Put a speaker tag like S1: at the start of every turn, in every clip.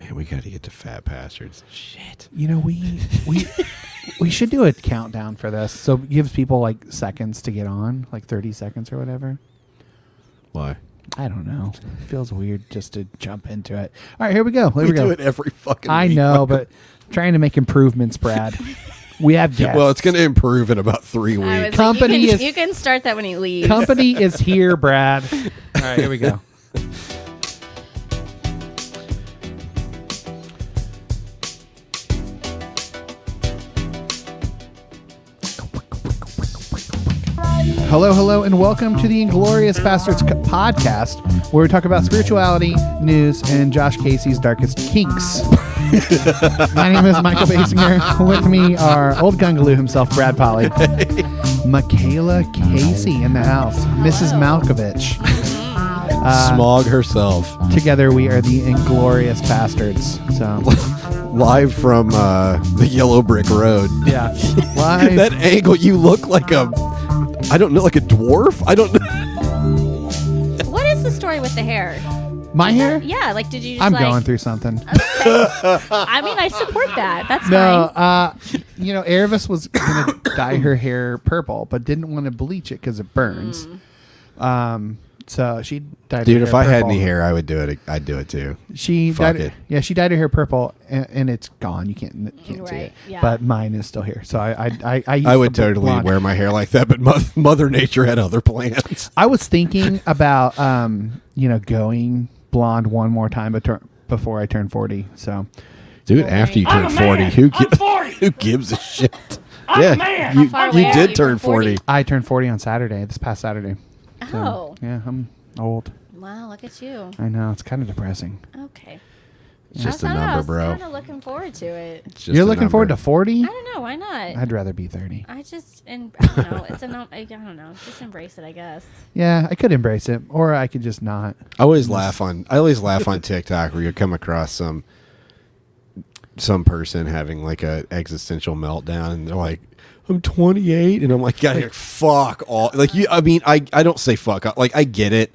S1: Man, we got to get to Fat Bastards. Shit.
S2: You know, we we we should do a countdown for this. So it gives people like seconds to get on, like 30 seconds or whatever.
S1: Why?
S2: I don't know. feels weird just to jump into it. All right, here we go. Here we,
S1: we
S2: go.
S1: do it every fucking.
S2: I
S1: week.
S2: know, but trying to make improvements, Brad. we have guests.
S1: Well, it's going to improve in about three
S3: I was
S1: weeks.
S2: Company
S3: like, you, can,
S2: is-
S3: you can start that when he leaves.
S2: Company is here, Brad. All right, here we go. Hello, hello, and welcome to the Inglorious Bastards co- podcast, where we talk about spirituality, news, and Josh Casey's darkest kinks. My name is Michael Basinger. With me are old Gungaloo himself, Brad Polly. Michaela Casey in the house, Mrs. Malkovich.
S1: Smog herself,
S2: Together we are the Inglorious Bastards. So,
S1: live from uh, the Yellow Brick Road.
S2: yeah. Live.
S1: that angle, you look like a. I don't know, like a dwarf. I don't know.
S3: What is the story with the hair?
S2: My hair?
S3: Yeah, like did you just
S2: I'm
S3: like
S2: going through something.
S3: I mean I support that. That's
S2: No,
S3: fine.
S2: uh, you know, Erebus was going to dye her hair purple, but didn't want to bleach it because it burns.
S3: Mm.
S2: Um, so she dyed
S1: Dude,
S2: her
S1: if I had
S2: purple.
S1: any hair, I would do it. I'd do it too.
S2: She
S1: Fuck
S2: dyed
S1: it.
S2: Yeah, she dyed her hair purple, and, and it's gone. You can't can't see
S3: Right,
S2: it.
S3: yeah.
S2: But mine is still here. So I I I, I, used
S1: I would
S2: the
S1: totally
S2: blonde.
S1: wear my hair like that, but mo- Mother Nature had other plans.
S2: I was thinking about um you know going blonde one more time betur- before I turn forty. So
S1: Do it after you turn
S4: I'm a man.
S1: forty. Who gi-
S4: I'm 40.
S1: who gives a shit?
S4: I'm
S1: yeah,
S4: a man.
S1: you,
S4: How far
S1: you
S3: away are
S1: did
S3: you
S1: turn
S3: from
S1: forty.
S3: 40?
S2: I turned forty on Saturday. This past Saturday. So,
S3: Oh.
S2: yeah, I'm old.
S3: Wow, look at you.
S2: I know it's kind of depressing.
S3: Okay.
S1: It's just a
S3: I
S1: number,
S3: was
S1: bro.
S3: kind of looking forward to it.
S1: Just
S2: You're
S1: a
S2: looking forward to
S1: number.
S2: forty?
S3: I don't know, why not?
S2: I'd rather be thirty.
S3: I just and I don't know. It's a num- I don't know. Just embrace it, I guess.
S2: Yeah, I could embrace it, or I could just not.
S1: I always laugh on. I always laugh on TikTok where you come across some some person having like a existential meltdown, and they're like, "I'm 28," and I'm like, "Yeah, like, fuck all." Like you, I mean, I I don't say fuck. Like I get it.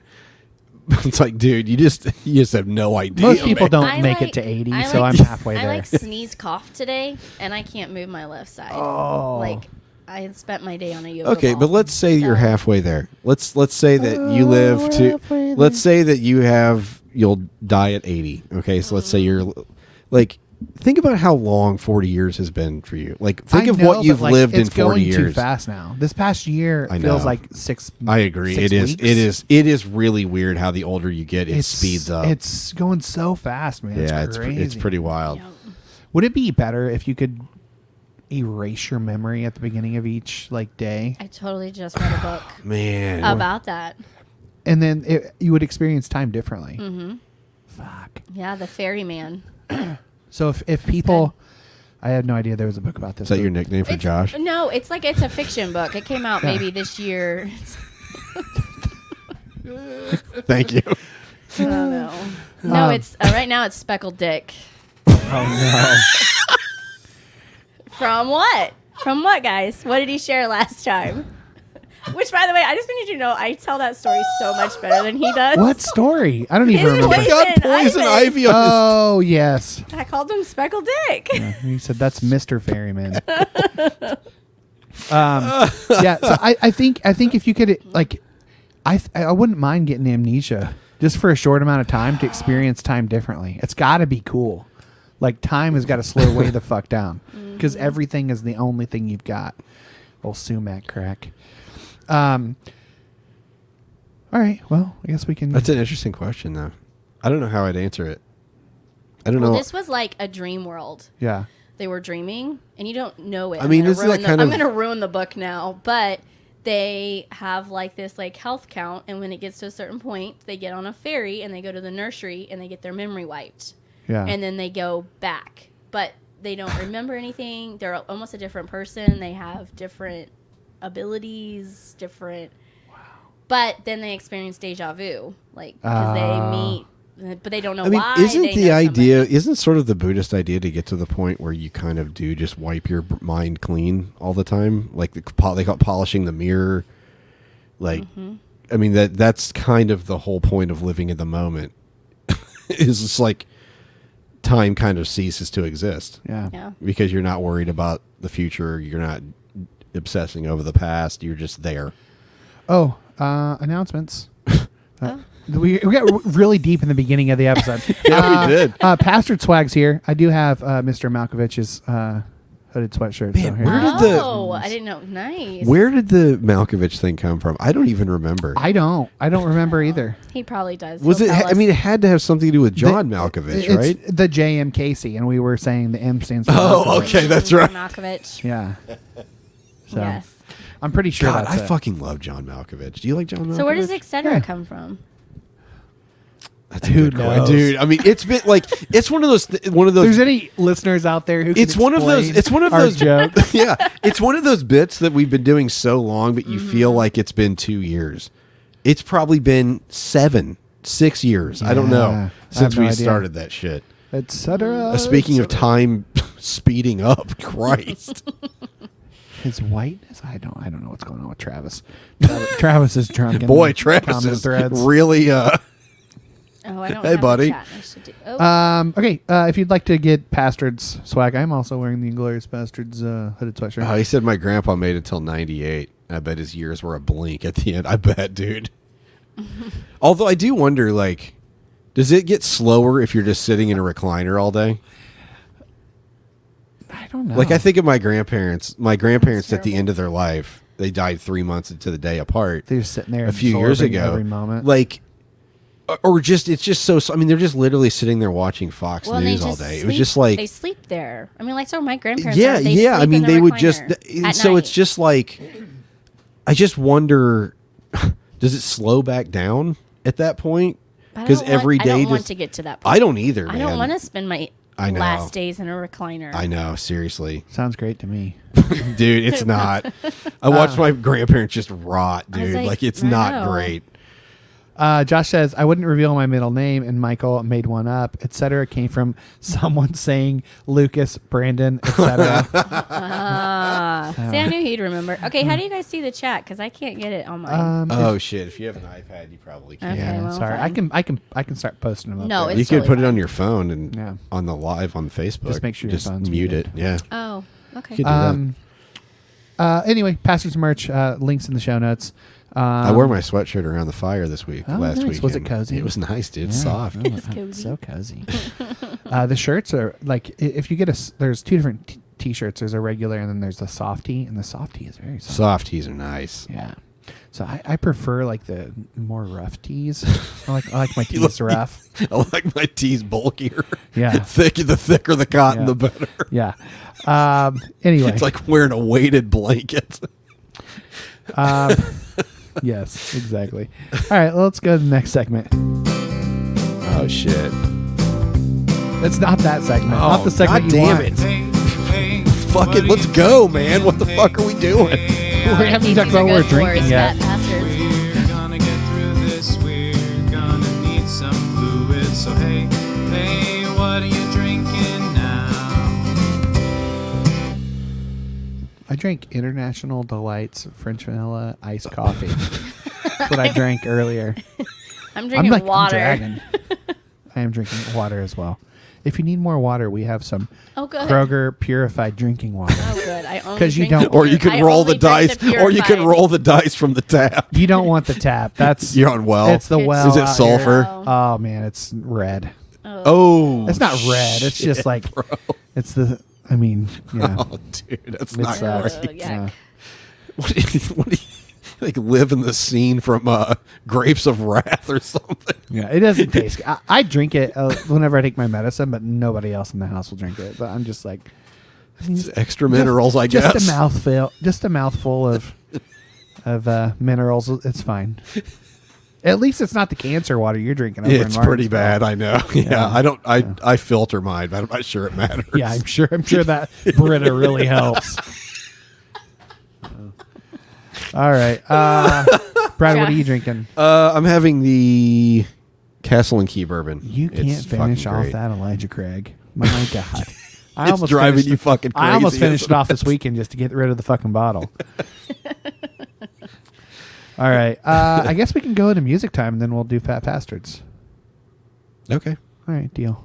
S1: It's like, dude, you just you just have no idea.
S2: Most people
S1: man.
S2: don't
S3: I
S2: make
S3: like-
S2: it to eighty,
S3: I
S2: so
S3: like-
S2: I'm halfway
S3: I
S2: there.
S3: like sneeze cough today and I can't move my left side.
S2: Oh.
S3: Like I spent my day on a yoga
S1: Okay,
S3: ball.
S1: but let's say you're
S3: So-
S1: halfway there. Let's let's say that you
S2: Oh,
S1: live
S2: we're
S1: to.
S2: halfway
S1: Let's say that you have you'll die at eighty. Okay, so let's say you're like think about how long forty years has been for you. Like think
S2: I
S1: of
S2: know,
S1: what
S2: but,
S1: you've
S2: like,
S1: lived in
S2: it's
S1: forty
S2: going Too
S1: years.
S2: fast now. This past year
S1: I
S2: feels
S1: know.
S2: like six.
S1: I agree.
S2: six
S1: It is.
S2: weeks.
S1: It is. It is really weird how the older you get, it
S2: It's-
S1: speeds up.
S2: It's going so fast, man.
S1: yeah,
S2: it's
S1: it's
S2: crazy.
S1: it's pretty wild.
S3: Yep.
S2: Would it be better if you could erase your memory at the beginning of each like day,
S3: I totally just read a book
S1: Man,
S3: about that.
S2: and then it, you would experience time differently? Mm-hmm. Fuck.
S3: Yeah, the ferryman.
S2: So if if people, I had no idea there was a book about this.
S1: is that
S2: but
S1: your nickname for
S3: It's-
S1: Josh?
S3: No, it's like it's a fiction book. It came out maybe this year.
S1: Thank you.
S3: I don't know. No,
S2: Um,
S3: it's uh, right now it's speckled dick.
S2: Oh
S3: From what? From what, guys? What did he share last time? Which, by the way, I just need you to know, I tell that story so much better than he does.
S2: no! what story? I don't even
S3: His
S2: remember.
S3: voice-
S1: Got
S3: Ivan,
S1: poison
S3: Ivan.
S1: ivy on his
S2: Oh yes,
S3: I called him speckled dick.
S2: he said that's Mister Ferryman. um, yeah, so I, I think I think if you could like, I th- I wouldn't mind getting amnesia just for a short amount of time to experience time differently. It's got to be cool. Like time has got to slow way the fuck down because everything is the only thing you've got. Old sumac crack. Um. All right. Well, I guess we can.
S1: That's an interesting question, though. I don't know how I'd answer it. I don't
S3: Well,
S1: know.
S3: this was like a dream world.
S2: Yeah.
S3: They were dreaming, and you don't know it.
S1: I mean,
S3: I'm gonna
S1: this is
S3: ruin
S1: that
S3: the-
S1: kind
S3: I'm
S1: of-
S3: going to ruin the book now, but they have like this like health count, and when it gets to a certain point, they get on a ferry and they go to the nursery and they get their memory wiped.
S2: Yeah.
S3: and then they go back but they don't remember anything they're almost a different person they have different abilities different but then they experience deja vu like because
S2: Ah.
S3: they meet but they don't know
S1: I mean,
S3: why
S1: isn't
S3: they
S1: the
S3: know
S1: idea,
S3: somebody.
S1: isn't sort of the Buddhist idea to get to the point where you kind of do just wipe your b- mind clean all the time? Like the, po- they call it polishing the mirror. Like,
S3: Mm-hmm.
S1: I mean, that that's kind of the whole point of living in the moment. is just like time kind of ceases to exist
S2: Yeah.
S3: Yeah.
S1: because you're not worried about the future. You're not obsessing over the past. You're just there.
S2: Oh, uh, announcements. Uh, we, we got r- really deep in the beginning of the episode.
S1: Yeah, we did.
S2: Uh, Pastor Swag's here. I do have uh, Mr. Malkovich's uh, hooded sweatshirt. so
S1: Man,
S2: here.
S1: where did- the-
S3: oh, I didn't know. Nice.
S1: Where did the Malkovich thing come from? I don't even remember.
S2: I don't. I don't remember either.
S3: He probably does.
S1: was
S3: He'll
S1: it?
S3: tell
S1: I mean, it
S3: us.
S1: had to have something to do with John
S2: The-
S1: Malkovich,
S2: it's
S1: right?
S2: The JM Casey, and we were saying the M stands for.
S1: Oh,
S2: Malkovich.
S1: okay, that's
S3: Mr.
S1: right.
S3: Malkovich.
S2: Yeah. So
S3: Yes.
S2: I'm pretty sure
S1: God,
S2: that's
S1: I
S2: it.
S1: fucking love John Malkovich. Do you like John? Malkovich?
S3: So where does etc.
S2: Yeah.
S3: come from?
S1: That's
S2: Who
S1: Who knows,
S2: knows?
S1: dude? I mean, it's been like it's one of those th- one of
S2: If
S1: those.
S2: there's any listeners out there who can
S1: it's one of those.
S2: explain
S1: It's one of
S2: our
S1: those
S2: joke.
S1: yeah, it's one of those bits that we've been doing so long, but you
S2: Mm-hmm.
S1: feel like it's been two years. It's probably been seven, six years. I don't
S2: Yeah,
S1: know
S2: I have
S1: since
S2: no
S1: we
S2: idea.
S1: started that shit.
S2: etc.
S1: Uh, speaking of time speeding up, Christ.
S2: his whiteness, I don't, I don't know what's going on with Travis. Travis, Travis is drunk. in
S1: Boy,
S2: the
S1: Travis
S2: common
S1: is
S2: threads.
S1: really. Uh,
S3: Oh, I don't.
S1: Hey,
S3: have the
S1: buddy.
S3: chat. I should do- oh,
S2: um, okay, uh, if you'd like to get Pastard's swag, I'm also wearing the Inglorious Pastard's uh, hooded sweatshirt.
S1: oh, he said my grandpa made it till '98. I bet his years were a blink at the end. I bet, dude. Although I do wonder, like, does it get slower if you're just sitting in a recliner all day?
S2: I don't know.
S1: Like I think of my grandparents. My grandparents at the
S3: Oh. terrible.
S1: end of their life, they died three months to the day apart.
S2: they're just sitting there
S1: A few years
S2: absorbing
S1: ago,
S2: Every moment,
S1: like, uh, or just it's just so. I mean, they're just literally sitting there watching Fox
S3: well, and they
S1: News
S3: just
S1: all day.
S3: Sleep,
S1: It was just like,
S3: they sleep there. I mean, like so my grandparents.
S1: yeah,
S3: are, they
S1: yeah.
S3: sleep
S1: I
S3: in
S1: mean,
S3: the
S1: they would just.
S3: recliner
S1: th-
S3: at
S1: so it's
S3: night.
S1: just like, I just wonder, does it slow back down at that point?
S3: But I
S1: Because
S3: don't want-
S1: every day,
S3: I don't want
S1: just-
S3: to get to that point.
S1: I don't either.
S3: I don't
S1: man.
S3: want to spend my
S1: I know.
S3: last days in a recliner.
S1: I know, seriously,
S2: sounds great to me.
S1: dude. It's not. I watched my grandparents just rot,
S3: Uh. I was
S1: dude. Like,
S3: like,
S1: it's
S3: I
S1: not
S3: know.
S1: great.
S2: Uh, Josh says, I wouldn't reveal my middle name, and Michael made one up, etc. Came from someone saying Lucas, Brandon, etc.
S3: Ah, see, I knew he'd remember. Okay,
S1: Hmm.
S3: how do you guys see the chat? Because I can't get it on mine.
S2: um,
S1: Oh shit! If you have an iPad, you probably can.
S3: Okay,
S2: yeah,
S3: well,
S2: sorry. I
S3: fine.
S2: can, I can, I can start posting them. Up
S3: No,
S2: there.
S1: you
S3: It's
S1: could
S3: totally
S1: put it
S3: fine.
S1: on your phone and
S2: Yeah.
S1: on the live on Facebook.
S2: Just make sure your
S1: just
S2: phone's
S1: mute
S2: muted.
S1: it. Yeah.
S3: oh, okay.
S1: You could do that.
S2: Um, uh, anyway, Pastor's merch uh, links in the show notes. Um,
S1: I wore my sweatshirt around the fire this week.
S2: Oh,
S1: last
S2: nice.
S1: week
S2: Was it cozy?
S1: It was nice, dude.
S2: Yeah.
S1: Soft.
S2: Oh, it's
S3: cozy.
S2: so cozy. uh, the shirts are like i- if you get a s- there's two different t- t-shirts. There's a regular and then there's the softy, and the softy is very soft.
S1: Soft tees are nice.
S2: yeah. So I, I prefer like the more rough tees. I like I like my
S1: You look-
S2: tees rough.
S1: I like my tees bulkier.
S2: Yeah.
S1: thick. The thicker the cotton,
S2: Yeah.
S1: the better.
S2: Yeah. Um, anyway,
S1: It's like wearing a weighted blanket.
S2: um, yes, exactly. All right, let's go to the next segment.
S1: oh shit!
S2: It's not that segment. not the segment.
S1: God
S2: you
S1: damn
S2: want.
S1: Oh, it! Fuck it. Let's go, man. What the fuck are we doing?
S2: We haven't
S3: These
S2: talked
S3: things
S2: about
S3: are
S2: what we're
S3: good for us,
S2: drinking yet.
S3: fat bastards.
S4: We're gonna get through this. We're gonna need some fluid. So hey, hey, what are you drinking now?
S2: I drank International Delights French vanilla iced coffee. That's what I drank earlier.
S3: I'm drinking
S2: like
S3: water.
S2: dragon. I am drinking water as well. If you need more water, we have some
S3: Oh, good.
S2: Kroger purified drinking water.
S3: Oh, good. I only
S2: 'Cause you
S3: drink the
S2: don't-
S1: Or you
S3: pure-
S1: can
S3: I
S1: roll
S3: only
S1: the
S3: drink
S1: dice, or you can
S3: purified.
S1: roll the dice from the tap.
S2: You don't want the tap. That's
S1: You're on well.
S2: It's the
S3: It's-
S2: well.
S1: Is it
S2: out
S1: sulfur?
S2: here. Oh man, it's red.
S1: Oh,
S2: It's not red. It's just like it's the. I mean, yeah.
S1: Oh, dude, that's
S2: It
S1: not
S2: sucks.
S1: great.
S3: Oh, yeah.
S2: Uh,
S1: What do you, what do you like live in the scene from uh, Grapes of Wrath or something?
S2: yeah, it doesn't taste. good. I, I drink it uh, whenever I take my medicine, but nobody else in the house will drink it. But I'm just like,
S1: It's extra minerals, I guess.
S2: Just a mouthful. Just a mouthful of of uh, minerals. It's fine. At least it's not the cancer water you're drinking. Over in
S1: It's pretty
S2: Martinsville.
S1: bad, I know. Yeah, I don't. I I filter mine, but I'm not sure it matters.
S2: Yeah, I'm sure. I'm sure that Brita really helps. All right, uh, Brad, what are you drinking?
S1: Uh, I'm having the Castle and Key bourbon.
S2: You can't
S1: It's
S2: finish
S1: fucking
S2: off
S1: great.
S2: that Elijah Craig. My God, I
S1: It's driving
S2: finished-
S1: you fucking
S2: I almost
S1: crazy,
S2: finished it
S1: isn't
S2: off this weekend just to get rid of the fucking bottle. All right, uh, I guess we can go into music time, and then we'll do Fat Bastards.
S1: Okay.
S2: All right, deal.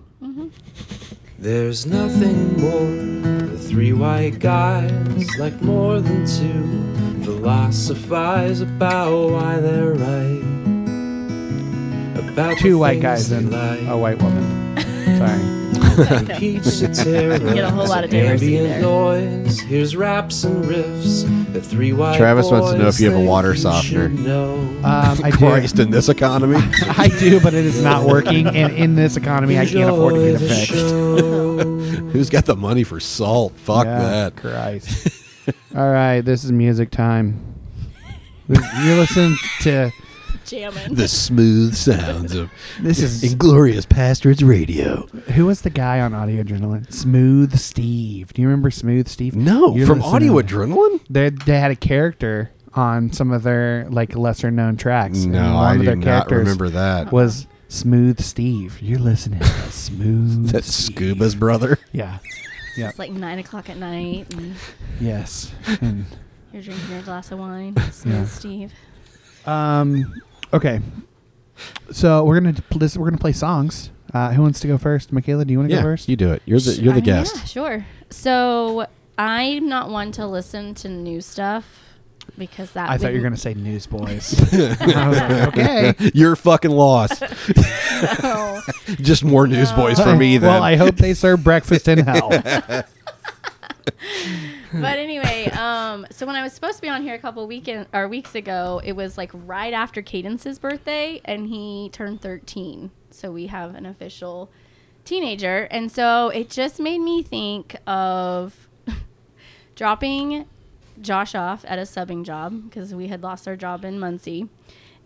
S5: There's nothing more the three white guys like more than two philosophize about why they're right. About the
S2: Two white
S5: things
S2: guys
S5: they
S2: and
S5: like.
S2: a white woman. Sorry.
S5: and pizza terror.
S3: Get a whole lot of diversity
S5: ambient
S3: there.
S5: noise. Here's raps and riffs. The three white
S1: Travis wants to know if you have a
S5: boys
S1: water
S5: think you
S1: softener.
S5: should know.
S2: Um, I do.
S1: Christ, in this economy.
S2: I do, but it is not working, and in this economy, I can't afford to get
S5: Enjoy
S2: it
S5: the
S2: fixed.
S5: show.
S1: Who's got the money for salt? Fuck
S2: Yeah,
S1: that.
S2: Christ. All right, this is music time. You listen to
S3: Jamming.
S1: The smooth sounds of
S2: this is
S1: Inglorious Pastors Radio.
S2: who was the guy on Audio Adrenaline? Smooth Steve. Do you remember Smooth Steve?
S1: No,
S2: You're
S1: from
S2: listening
S1: Audio
S2: to-
S1: Adrenaline?
S2: They they had a character on some of their like lesser known tracks. and
S1: No,
S2: one
S1: I
S2: of
S1: do
S2: their
S1: not
S2: characters
S1: remember that.
S2: Was Smooth Steve? You're listening to Smooth.
S1: That's
S2: Steve.
S1: Scuba's brother.
S2: Yeah. Yeah.
S3: It's like nine o'clock at night, and
S2: Yes. And,
S3: you're drinking your glass of wine. Smooth
S2: Yeah.
S3: Steve.
S2: um. Okay. So we're gonna pl- this, we're gonna play songs. Uh, who wants to go first? Michaela, do you want to go first?
S1: you do it. You're the you're the
S3: Uh,
S1: guest.
S3: Yeah, sure. So I'm not one to listen to new stuff because that.
S2: I thought you were gonna
S3: wouldn't-
S2: say Newsboys. I was like, okay.
S1: You're fucking lost.
S3: No.
S1: Just more newsboys for me. Then
S2: Well, I hope they serve breakfast in hell.
S1: Mm.
S3: but anyway, um, so when I was supposed to be on here a couple weekend or weeks ago, it was like right after Cadence's birthday, and he turned 13, so we have an official teenager, and so it just made me think of dropping Josh off at a subbing job because we had lost our job in Muncie,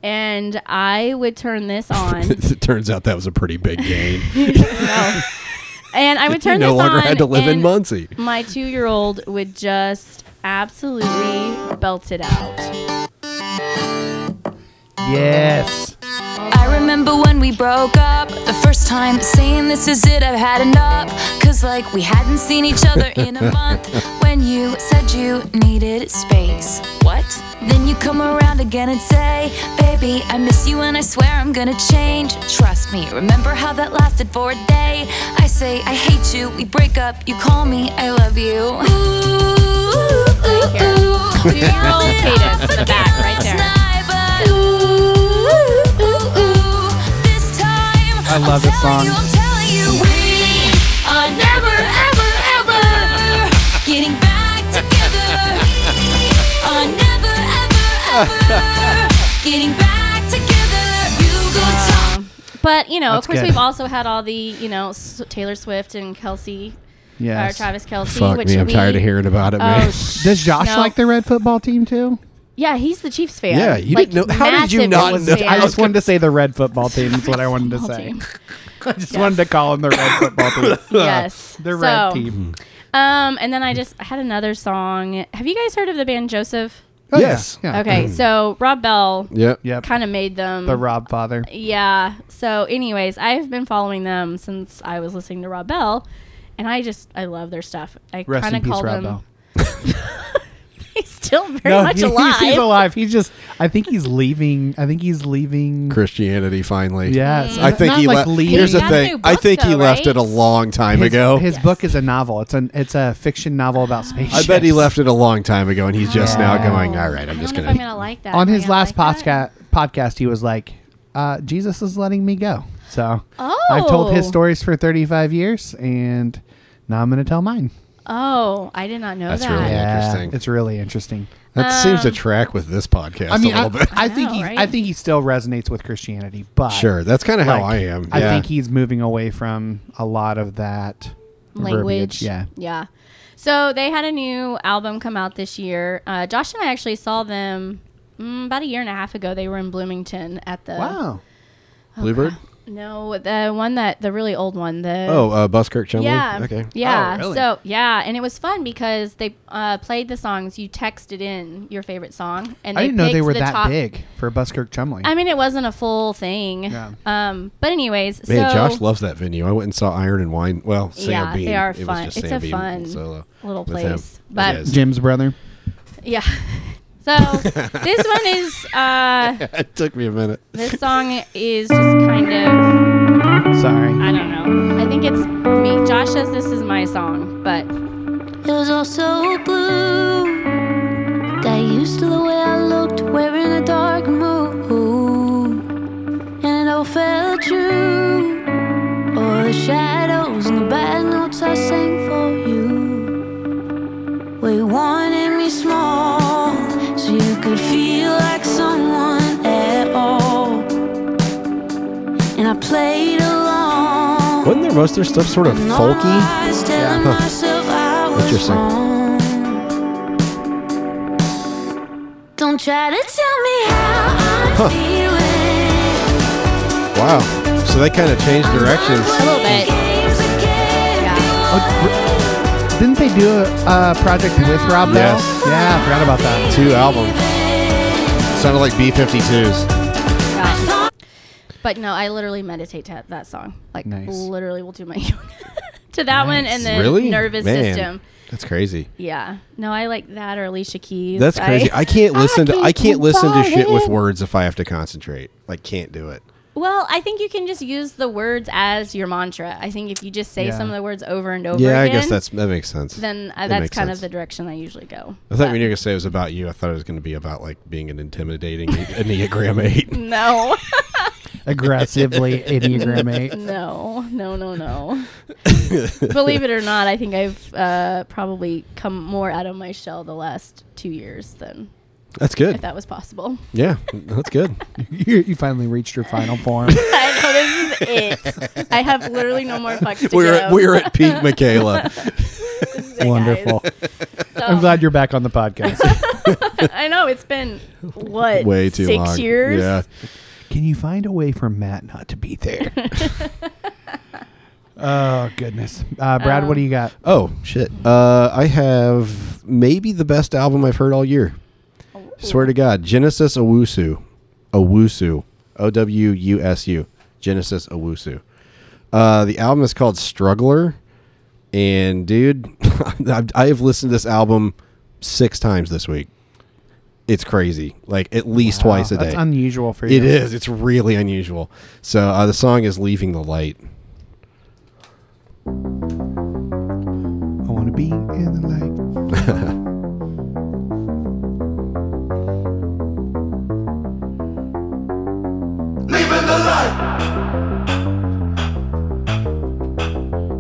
S3: and I would turn this on.
S1: it turns out that was a pretty big gain.
S3: No. And I would
S1: you
S3: turn
S1: no
S3: this
S1: longer
S3: on.
S1: had to live in
S3: and
S1: Muncie.
S3: My two-year-old would just absolutely belt it out.
S2: yes.
S6: I remember when we broke up the first time, saying this is it, I've had enough. Cause like we hadn't seen each other in a month when you said you needed space. What? Then you come around again and say, Baby, I miss you and I swear I'm gonna change. Trust me, remember how that lasted for a day? I say, I hate you, we break up, you call me, I love you. Ooh,
S3: Here.
S6: ooh, ooh, ooh.
S3: Full cadence in the back right there.
S6: I
S2: love this song.
S6: I'm telling you, we are never, ever, ever getting back together. Are never, ever, ever getting back together. You go talk.
S3: Um, but you know,
S2: That's
S3: of course,
S2: good.
S3: we've also had all the you know S- Taylor Swift and Kelsey
S2: Yes.
S3: or Travis Kelsey.
S1: Fuck
S3: which
S1: me, I'm
S3: we-
S1: tired of hearing about it, man.
S3: Oh, sh-
S2: Does Josh
S3: No.
S2: like the red football team too?
S3: yeah, he's the Chiefs fan.
S1: Yeah, you
S3: Like,
S1: didn't know- how did you
S3: massive
S1: not
S3: Chiefs
S1: know?
S3: fan.
S2: I just wanted to say the red football team is what I wanted to
S3: Football
S2: say.
S3: team.
S2: I just wanted to call them the red football team.
S3: Yes.
S2: the red
S1: Hmm.
S3: So,
S2: team.
S3: Um, and then I just I had another song. Have you guys heard of the band Joseph?
S2: Oh,
S1: Yes.
S2: Yeah. yeah.
S3: Okay, so Rob Bell
S1: Yep.
S2: Yep.
S3: kind of made them
S2: the Rob father.
S3: Yeah. So, anyways, I've been following them since I was listening to Rob Bell, and I just I love their stuff. I
S2: Rest
S3: kind
S2: in
S3: of
S2: peace,
S3: call
S2: Rob
S3: them.
S2: Bell.
S3: He's still very much
S2: he-
S3: alive.
S2: He's, he's alive. He's just. I think he's leaving. I think he's leaving.
S1: Christianity finally.
S2: Yes.
S3: Mm.
S1: I think
S2: Not
S1: he
S2: like
S1: left.
S2: leaving.
S1: Here's the
S3: He got a new
S1: thing. I
S3: book,
S1: think he
S3: though,
S1: left
S3: right?
S1: it a long time
S2: His,
S1: ago.
S2: his
S3: Yes. Ah.
S2: book is a novel. It's an. It's a fiction novel about space.
S1: I bet he left it a long time ago, and he's just now going. All right,
S3: I
S1: I'm
S3: don't
S1: just
S3: know if
S1: gonna.
S3: I'm gonna like that.
S2: on
S3: Am I
S2: his
S3: gonna
S2: last
S3: like that?
S2: podcast. Podcast, he was like, uh, "Jesus is letting me go." So
S3: Oh.
S2: I've told his stories for 35 years, and now I'm going to tell mine.
S3: Oh, I did not know
S1: That's
S3: that.
S1: really interesting.
S2: It's really interesting.
S1: that seems to
S3: Um,
S1: track with this podcast
S2: I mean,
S1: a
S2: I,
S1: little bit.
S2: I think
S3: know,
S2: he, I
S3: right?
S2: think he still resonates with Christianity, but
S1: sure, that's kind of how
S2: like,
S1: I am.
S2: I
S1: yeah.
S2: think he's moving away from a lot of that
S3: language.
S2: verbiage. Yeah,
S3: Yeah. So they had a new album come out this year. Uh, Josh and I actually saw them mm, about a year and a half ago. They were in Bloomington at the
S2: wow.
S3: Oh,
S1: Bluebird.
S3: No, the one that the really old one. The
S1: Oh, uh, Buskirk Chumley.
S3: Yeah.
S1: Okay.
S3: Yeah.
S2: Oh, really?
S3: So yeah, and it was fun because they uh, played the songs. You texted in your favorite song, and they
S2: I didn't know they
S3: picked
S2: were
S3: the
S2: that
S3: top-
S2: big for Buskirk Chumley.
S3: I mean, it wasn't a full thing.
S2: Yeah.
S3: Um. But anyways,
S1: Man,
S3: so
S1: Josh loves that venue. I went and saw Iron and Wine. Well, Sam
S3: Yeah,
S1: Beam.
S3: they are
S1: it
S3: fun.
S1: Was just
S3: It's
S1: Sam
S3: a
S1: Beam
S3: fun
S1: solo
S3: little
S1: with him.
S3: place, but-
S1: It is.
S2: Jim's brother.
S3: yeah. So this one is uh,
S1: it took me a minute.
S3: this song is just kind of
S2: Sorry.
S3: I don't know. I think it's me. Josh says this is my song, but
S7: It was all so blue. Got used to the way I looked, wearing a dark mood. And it all felt true. All the shadows and the bad notes I sang for you. We wanted me small, so you could feel like someone at all. And I played along.
S1: Wasn't their most of their stuff sort of folky? Interesting.
S7: Interesting. Don't try to tell me how I'm
S1: Huh.
S7: feeling.
S1: Wow. So they kind of changed directions.
S3: Uh,
S1: Oh,
S3: A little bit.
S2: Didn't they do a uh, project with Rob Bell?
S1: Yes.
S2: Yeah, I forgot about that.
S1: Two albums. Sounded like B52s.
S3: yeah. um, but no, I literally meditate to that song. Like
S2: Nice.
S3: literally will do my to that one and then
S1: Really?
S3: nervous
S1: Man,
S3: system.
S1: That's crazy.
S3: Yeah. No, I like that or Alicia Keys.
S1: That's crazy. I, can't listen to I
S7: can't
S1: can't listen to
S7: fight
S1: shit with
S7: it.
S1: words if I have to concentrate. Like can't do it.
S3: well, I think you can just use the words as your mantra. I think if you just say
S2: Yeah.
S3: some of the words over and over
S1: Yeah, I
S3: again,
S1: guess that's that makes sense.
S3: then uh,
S1: That
S3: that's
S1: makes
S3: kind
S1: sense.
S3: of the direction I usually go.
S1: I thought when you were gonna say it was about you, I thought it was gonna be about like being an intimidating e-, enneagram eight.
S3: No.
S2: Aggressively Enneagram 8.
S3: No, no, no, no. Believe it or not, I think I've uh, probably come more out of my shell the last two years than
S1: That's good.
S3: if that was possible.
S1: Yeah, that's good.
S2: you, you finally reached your final form.
S3: I know this is it. I have literally no more fucks to
S1: we're
S3: give.
S1: at, we're at peak, Michaela.
S3: This is it,
S2: Wonderful.
S3: guys. So-
S2: I'm glad you're back on the podcast.
S3: I know it's been what
S1: Way too
S3: six
S1: long.
S3: years.
S1: Yeah.
S2: Can you find a way for Matt not to be there? oh goodness, uh, Brad, what do you got?
S1: Oh shit. Uh, I have maybe the best album I've heard all year. Swear to God, Genesis Owusu, Owusu, O W U S U, Genesis Owusu. Uh, the album is called Struggler, and dude, I've- I have listened to this album six times this week. It's crazy, like at least twice a
S2: Wow,
S1: day.
S2: Oh, That's unusual for you.
S1: It is. It's really unusual. So uh, the song is "Leaving the Light."
S2: I want to be in the light.
S8: Leaving the light.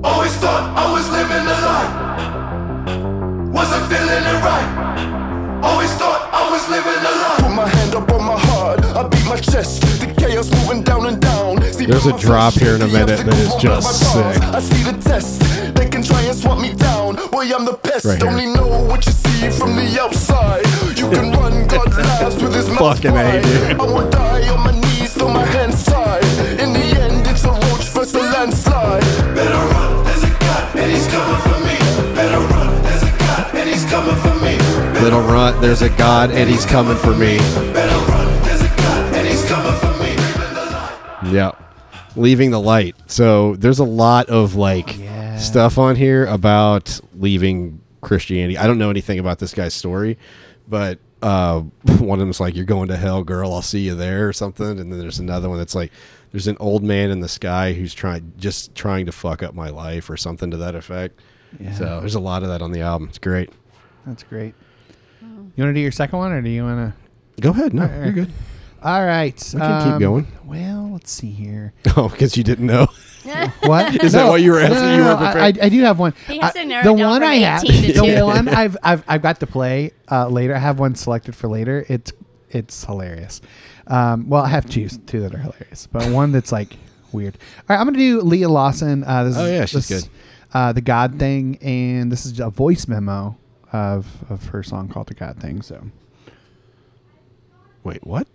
S8: Always thought I was living the light. Wasn't feeling it right. Always thought I was living the life. Put my hand up on my heart. I beat my chest. The chaos moving down and down. See
S1: There's
S8: by
S1: a
S8: my
S1: drop
S8: flesh,
S1: here in a
S8: the
S1: minute that is
S8: obstacles
S1: just
S8: won't
S1: sick.
S8: break my bars. I see the test. They can try and swap me down. Boy, I'm the pest.
S1: Right here.
S8: Only know what you see from the outside. You can run God's lives with his mouth
S1: Fucking A,
S8: wide.
S1: dude.
S8: I will die on my knees, though my hands tied. In the end, it's a roach versus a landslide. Better run, there's a god, and he's coming for me. Better run, there's a god, and he's coming for me.
S1: Little runt, there's a God, and He's coming for me.
S8: Better run, there's a god, and he's coming for me.
S1: Yeah. Leaving the light. So there's a lot of like
S2: Oh, Yeah.
S1: stuff on here about leaving Christianity. I don't know anything about this guy's story, but uh, one of them's like, "You're going to hell, girl. I'll see you there," or something. And then there's another one that's like, "There's an old man in the sky who's trying, just trying to fuck up my life," or something to that effect. So there's a lot of that on the album. It's great.
S2: That's great. You want to do your second one, or do you want
S1: Go ahead. No,
S2: right.
S1: you're good.
S2: to? All right, we
S1: can keep going.
S2: Well, let's see here.
S1: Oh, because you didn't know.
S2: What
S1: Is that why you were asking? You were
S2: I,
S1: prepared?
S2: I, I do have one.
S3: He has
S2: I-
S3: to narrow it down from 18 to
S2: the
S3: two.
S2: one I've, I've I've got to play uh, later. I have one selected for later. It's it's hilarious. Um, well, I have two two that are hilarious, but one that's like weird. All right, I'm gonna do Leah Lawson. Uh, this
S1: Oh,
S2: is,
S1: yeah, she's
S2: this-
S1: good.
S2: Uh, the God thing, and this is a voice memo of of her song called the God thing. So
S1: Wait, what?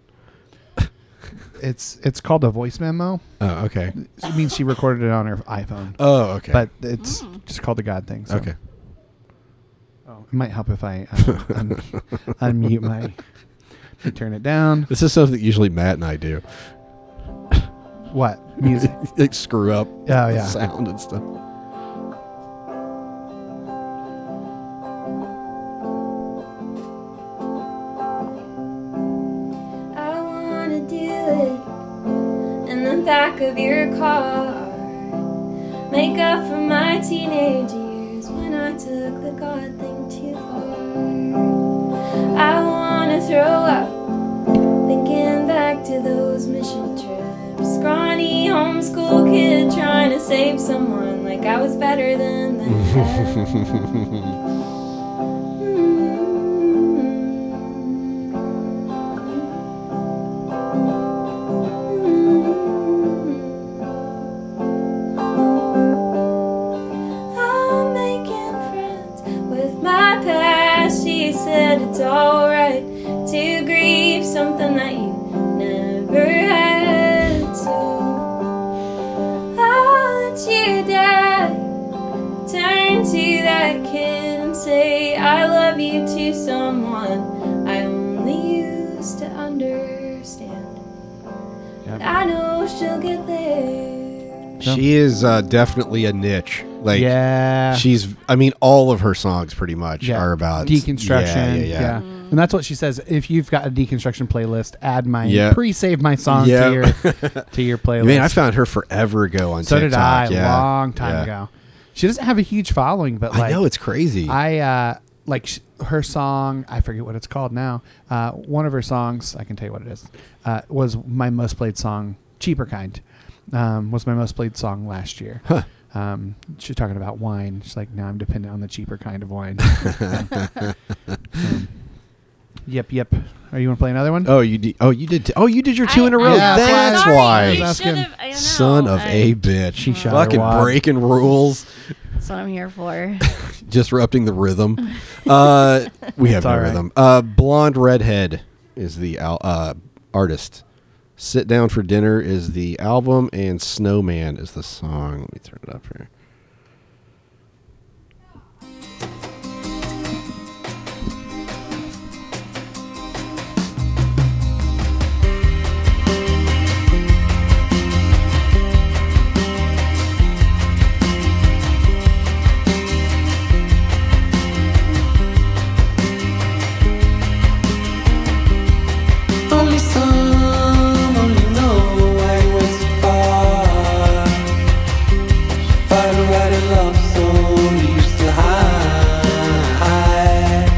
S2: it's it's called a voice memo.
S1: Oh, okay.
S2: It means she recorded it on her iPhone,
S1: Oh, okay.
S2: but it's
S3: Mm.
S2: just called the God thing. So.
S1: okay.
S2: Oh, it might help if I uh, un- unmute my. Turn it down.
S1: This is something that usually Matt and I do.
S2: What music?
S1: like screw up oh,
S2: yeah.
S1: sound and stuff.
S7: I wanna do it in the back of your car. Make up for my teenage years when I took the God thing too far. I wanna throw up, thinking back to those mission trips. Scrawny homeschool kid trying to save someone like I was better than them. I'm making friends with my past. She said it's alright to grieve something that you never had. So I'll let you die. Turn to that kid and say, I love you to someone I only used to understand.
S2: Yep.
S7: I know she'll get there.
S1: She is uh, definitely a niche. Like
S2: yeah.
S1: she's I mean all of her songs pretty much
S2: yeah.
S1: are about
S2: deconstruction.
S1: Yeah,
S2: Yeah,
S1: yeah, yeah.
S2: And that's what she says. If you've got a deconstruction playlist, add my
S1: Yeah.
S2: pre-save my song
S1: Yeah.
S2: to your to your playlist.
S1: Man, I found her forever ago on
S2: so
S1: TikTok.
S2: did I
S1: yeah.
S2: long time
S1: Yeah.
S2: ago. She doesn't have a huge following, but like
S1: I know it's crazy.
S2: I uh, like sh- her song. I forget what it's called now. Uh, one of her songs, I can tell you what it is, uh, was my most played song. Cheaper kind um, was my most played song last year. Um, she's talking about wine. She's like, now I'm dependent on the cheaper kind of wine. Um, yep, yep. Are you want to play another one?
S1: oh, you did. Oh, you did. T- oh, you did your two in a row.
S2: Yeah,
S1: That's
S2: sorry.
S1: why.
S2: That's
S3: should
S2: good.
S3: have. I know.
S1: Son of
S3: I-
S1: a bitch.
S2: She shot her
S1: fucking
S2: wad.
S1: breaking rules,
S3: That's what I'm here for.
S1: disrupting the rhythm. Uh, we have
S2: It's
S1: no
S2: all right.
S1: rhythm. Uh, Blonde redhead is the al- uh, artist. Sit down for dinner is the album, and Snowman is the song. Let me turn it up here.
S9: Only some, only know I went too far. If I don't write a love song, you still hide.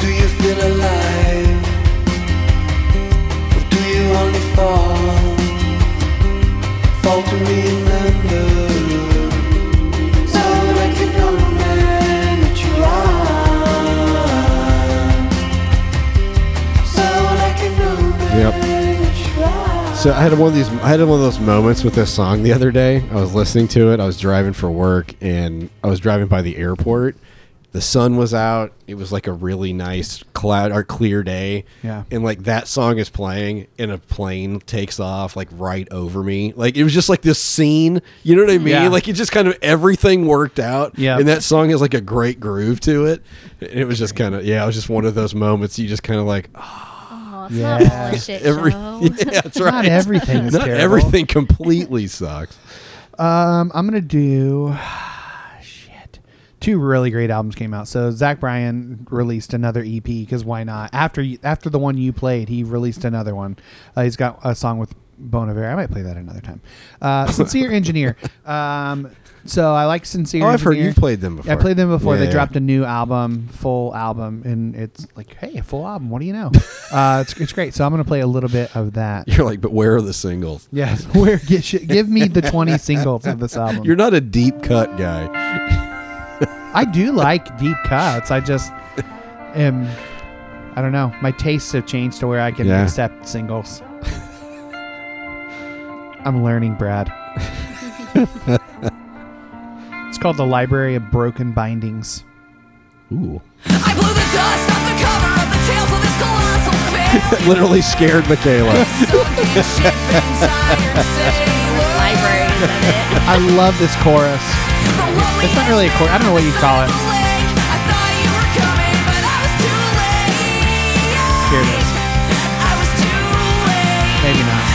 S9: Do you feel alive? Or do you only fall? Fall to remember. So like an old man that you are. So like an old
S1: Yep.
S9: man that you are.
S1: So I had one of these. I had one of those moments with this song the other day. I was listening to it. I was driving for work, and I was driving by the airport. The sun was out. It was like a really nice cloud or clear day.
S2: Yeah.
S1: And like that song is playing, and a plane takes off like right over me. Like it was just like this scene. You know what I mean?
S2: Yeah.
S1: Like it just kind of everything worked out.
S2: Yeah.
S1: And that song has like a great groove to it. And It was just kind of yeah. It was just one of those moments you just kind of like
S3: Oh, it's
S2: Yeah.
S3: not bullshit.
S1: every
S3: Joe.
S1: yeah, that's right.
S2: Not everything is
S1: Not
S2: terrible.
S1: everything completely sucks.
S2: Um, I'm gonna do shit. Two really great albums came out. So Zach Bryan released another EP because why not? After you, after the one you played, he released another one. Uh, he's got a song with Bon Iver. I might play that another time. Uh, Sincere Engineer. Um, so I like Sincere.
S1: Oh, I've heard
S2: Engineer.
S1: you've played them before.
S2: I played them before.
S1: Yeah,
S2: they
S1: yeah.
S2: dropped a new album, full album, and it's like, hey, a full album. What do you know? uh, it's it's great. So I'm gonna play a little bit of that.
S1: You're like, but where are the singles?
S2: Yes, where get, shit- give me the 20 singles of this album.
S1: You're not a deep cut guy.
S2: I do like deep cuts. I just am. I don't know. My tastes have changed to where I can
S1: Yeah.
S2: accept singles. I'm learning, Brad. it's called the Library of Broken Bindings.
S1: Ooh.
S6: I blew the dust off the cover of the tales of this colossal failure.
S1: That literally scared Michaela.
S3: Library is in it.
S2: I love this chorus. It's not really a chorus. I don't know what you call it. Here it is. Maybe not.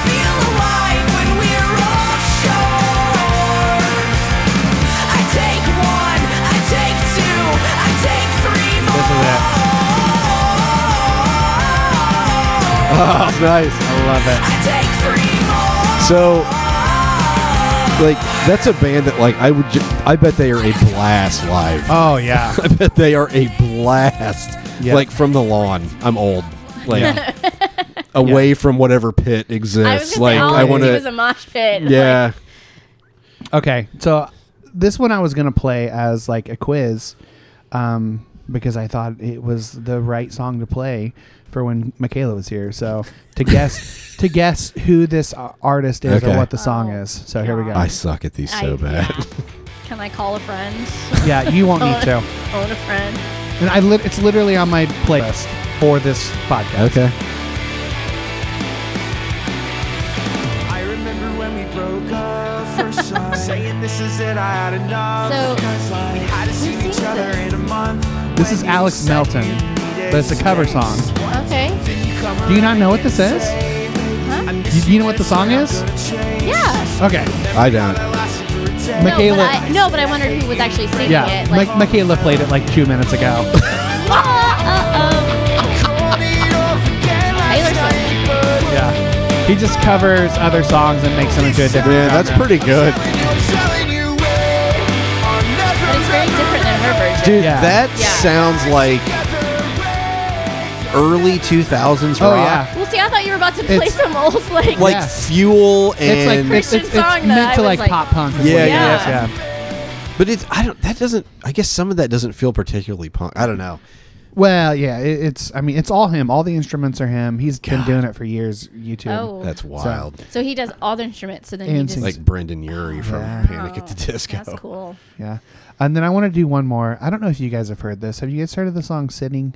S6: Feel alive when we're offshore
S1: It's Oh, nice. I love it.
S10: Take three more.
S1: So, like, that's a band that, like, I would, ju- I bet they are a blast live.
S2: Oh yeah.
S1: I bet they are a blast.
S2: Yeah.
S1: Like from the lawn. I'm old. Like away from whatever pit
S3: I was
S1: exists.
S3: gonna
S1: Like
S3: say all
S1: I
S3: I
S1: want
S3: wanna, was
S1: to.
S3: a mosh pit.
S1: Yeah.
S2: Okay, so this one I was gonna play as like a quiz, um, because I thought it was the right song to play for when Michaela was here. So to guess to guess who this a- artist is
S1: Okay.
S2: or what the song
S3: Oh,
S2: is. So here we go.
S1: I suck at these
S3: I-
S1: so bad.
S3: yeah. Can I call a friend?
S2: Yeah, you won't need
S3: Phone-
S2: to.
S3: Phone a friend.
S2: And I lit it's literally on my playlist for this podcast.
S1: Okay.
S4: I remember when we broke up first time, saying this is it, I had enough.
S3: So,
S4: Because we hadn't seen
S3: sings
S4: each other
S3: this?
S4: in a month.
S2: This is Alex Melton, but it's a cover song.
S3: Okay.
S2: Do you not know what this is?
S3: Huh?
S2: Do do you know what the song is?
S3: Yeah.
S2: Okay,
S1: I don't.
S3: No, but
S2: Michaela.
S3: I, no, but I wondered who was actually singing
S2: Yeah,
S3: it. Like, uh,
S2: Mi- Michaela played it like two minutes ago.
S3: um. Taylor Swift.
S2: Yeah. He just covers other songs and makes them into a different.
S1: Man, that's
S2: genre.
S1: pretty good,
S3: But it's very different than her version.
S1: dude.
S2: Yeah.
S1: That
S3: Yeah.
S1: sounds like early 2000s
S2: Oh
S1: rock.
S2: yeah.
S3: Well, see, I thought you were about to play
S2: It's-
S3: some old like.
S1: Like
S2: Yeah.
S1: Fuel and
S2: It's like it's,
S3: Christian
S2: it's, it's
S3: song that
S2: meant
S3: I
S2: to
S3: was
S2: like,
S3: like-
S2: pop punk. is
S1: Yeah,
S2: what it
S3: yeah,
S2: is,
S3: yeah.
S1: But it's I don't that doesn't I guess some of that doesn't feel particularly punk. I don't know.
S2: Well, yeah. It, it's I mean it's all him. All the instruments are him. He's been doing it for years. YouTube.
S3: oh.
S1: That's wild.
S3: So he does all the instruments. So then
S2: And
S3: he just.
S2: sings-
S1: like Brendan Urie from
S2: Yeah. Oh,
S1: Panic at the Disco.
S3: That's cool.
S2: Yeah. And then I want to do one more. I don't know if you guys have heard this. Have you guys heard of the song "Sitting"?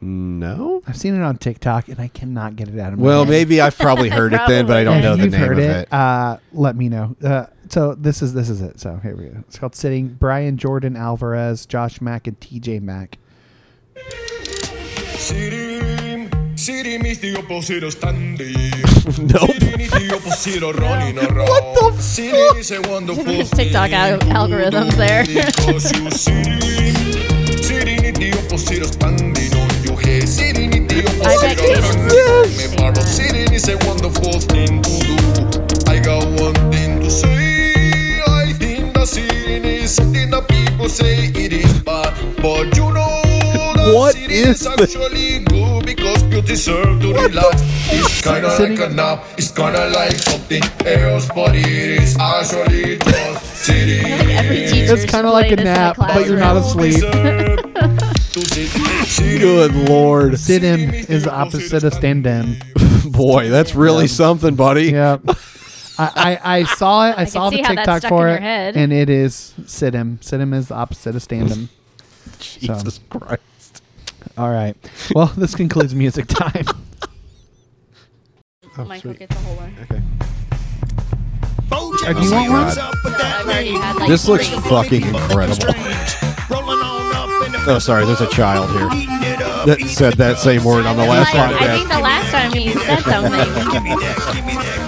S1: No.
S2: I've seen it on TikTok and I cannot get it out of my
S1: Well,
S2: head.
S1: maybe I've probably heard it then, but I don't
S2: If
S1: know the
S2: you've
S1: name
S2: heard
S1: of it.
S2: Uh, let me know. Uh, so this is this is it. So here we go. It's called "Sitting." Brian Jordan Alvarez, Josh Mack, and TJ Mack.
S11: Sitting, sitting is the opposite of standing.
S1: Nope.
S11: Sitting is the opposite of running around.
S1: What the fuck?
S11: Sitting is a wonderful
S3: TikTok al-
S11: thing.
S3: algorithms there.
S11: Because you sitting, sitting is the opposite of standing on your head. Sitting is the
S3: I bet
S11: opposite of
S3: Kate's
S11: running.
S3: Yes.
S11: Me paro. Sitting is a wonderful thing to do. I got one thing to say. I think that sitting is something that people say it is bad, but you know. that
S1: What
S11: sitting is
S1: is this?
S11: actually actually good because you deserve to relax. It's kinda
S2: Sitting-
S11: like a nap, it's kinda like something else, but it is actually just sitting.
S3: Every teacher.
S2: It's kind of like a nap, but you're not asleep.
S11: Deserve to sit. Sitting
S1: Good lord.
S2: Sit in is the opposite of stand in.
S1: Boy, that's really something, buddy.
S2: Yeah. I, I, I saw it. I,
S3: I
S2: saw
S3: can
S2: the
S3: see how that's
S2: TikTok
S3: stuck
S2: for
S3: in
S2: it,
S3: your head.
S2: and it is sit him. Sit him is the opposite of stand him.
S1: Jesus Christ.
S2: All right. Well, this concludes music time.
S3: Michael gets a whole one.
S2: Uh, do you want one?
S3: I've already had like.
S1: This looks
S3: three.
S1: fucking incredible. Oh, sorry, there's a child here that said that same word on the last
S3: Like, I
S1: podcast.
S3: think the last time he said something,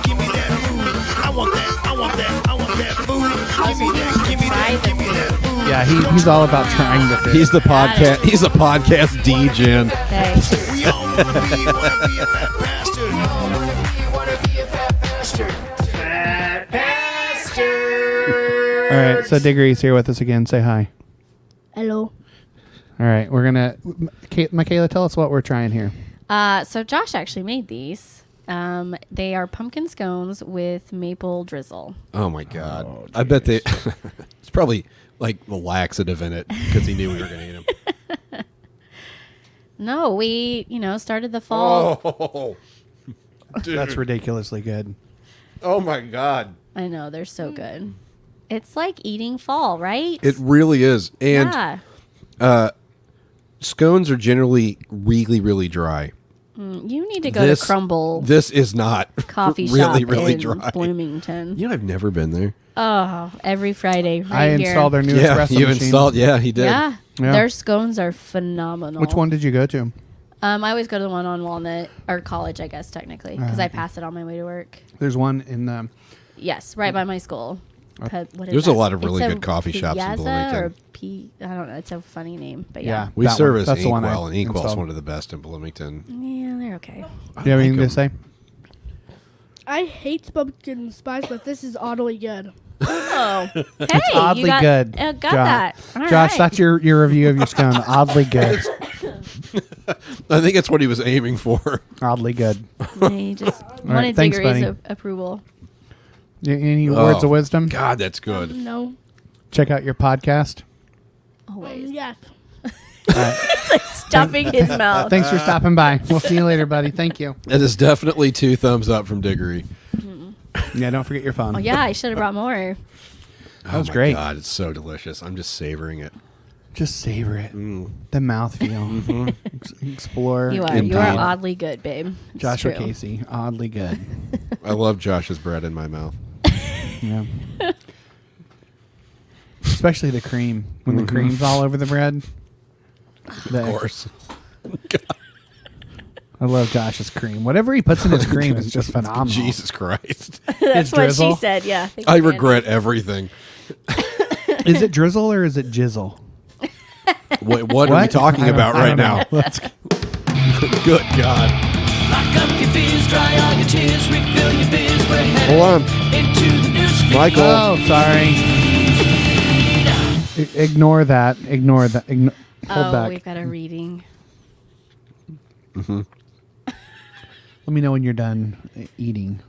S2: Yeah, he, he's all about trying to. Fit.
S1: He's the podcast. He's a podcast DJ.
S3: okay.
S2: All right. So Diggory's here with us again. Say hi.
S7: Hello.
S2: All right. We're gonna. Ka- Michaela, tell us what we're trying here.
S3: Uh, so Josh actually made these. Um, they are pumpkin scones with maple drizzle.
S1: Oh my god! I bet they. it's probably like a laxative in it because he knew we were gonna eat him.
S3: No, we you know started the fall.
S1: Oh,
S2: That's ridiculously good.
S1: oh my god!
S3: I know they're so
S2: Mm.
S3: good. It's like eating fall, right?
S1: It really is, and
S3: yeah,
S1: scones are generally really, really dry.
S3: you need to go to Crumble
S1: This is not
S3: Coffee
S1: really,
S3: Shop
S1: really
S3: in
S1: dry.
S3: Bloomington.
S1: You know, I've never been there.
S3: Oh, every Friday, right
S2: I
S3: here.
S2: installed their new espresso
S1: you
S2: machine.
S1: installed. Yeah, he did.
S3: Yeah.
S2: Yeah.
S3: their scones are phenomenal.
S2: Which one did you go to?
S3: Um, I always go to the one on Walnut or College, I
S2: Ah,
S3: guess technically, because I pass it on my way to work.
S2: There's one in the.
S3: Yes, right by my school.
S2: Uh,
S3: Pe- what is
S1: There's a
S3: that?
S1: lot of really
S3: It's a
S1: good coffee shops in
S3: Piazza
S1: Bloomington.
S3: Or P- I don't know. It's a funny name, but
S2: Yeah.
S3: yeah.
S1: We
S2: That one.
S1: service
S2: That's the one I
S1: Inkwell, and Inkwell's
S2: installed.
S1: one of the best in Bloomington.
S3: Yeah, they're okay.
S2: you have
S1: like
S2: anything to
S1: them.
S2: say?
S12: I hate pumpkin spice, but this is oddly good.
S3: Oh, hey,
S2: it's oddly
S3: you got,
S2: good.
S3: Uh, got
S2: Josh.
S3: that. All
S2: Josh,
S3: right.
S2: that's your, your review of your scone. oddly good.
S1: I think that's what he was aiming for.
S2: Oddly good.
S3: They just
S2: right,
S3: wanted
S2: thanks,
S3: degrees
S2: buddy.
S3: of approval.
S2: Y- Any
S1: Oh,
S2: words of wisdom?
S1: God, that's good.
S12: No.
S2: Check out your podcast.
S3: Always.
S12: yeah.
S3: it's like stuffing his mouth.
S2: Thanks for stopping by. We'll see you later, buddy. Thank you.
S1: That is definitely two thumbs up from Diggory.
S2: Yeah, don't forget your phone.
S3: Oh, yeah, I should have brought more.
S1: That
S2: was great.
S1: Oh God, it's so delicious. I'm just savoring it.
S2: Just savor it. The mouthfeel. Ex- Explore.
S3: You are. You are oddly good, babe. It's
S2: Joshua
S3: true.
S2: Casey. Oddly good.
S1: I love Josh's bread in my mouth.
S2: yeah. Especially the cream. When the cream's all over the bread.
S1: Mm-hmm. Of course.
S2: I love Josh's cream. Whatever he puts in his cream is just phenomenal.
S1: Jesus Christ.
S3: That's what
S2: drizzle.
S3: she said. Yeah. think
S1: I
S3: you can.
S1: regret everything.
S2: Is it drizzle or is it jizzle?
S1: Wait, what, are we talking
S2: I don't-
S1: about
S2: I
S1: right
S2: don't know.
S1: now?
S2: Let's
S1: Good God.
S10: Lock up your fears, dry all your tears, refill your beers. We're headed
S1: Hold on.
S10: into the news.
S1: Michael.
S2: Oh, sorry. I- ignore that. Ignore that. Igno- hold
S3: Oh,
S2: back.
S3: we've got a reading.
S2: Let me know when you're done uh, eating.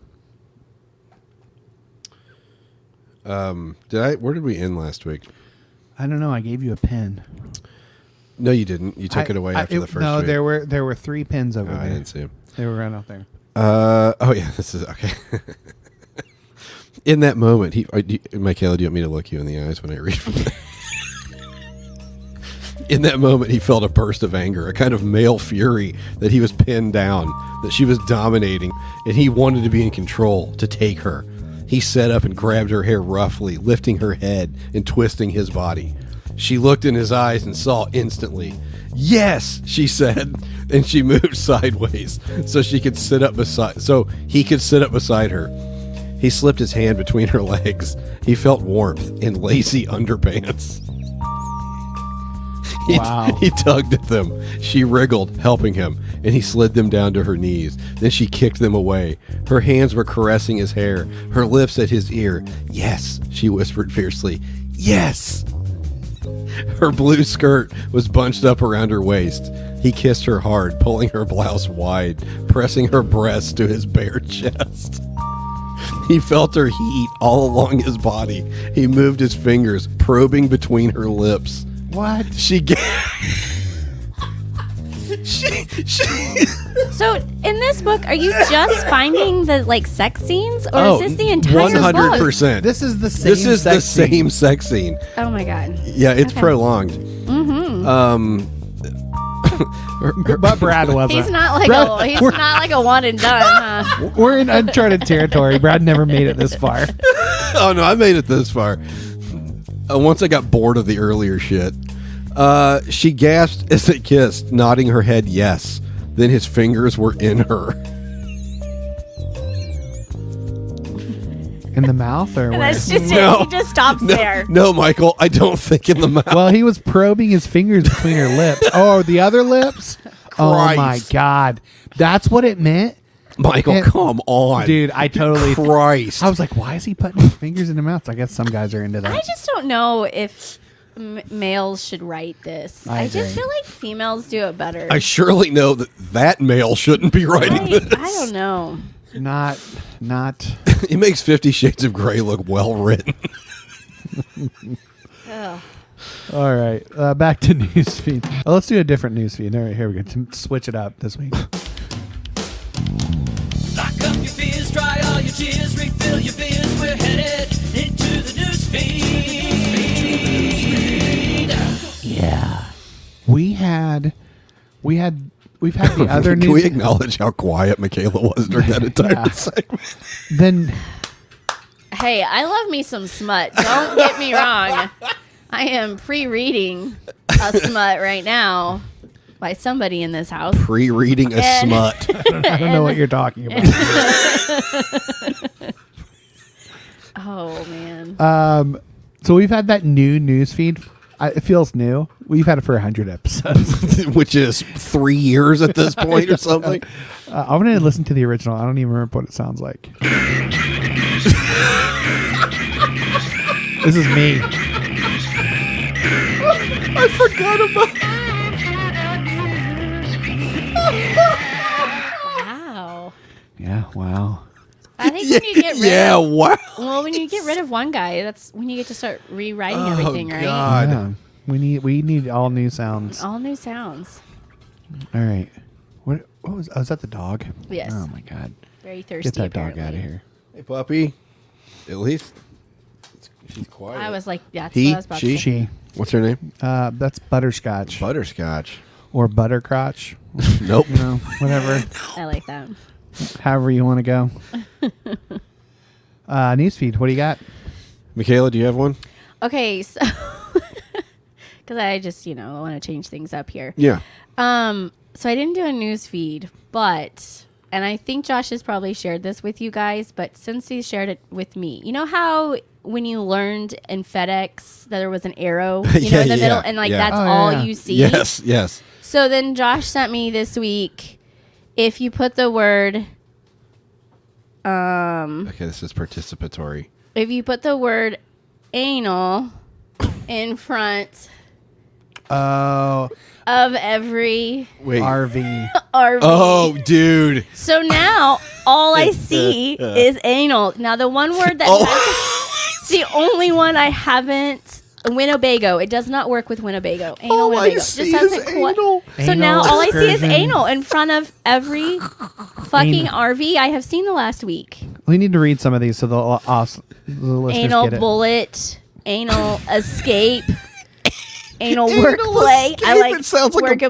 S1: Did I where did we end last week?
S2: I don't know. I gave you a pen.
S1: No, you didn't. You took
S2: I-
S1: it away
S2: I-
S1: after
S2: it-
S1: the first
S2: No,
S1: week.
S2: there were there were three pins over
S1: Oh,
S2: there.
S1: I didn't see him.
S2: They were right out there.
S1: Uh, oh yeah, this is okay. in that moment, he, are, do you, Michaela, do you want me to look you in the eyes when I read from there? in that moment, he felt a burst of anger, a kind of male fury that he was pinned down, that she was dominating, and he wanted to be in control, to take her. He set up and grabbed her hair roughly, lifting her head and twisting his body. She looked in his eyes and saw instantly. Yes, she said, and she moved sideways so she could sit up beside so he could sit up beside her. He slipped his hand between her legs. He felt warmth in lacy underpants. He,
S2: Wow.
S1: he tugged at them. She wriggled, helping him, and he slid them down to her knees. Then she kicked them away. Her hands were caressing his hair, her lips at his ear. Yes, she whispered fiercely. Yes! Her blue skirt was bunched up around her waist. He kissed her hard, pulling her blouse wide, pressing her breasts to his bare chest. He felt her heat all along his body. He moved his fingers, probing between her lips.
S2: What?
S1: She gave. she, she,
S3: So in this book, are you just finding the like sex scenes, or
S1: Oh,
S3: is this the entire
S1: one hundred
S3: book?
S1: percent.
S2: This is the same.
S1: This is the
S2: sex scene.
S1: same sex scene.
S3: Oh my god.
S1: Yeah, it's
S3: Okay.
S1: prolonged. Mm-hmm. Um, her- her-
S2: But Brad wasn't.
S3: He's not like
S2: Brad,
S3: a he's
S2: we're,
S3: not like a one and done. Huh?
S2: we're in uncharted territory. Brad never made it this far.
S1: oh no, I made it this far. Uh, once I got bored of the earlier shit, uh, she gasped as they kissed, nodding her head yes. Then his fingers were in her.
S2: In the mouth or
S3: And
S2: where?
S3: that's just
S1: No.
S3: it. He just stops there.
S1: No, Michael, I don't think in the mouth.
S2: Well, he was probing his fingers between her lips. Oh, the other lips? Oh my
S1: Christ.
S2: god. That's what it meant?
S1: Michael,
S2: it-
S1: come on,
S2: Dude, I totally
S1: Christ.
S2: I was like, why is he putting his fingers in the mouth? I guess some guys are into
S3: I
S2: that.
S3: just don't know if m- males should write this.
S2: I
S3: I, just
S2: agree.
S3: feel like females do it better.
S1: I surely know that that male shouldn't be writing
S3: I,
S1: this.
S3: I don't know.
S2: Not not
S1: It makes Fifty Shades of Grey look well written.
S2: all right. Uh, back to newsfeed. Oh, let's do a different newsfeed. All right, here we go. To switch it up this week.
S10: Lock up your fears, dry all your tears, refill your beers. We're headed into the news feed.
S2: We had we had we've had the other
S1: Can
S2: news
S1: we acknowledge how quiet Michaela was during that entire
S2: Yeah.
S1: segment?
S2: then
S3: Hey, I love me some smut. Don't get me wrong. I am pre-reading a smut right now by somebody in this house.
S1: Pre-reading a
S3: And-
S1: smut.
S2: I don't know what you're talking about.
S3: Oh man.
S2: Um, so we've had that new news feed. I, it feels new. We've had it for hundred episodes,
S1: which is three years at this point or something.
S2: Uh, I'm gonna listen to the original. I don't even remember what it sounds like. this is me.
S9: I forgot about.
S3: Wow.
S2: Yeah. Wow.
S3: I think when you get rid
S2: Yeah,
S3: of,
S2: wow.
S3: Well, when you get rid of one guy, that's when you get to start rewriting
S1: Oh,
S3: everything, right?
S2: Yeah. We need we need all new sounds.
S3: All new sounds.
S2: All right. What what was oh, is that the dog?
S3: Yes.
S2: Oh my god.
S3: Very
S2: Get
S3: thirsty,
S2: that dog out of here.
S1: Hey, puppy. At least it's- she's quiet.
S3: I was like, that's
S1: he,
S3: what I was about
S1: she,
S3: to say.
S1: What's her name?
S2: Uh, that's butterscotch.
S1: Butterscotch.
S2: Or buttercrotch.
S1: Nope.
S2: You know, whatever.
S3: I like that.
S2: However you want to go. Uh, newsfeed. What do you got?
S1: Michaela, do you have one?
S3: Okay, so because I just you know I want to change things up here.
S1: Yeah.
S3: Um. So I didn't do a news feed, but and I think Josh has probably shared this with you guys, but since he shared it with me, you know how when you learned in FedEx that there was an arrow, you know,
S1: Yeah,
S3: in the
S1: yeah,
S3: middle, and like
S1: yeah.
S3: that's all you see.
S1: Yes, yes.
S3: So then Josh sent me this week. If you put the word, um,
S1: Okay, this is participatory.
S3: if you put the word anal in front
S2: Oh,
S3: of every
S1: Wait.
S2: RV.
S3: RV.
S1: Oh, dude.
S3: So now all I
S9: uh,
S3: see is anal. Now the one word
S9: Oh.
S1: Oh,
S3: that has- the only one I haven't Winnebago. It does not work with Winnebago. Anal
S9: All I
S3: Winnebago. It
S9: see
S3: just
S9: is
S3: hasn't qua-
S9: anal.
S3: So now
S9: Anal
S3: all I see is
S2: excursion.
S3: anal in front of every fucking
S2: Anal.
S3: RV I have seen the last week.
S2: We need to read some of these so the, uh, us, the listeners
S3: anal
S2: get it.
S3: bullet, anal escape, anal
S9: Anal
S3: workplay. I
S9: escape,
S3: like
S9: it sounds like a-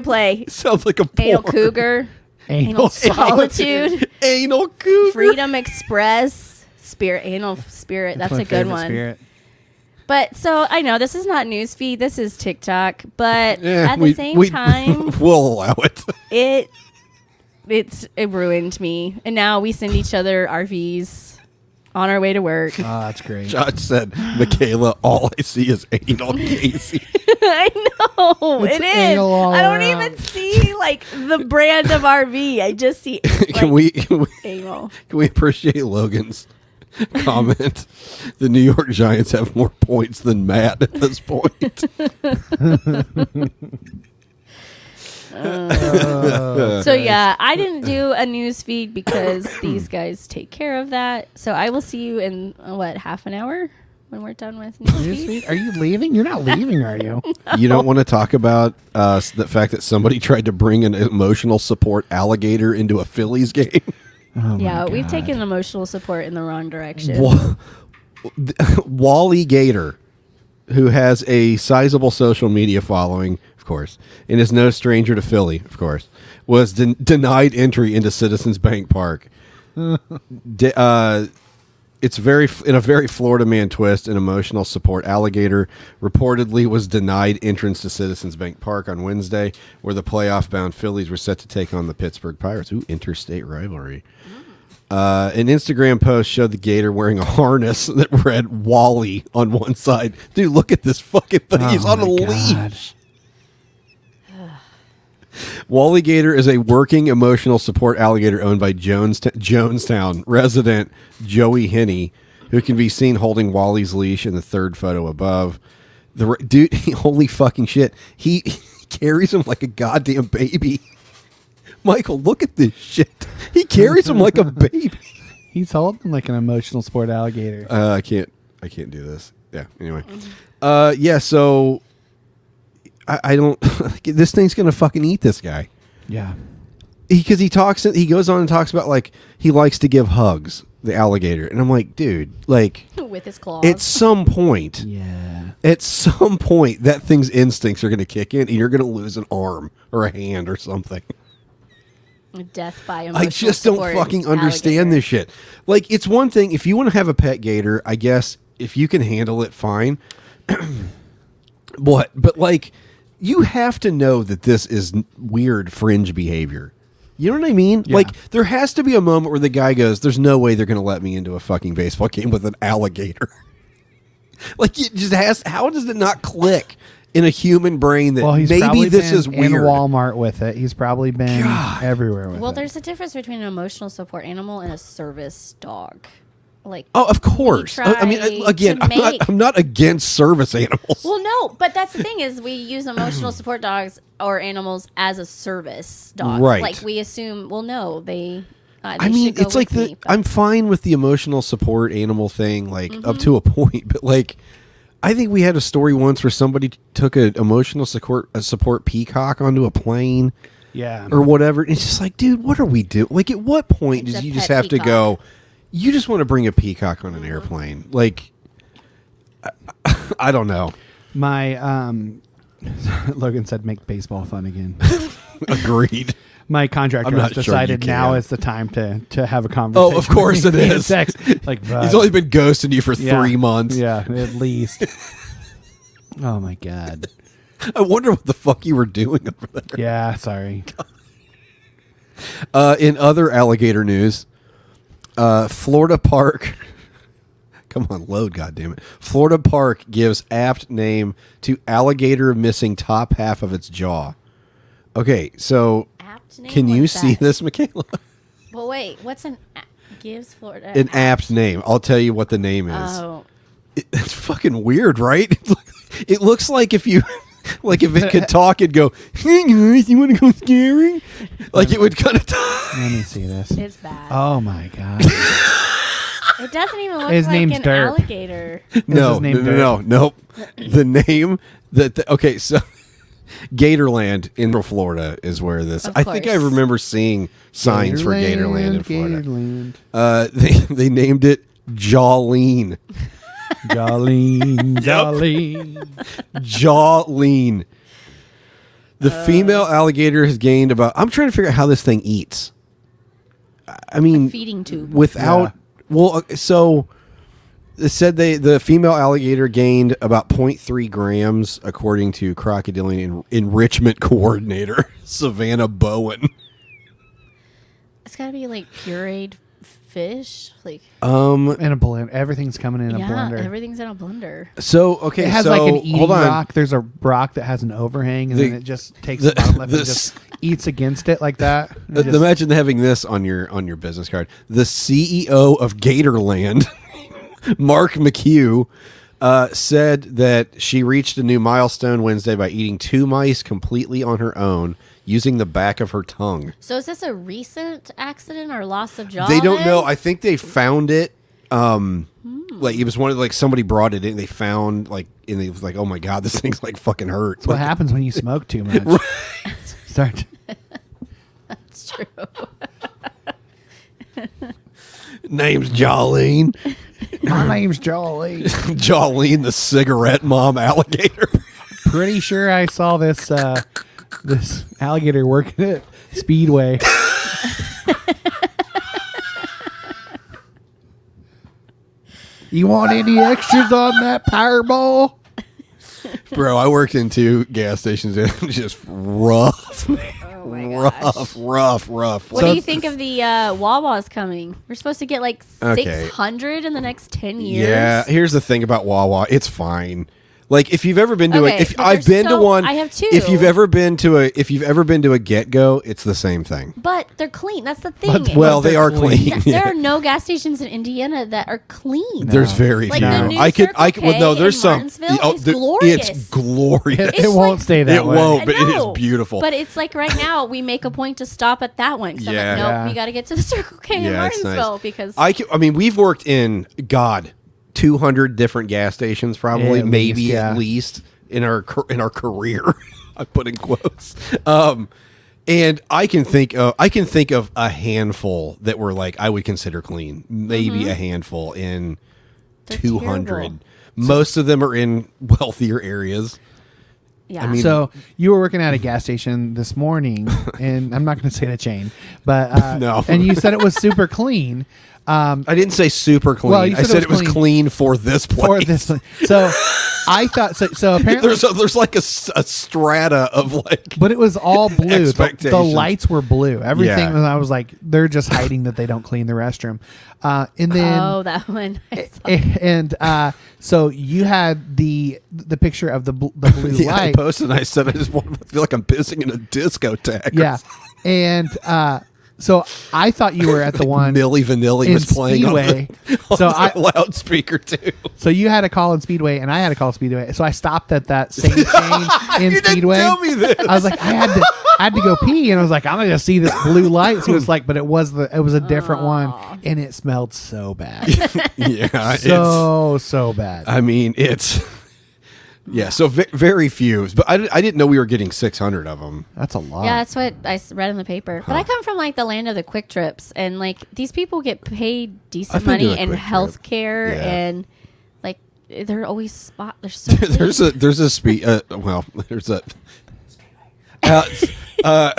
S3: workplay.
S1: sounds like a
S3: anal
S1: porn.
S3: cougar.
S2: Anal
S3: Anal solitude.
S1: Anal cougar.
S3: Freedom express. Spirit. Anal spirit. That's,
S2: my
S3: a good
S2: favorite
S3: one.
S2: Spirit.
S3: But so I know this is not newsfeed. This is TikTok. But
S1: Yeah,
S3: at the
S1: we-
S3: same
S1: we-
S3: time,
S1: we'll allow it.
S3: it it's it ruined me. And now we send each other RVs on our way to work.
S2: Ah, that's great.
S1: Josh said, Michaela, all I see is anal Casey.
S3: I know
S9: It's
S3: it is.
S9: anal all
S3: I don't
S9: around.
S3: even see like the brand of RV. I just see
S1: can
S3: like,
S1: we can we,
S3: anal.
S1: can we appreciate Logan's comment? the New York Giants have more points than Matt at this point.
S9: Uh,
S3: so yeah, I didn't do a news feed because these guys take care of that. So I will see you in uh, what half an hour when we're done with news feed.
S2: Are you leaving? You're not leaving, are you?
S1: You don't want to talk about uh, s- the fact that somebody tried to bring an emotional support alligator into a Phillies game.
S3: yeah, we've taken emotional support in the wrong direction.
S1: Wa- Wally Gator, who has a sizable social media following, of course, and is no stranger to Philly, of course, was den- denied entry into Citizens Bank Park. D- uh, it's very f- in a very Florida man twist. An emotional support alligator reportedly was denied entrance to Citizens Bank Park on Wednesday, where the playoff-bound Phillies were set to take on the Pittsburgh Pirates. Ooh, interstate rivalry. Uh, an Instagram post showed the gator wearing a harness that read Wally on one side. Dude, look at this fucking thing. He's
S2: Oh
S1: on a
S2: my God.
S1: leash. Wally Gator is a working emotional support alligator owned by Jones Jonestown resident Joey Henney, who can be seen holding Wally's leash in the third photo above. The re- dude, holy fucking shit, he, he carries him like a goddamn baby. Michael, look at this shit. He carries him like a baby.
S2: He's holding like an emotional sport alligator.
S1: Uh, I can't. I can't do this. Yeah. Anyway. Uh, yeah. So, I, I don't. this thing's gonna fucking eat this guy.
S2: Yeah.
S1: Because he, talks. He goes on and talks about like he likes to give hugs. The alligator and I'm like, dude, like
S3: With his claws.
S1: at some point,
S2: yeah,
S1: at some point, that thing's instincts are gonna kick in, and you're gonna lose an arm or a hand or something.
S3: Death by emotional
S1: I just don't
S3: support
S1: fucking
S3: alligator.
S1: understand this shit. Like, it's one thing if you want to have a pet gator, I guess if you can handle it, fine. but but like, you have to know that this is n- weird fringe behavior. You know what I mean? Like there has to be a moment where the guy goes, "There's no way they're going to let me into a fucking baseball game with an alligator." like it just has. How does it not click in a human brain that
S2: Well, he's
S1: maybe
S2: probably
S1: this
S2: been
S1: is
S2: in
S1: weird?
S2: Walmart with it. He's probably been everywhere with
S3: Well,
S2: it.
S3: there's a difference between an emotional support animal and a service dog. Like,
S1: Oh, of course.
S3: We
S1: I, I mean,
S3: try
S1: I- again,
S3: to
S1: I'm not,
S3: make-
S1: I'm not against service animals.
S3: well, no, but that's the thing is we use emotional support dogs or animals as a service dog.
S1: Right.
S3: Like we assume, well, no, they. Uh, they
S1: I mean,
S3: should go
S1: it's like
S3: with
S1: the
S3: me, but-
S1: I'm fine with the emotional support animal thing, like
S3: Mm-hmm.
S1: up to a point, but like I think we had a story once where somebody t- took an emotional support a support peacock onto a plane,
S2: Yeah.
S3: Mm-hmm.
S1: or whatever. It's just like, dude, what are we doing? Like, at what point
S2: It's
S1: did
S2: a
S1: you just
S2: pet
S1: have
S2: peacock.
S1: to go? You just want to bring a peacock on an
S3: Mm-hmm.
S1: airplane, like I, I don't know.
S2: My um, Logan said, "Make baseball fun again."
S1: Agreed.
S2: My contractor
S1: I'm
S2: has
S1: not sure you
S2: decided now
S1: can.
S2: is the time to to have a conversation.
S1: Oh, of course it
S2: with me in
S1: is.
S2: Text. Like
S1: he's only been ghosting you for
S2: Yeah.
S1: three months.
S2: Yeah, at least. oh my god.
S1: I wonder what the fuck you were doing over there.
S2: Yeah, sorry.
S1: Uh, in other alligator news, uh, Florida Park. Come on, load, goddamn it! Florida Park gives apt name to alligator missing top half of its jaw. Okay, so
S3: Apt name?
S1: can you
S3: What's
S1: see
S3: that?
S1: this, Michaela?
S3: But wait, what's an a- gives Florida
S1: An apt name. I'll tell you what the name is.
S3: Oh,
S1: It, it's fucking weird, right? it looks like if you, like if it could talk, it'd go. Hey guys, you want to go scaring? Like it would kind of.
S2: Let me see this.
S3: It's bad.
S1: Uh,
S2: Oh my god.
S3: it doesn't even look
S2: His
S3: like
S2: name's
S3: an
S2: Derp.
S3: alligator.
S1: no, no, no, no, nope. the name that the, okay, so Gatorland in Florida is where this.
S2: Of
S1: I think I
S2: course.
S1: remember seeing signs for Gatorland in Florida.
S2: Gatorland.
S1: Uh, they they named it Jawline.
S2: Jolene, Jolene,
S1: Jawline. The
S2: Uh.
S1: female alligator has gained about. I'm trying to figure out how this thing eats. I- I mean,
S3: feeding tube.
S1: without. Well, uh, so it said they the female alligator gained about 0.3 grams according to crocodilian en- enrichment coordinator Savannah Bowen.
S3: It's got to be like pureed fish. Like,
S1: Um,
S2: in a blend. Everything's coming in a
S3: yeah,
S2: blender.
S3: everything's in a blender.
S1: So okay,
S2: it has
S1: so,
S2: like an eating
S1: hold on.
S2: rock. There's a rock that has an overhang, and
S1: The-
S2: then it just takes
S1: the-
S2: the, bottom left
S1: the
S2: and just eats against it like that. and
S1: Uh,
S2: just-
S1: imagine having this on your on your business card. The CEO of Gatorland, Mark McHugh, uh, said that she reached a new milestone Wednesday by eating two mice completely on her own using the back of her tongue.
S3: So is this a recent accident or loss of jaw?
S1: They don't
S3: then?
S1: know. I think they found it. Um, like it was one of like somebody brought it in. They found like and they was like, oh my god, this thing's like fucking hurt.
S2: That's what
S1: Like,
S2: happens when you smoke too much. Start.
S3: That's true.
S1: Name's Jolene.
S2: My name's Jolene.
S1: Jolene the cigarette mom alligator.
S2: Pretty sure I saw this uh, this alligator working at Speedway. you want any extras on that Powerball?
S1: Bro, I worked in two gas stations and it was just rough, man. rough, rough, rough.
S3: Oh, What do you think of the uh, Wawa's coming? We're supposed to get like
S1: Okay.
S3: 600 in the next 10 years.
S1: Yeah, here's the thing about Wawa. It's fine. Like if you've ever been to
S3: Okay,
S1: a, if
S3: but
S1: I've
S3: they're
S1: been
S3: so-
S1: to one,
S3: I have two.
S1: If you've ever been to a, if you've ever been to a Get Go, it's the same thing.
S3: But they're clean. That's the thing.
S1: well, they are clean.
S3: Th- There are no gas stations in Indiana that are clean.
S1: There's very
S3: like
S1: few.
S3: The new
S1: I could, I could.
S3: Circle
S1: Well, no,
S3: K
S1: there's
S3: in
S1: some.
S3: Martinsville
S1: oh,
S3: is
S1: there-
S3: glorious.
S1: It's glorious.
S2: It- it won't stay that
S1: It
S2: way.
S1: won't, but it
S3: No.
S1: is beautiful.
S3: But it's like right now we make a point to stop at that one. 'cause
S1: Yeah.
S3: I'm like, nope,
S1: Yeah.
S3: we got to get to the Circle K in
S1: it's nice.
S3: Martinsville because
S1: I can, I mean we've worked in God, two hundred different gas stations probably
S2: At
S1: maybe
S2: least, yeah.
S1: at least in our car- in our career. I put in quotes. Um, and I can think of I can think of a handful that were like I would consider clean, maybe
S3: Mm-hmm.
S13: Mhm.
S1: a handful in
S13: They're
S1: two hundred.
S13: terrible.
S1: Most of them are in wealthier areas.
S3: Yeah.
S1: I mean-
S2: so you were working at a gas station this morning, and I'm not going to say the chain, but uh,
S1: No.
S2: And you said it was super clean. Um,
S1: I didn't say super clean.
S2: Well, you
S1: I said it was clean, for this place.
S2: for this. So I thought so. So apparently,
S1: there's a, there's like a, s- a strata of like
S2: but it was all blue. The,
S1: Expectations.
S2: the lights were blue. Everything.
S1: Yeah.
S2: And I was like, they're just hiding that they don't clean the restroom. Uh, and then
S3: oh, that one. I saw.
S2: and uh, so you had the the picture of the bl- the blue
S1: yeah, I
S2: light.
S1: posted. and I said I just want to feel like I'm pissing in a discotheque.
S2: Yeah, and uh, so I thought you were at the one
S1: Millie Vanilli
S2: in
S1: was playing on the-
S2: Speedway.
S1: on
S2: so
S1: the
S2: I
S1: loudspeaker too.
S2: so you had a call in Speedway and I had a call in Speedway. So I stopped at that same chain in Speedway.
S1: tell me this.
S2: I was like, I had to I had to go pee and I was like, I'm gonna see this blue light. See what it's like, but it was the it was a different one and it smelled so bad.
S1: yeah,
S2: so so bad.
S1: I mean, it's yeah. So ve- very few, but I, di- I didn't know we were getting 600 of them.
S2: That's a lot.
S3: Yeah, that's what I s- read in the paper. But I come from like the land of the quick trips, and like these people get paid
S1: I've
S3: decent
S1: been to
S3: money
S1: a
S3: and
S1: Quick Trip.
S3: health care,
S1: Yeah.
S3: and like they're always spot. They're so
S1: there's a there's a spe- uh, well there's a uh, uh,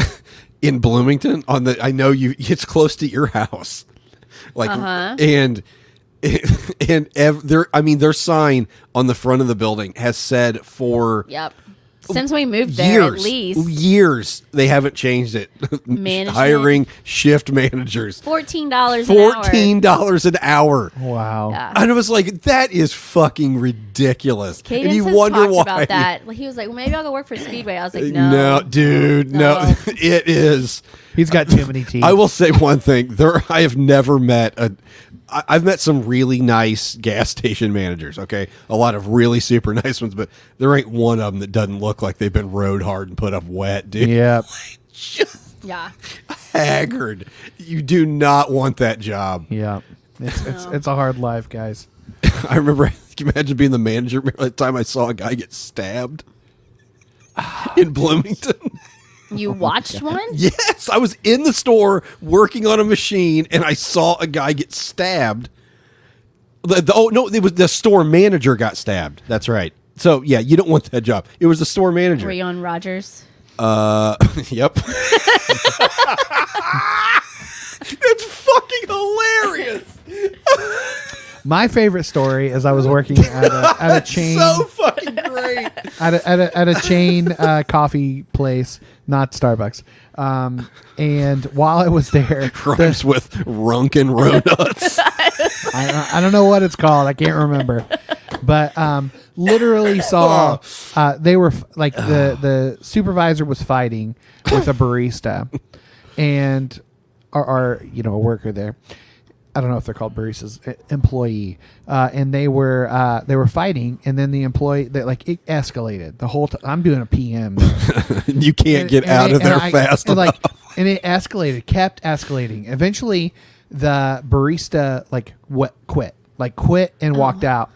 S1: in Bloomington on the I know you it's close to your house like
S3: Uh-huh.
S1: and and ev- their I mean their sign on the front of the building has said for
S3: Yep. Since we moved there,
S1: years
S3: at least
S1: years they haven't changed it
S3: Management.
S1: hiring shift managers
S3: fourteen dollars an hour.
S1: fourteen dollars an hour
S2: wow
S3: Yeah.
S1: and I was like that is fucking ridiculous
S3: Cadence
S1: and you
S3: has
S1: wonder
S3: talked
S1: why Uh,
S3: about that. Like, He was like, "Well, maybe I'll go work for Speedway." I was like, "No,
S1: No, dude, no.
S3: No.
S1: it is.
S2: He's got too many teeth.
S1: I will say one thing: there, I have never met a. I- I've met some really nice gas station managers. Okay, a lot of really super nice ones, but there ain't one of them that doesn't look like they've been rode hard and put up wet, dude.
S2: Yep.
S3: yeah."
S1: haggard. You do not want that job.
S2: Yeah. It's it's, it's a hard life, guys.
S1: I remember. Can you imagine being the manager? Remember that time I saw a guy get stabbed in Bloomington.
S3: You watched one?
S1: Yes, I was in the store working on a machine, and I saw a guy get stabbed. The, the- oh no, it was the store manager got stabbed. That's right. So yeah, you don't want that job. It was the store
S3: Were
S1: manager.
S3: you on Rogers?
S1: Uh, yep. That's fucking hilarious.
S2: My favorite story is I was working at a, at a chain
S1: So fucking great.
S2: at a, at a, at a chain uh, coffee place, not Starbucks. Um, and while I was there,
S1: Rhymes with Runkin' Ronuts.
S2: I, I don't know what it's called. I can't remember. But um, literally saw uh, they were f- like the the supervisor was fighting with a barista, and or, or you know a worker there. I don't know if they're called baristas, e- employee, uh, and they were uh, they were fighting, and then the employee that like it escalated the whole. time. I'm doing a PM. there
S1: you can't get
S2: and
S1: out
S2: it-
S1: of there
S2: and I-
S1: fast
S2: and,
S1: enough.
S2: like and it escalated kept escalating eventually the barista like what quit like quit and walked out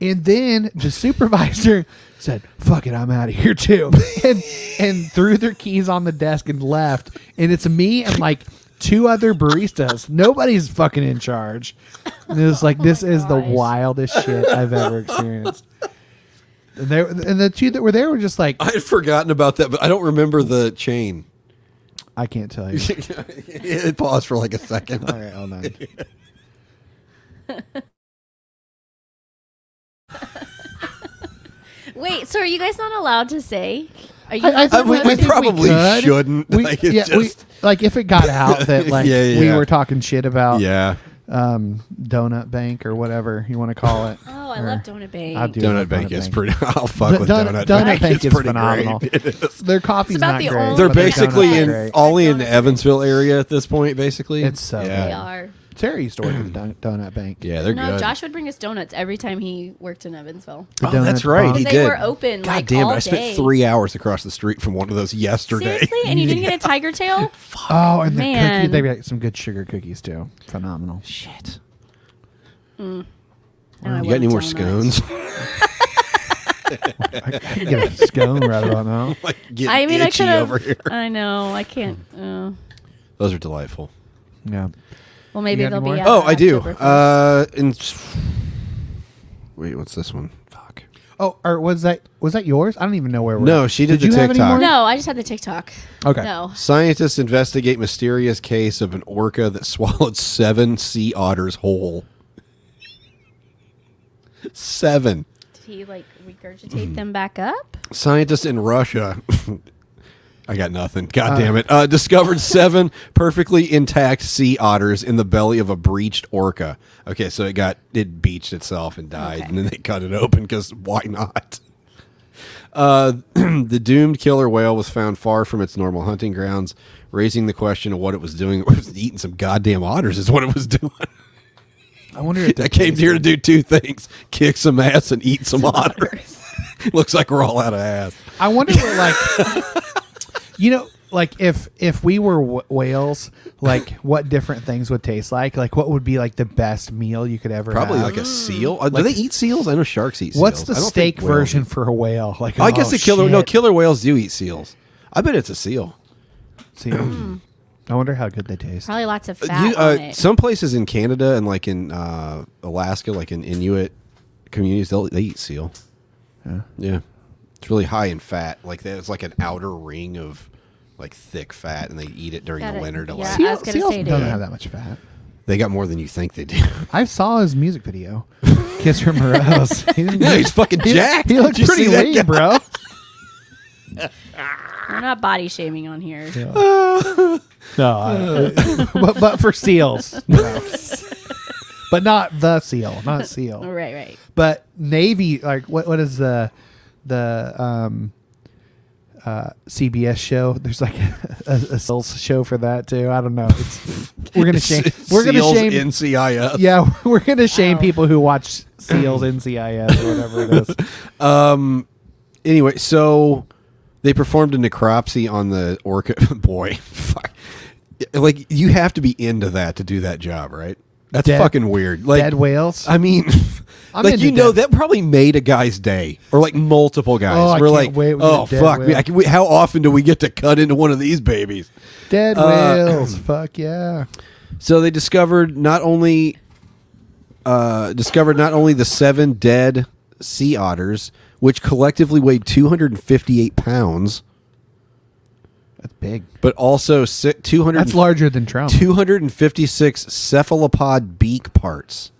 S2: and then the supervisor said fuck it i'm out of here too and and threw their keys on the desk and left and it's me and like two other baristas nobody's fucking in charge and it's like this is the wildest shit i've ever experienced and, they, and the two that were there were just like
S1: I had forgotten about that, but I don't remember the chain.
S2: i can't tell you
S1: it paused for like a second.
S2: All right, hold on.
S3: Wait, so are you guys not allowed to say? Are you?
S2: I, I think
S1: Uh, we- we
S2: I think
S1: probably
S2: could.
S1: shouldn't.
S2: We,
S1: Like, it's
S2: yeah, we-
S1: just-
S2: like if it got out that like
S1: Yeah, yeah,
S2: we
S1: yeah.
S2: were talking shit about
S1: Yeah.
S2: um, donut bank or whatever you want to call it.
S3: oh, I
S2: Or-
S3: love Donut Bank.
S2: I do love
S1: Donut Bank is pretty. I'll fuck
S2: Do-
S1: with
S2: Donut-
S1: Donut,
S2: Donut
S1: Bank.
S2: Bank
S1: It's
S2: is
S1: pretty
S2: phenomenal.
S1: great. It is.
S2: Their coffee's
S3: It's about
S2: not
S3: the
S2: great.
S3: only-
S1: They're
S2: but their
S1: basically
S2: donuts are
S1: in
S2: great.
S1: only in the Evansville area at this point. Basically,
S2: It's so
S1: yeah.
S3: They
S2: good.
S3: are.
S2: Terry used to work at the don- donut bank.
S1: Yeah, they're
S3: No,
S1: good.
S3: Josh would bring us donuts every time he worked in Evansville.
S2: The
S1: Oh, that's
S2: donut
S1: right.
S2: bomb.
S1: He
S3: They
S1: did.
S3: were open,
S1: God
S3: like,
S1: damn it!
S3: all
S1: I spent
S3: day.
S1: three hours across the street from one of those yesterday.
S3: Seriously, and you didn't get a tiger tail?
S2: Oh, and the cookie,
S3: Man.
S2: they got some good sugar cookies too. Phenomenal. Shit.
S3: No, I
S1: You got
S3: wasn't
S1: any more
S3: telling that.
S1: scones?
S2: I could get a scone right about now.
S1: like, get
S3: I mean, I
S1: itchy
S3: could
S1: over here.
S3: have. I know. I can't. Uh,
S1: Those are delightful.
S2: Yeah.
S3: well, maybe
S2: got
S3: they'll
S2: any
S3: be.
S2: more?
S3: out
S1: oh,
S3: on
S1: I do.
S3: October 1st.
S1: Uh, and wait, what's this one? Fuck.
S2: Oh, or was that was that yours? I don't even know where we're.
S1: No,
S2: at.
S1: she did
S2: you
S1: the
S2: have any
S1: TikTok.
S2: more?
S3: no, I just had the TikTok.
S2: Okay.
S3: No.
S1: Scientists investigate mysterious case of an orca that swallowed seven sea otters whole. Seven.
S3: he like regurgitate them back up?
S1: Scientists in Russia. I got nothing. God damn it. Uh, discovered seven perfectly intact sea otters in the belly of a breached orca. Okay, so it got it beached itself and died, and then they cut it open because why not? Uh, the doomed killer whale was found far from its normal hunting grounds, raising the question of what it was doing. It was eating some goddamn otters, is what it was doing.
S2: I wonder if
S1: I came here to do two things: kick some ass and eat some otters. Looks like we're all out of ass.
S2: I wonder what like you know like if if we were wh- whales like what different things would taste like like what would be like the best meal you could ever
S1: Probably
S2: have?
S1: like a seal. Uh, Do they eat seals? I know sharks eat.
S2: what's
S1: seals.
S2: the
S1: I don't
S2: steak
S1: think whales
S2: version
S1: eat-
S2: for a whale like
S1: I guess
S2: oh,
S1: the killer. No,
S2: shit.
S1: killer whales do eat seals. I bet it's a seal.
S2: Seal. I wonder how good they taste.
S3: Hmm. Probably lots of
S1: You-
S3: fat on
S1: uh,
S3: it.
S1: some places in Canada and like in uh, Alaska, like in Inuit communities, they they eat seal.
S2: Yeah.
S1: Yeah, it's really high in fat. Like there's like an outer ring of like thick fat, and they eat it during
S3: Got
S1: the
S3: it.
S1: winter to
S3: Yeah,
S1: like.
S3: I was gonna
S2: seals
S3: say,
S2: doesn't
S3: dude.
S2: have that much fat.
S1: They got more than you think they do.
S2: I saw his music video, Kiss from Morales. He didn't-
S1: Yeah, he's fucking
S2: he-
S1: jacked.
S2: He looked
S1: Did you
S2: pretty
S1: see that guy?
S2: lean, bro.
S3: We're not body shaming on here.
S2: No, I- but but for seals, you know. but not the seal, not seal.
S3: Oh, Right, right.
S2: But Navy, like what what is the the um uh CBS show? There's like a, a, a seals show for that too. I don't know. It's, we're gonna shame. We're gonna
S1: seals
S2: shame.
S1: NCIS.
S2: yeah, we're gonna
S3: Oh.
S2: shame people who watch seals NCIS or whatever it is.
S1: Um. Anyway, so they performed a necropsy on the orca. Boy, fuck. Like you have to be into that to do that job, right? That's
S2: Dead-
S1: fucking weird. Like
S2: Dead whales.
S1: I mean,
S2: I'm
S1: like
S2: into
S1: you know,
S2: dead-
S1: that probably made a guy's day, or like multiple guys.
S2: Oh, I
S1: We're
S2: can't
S1: like,
S2: wait. We get
S1: oh
S2: dead
S1: fuck,
S2: whale.
S1: I can, we, how often do we get to cut into one of these babies?
S2: Dead
S1: Uh,
S2: whales. Fuck yeah.
S1: So they discovered not only uh, discovered not only the seven dead sea otters, which collectively weighed 258 pounds,
S2: That's big.
S1: but also si- 200
S2: That's larger than Trump.
S1: 256 cephalopod beak parts.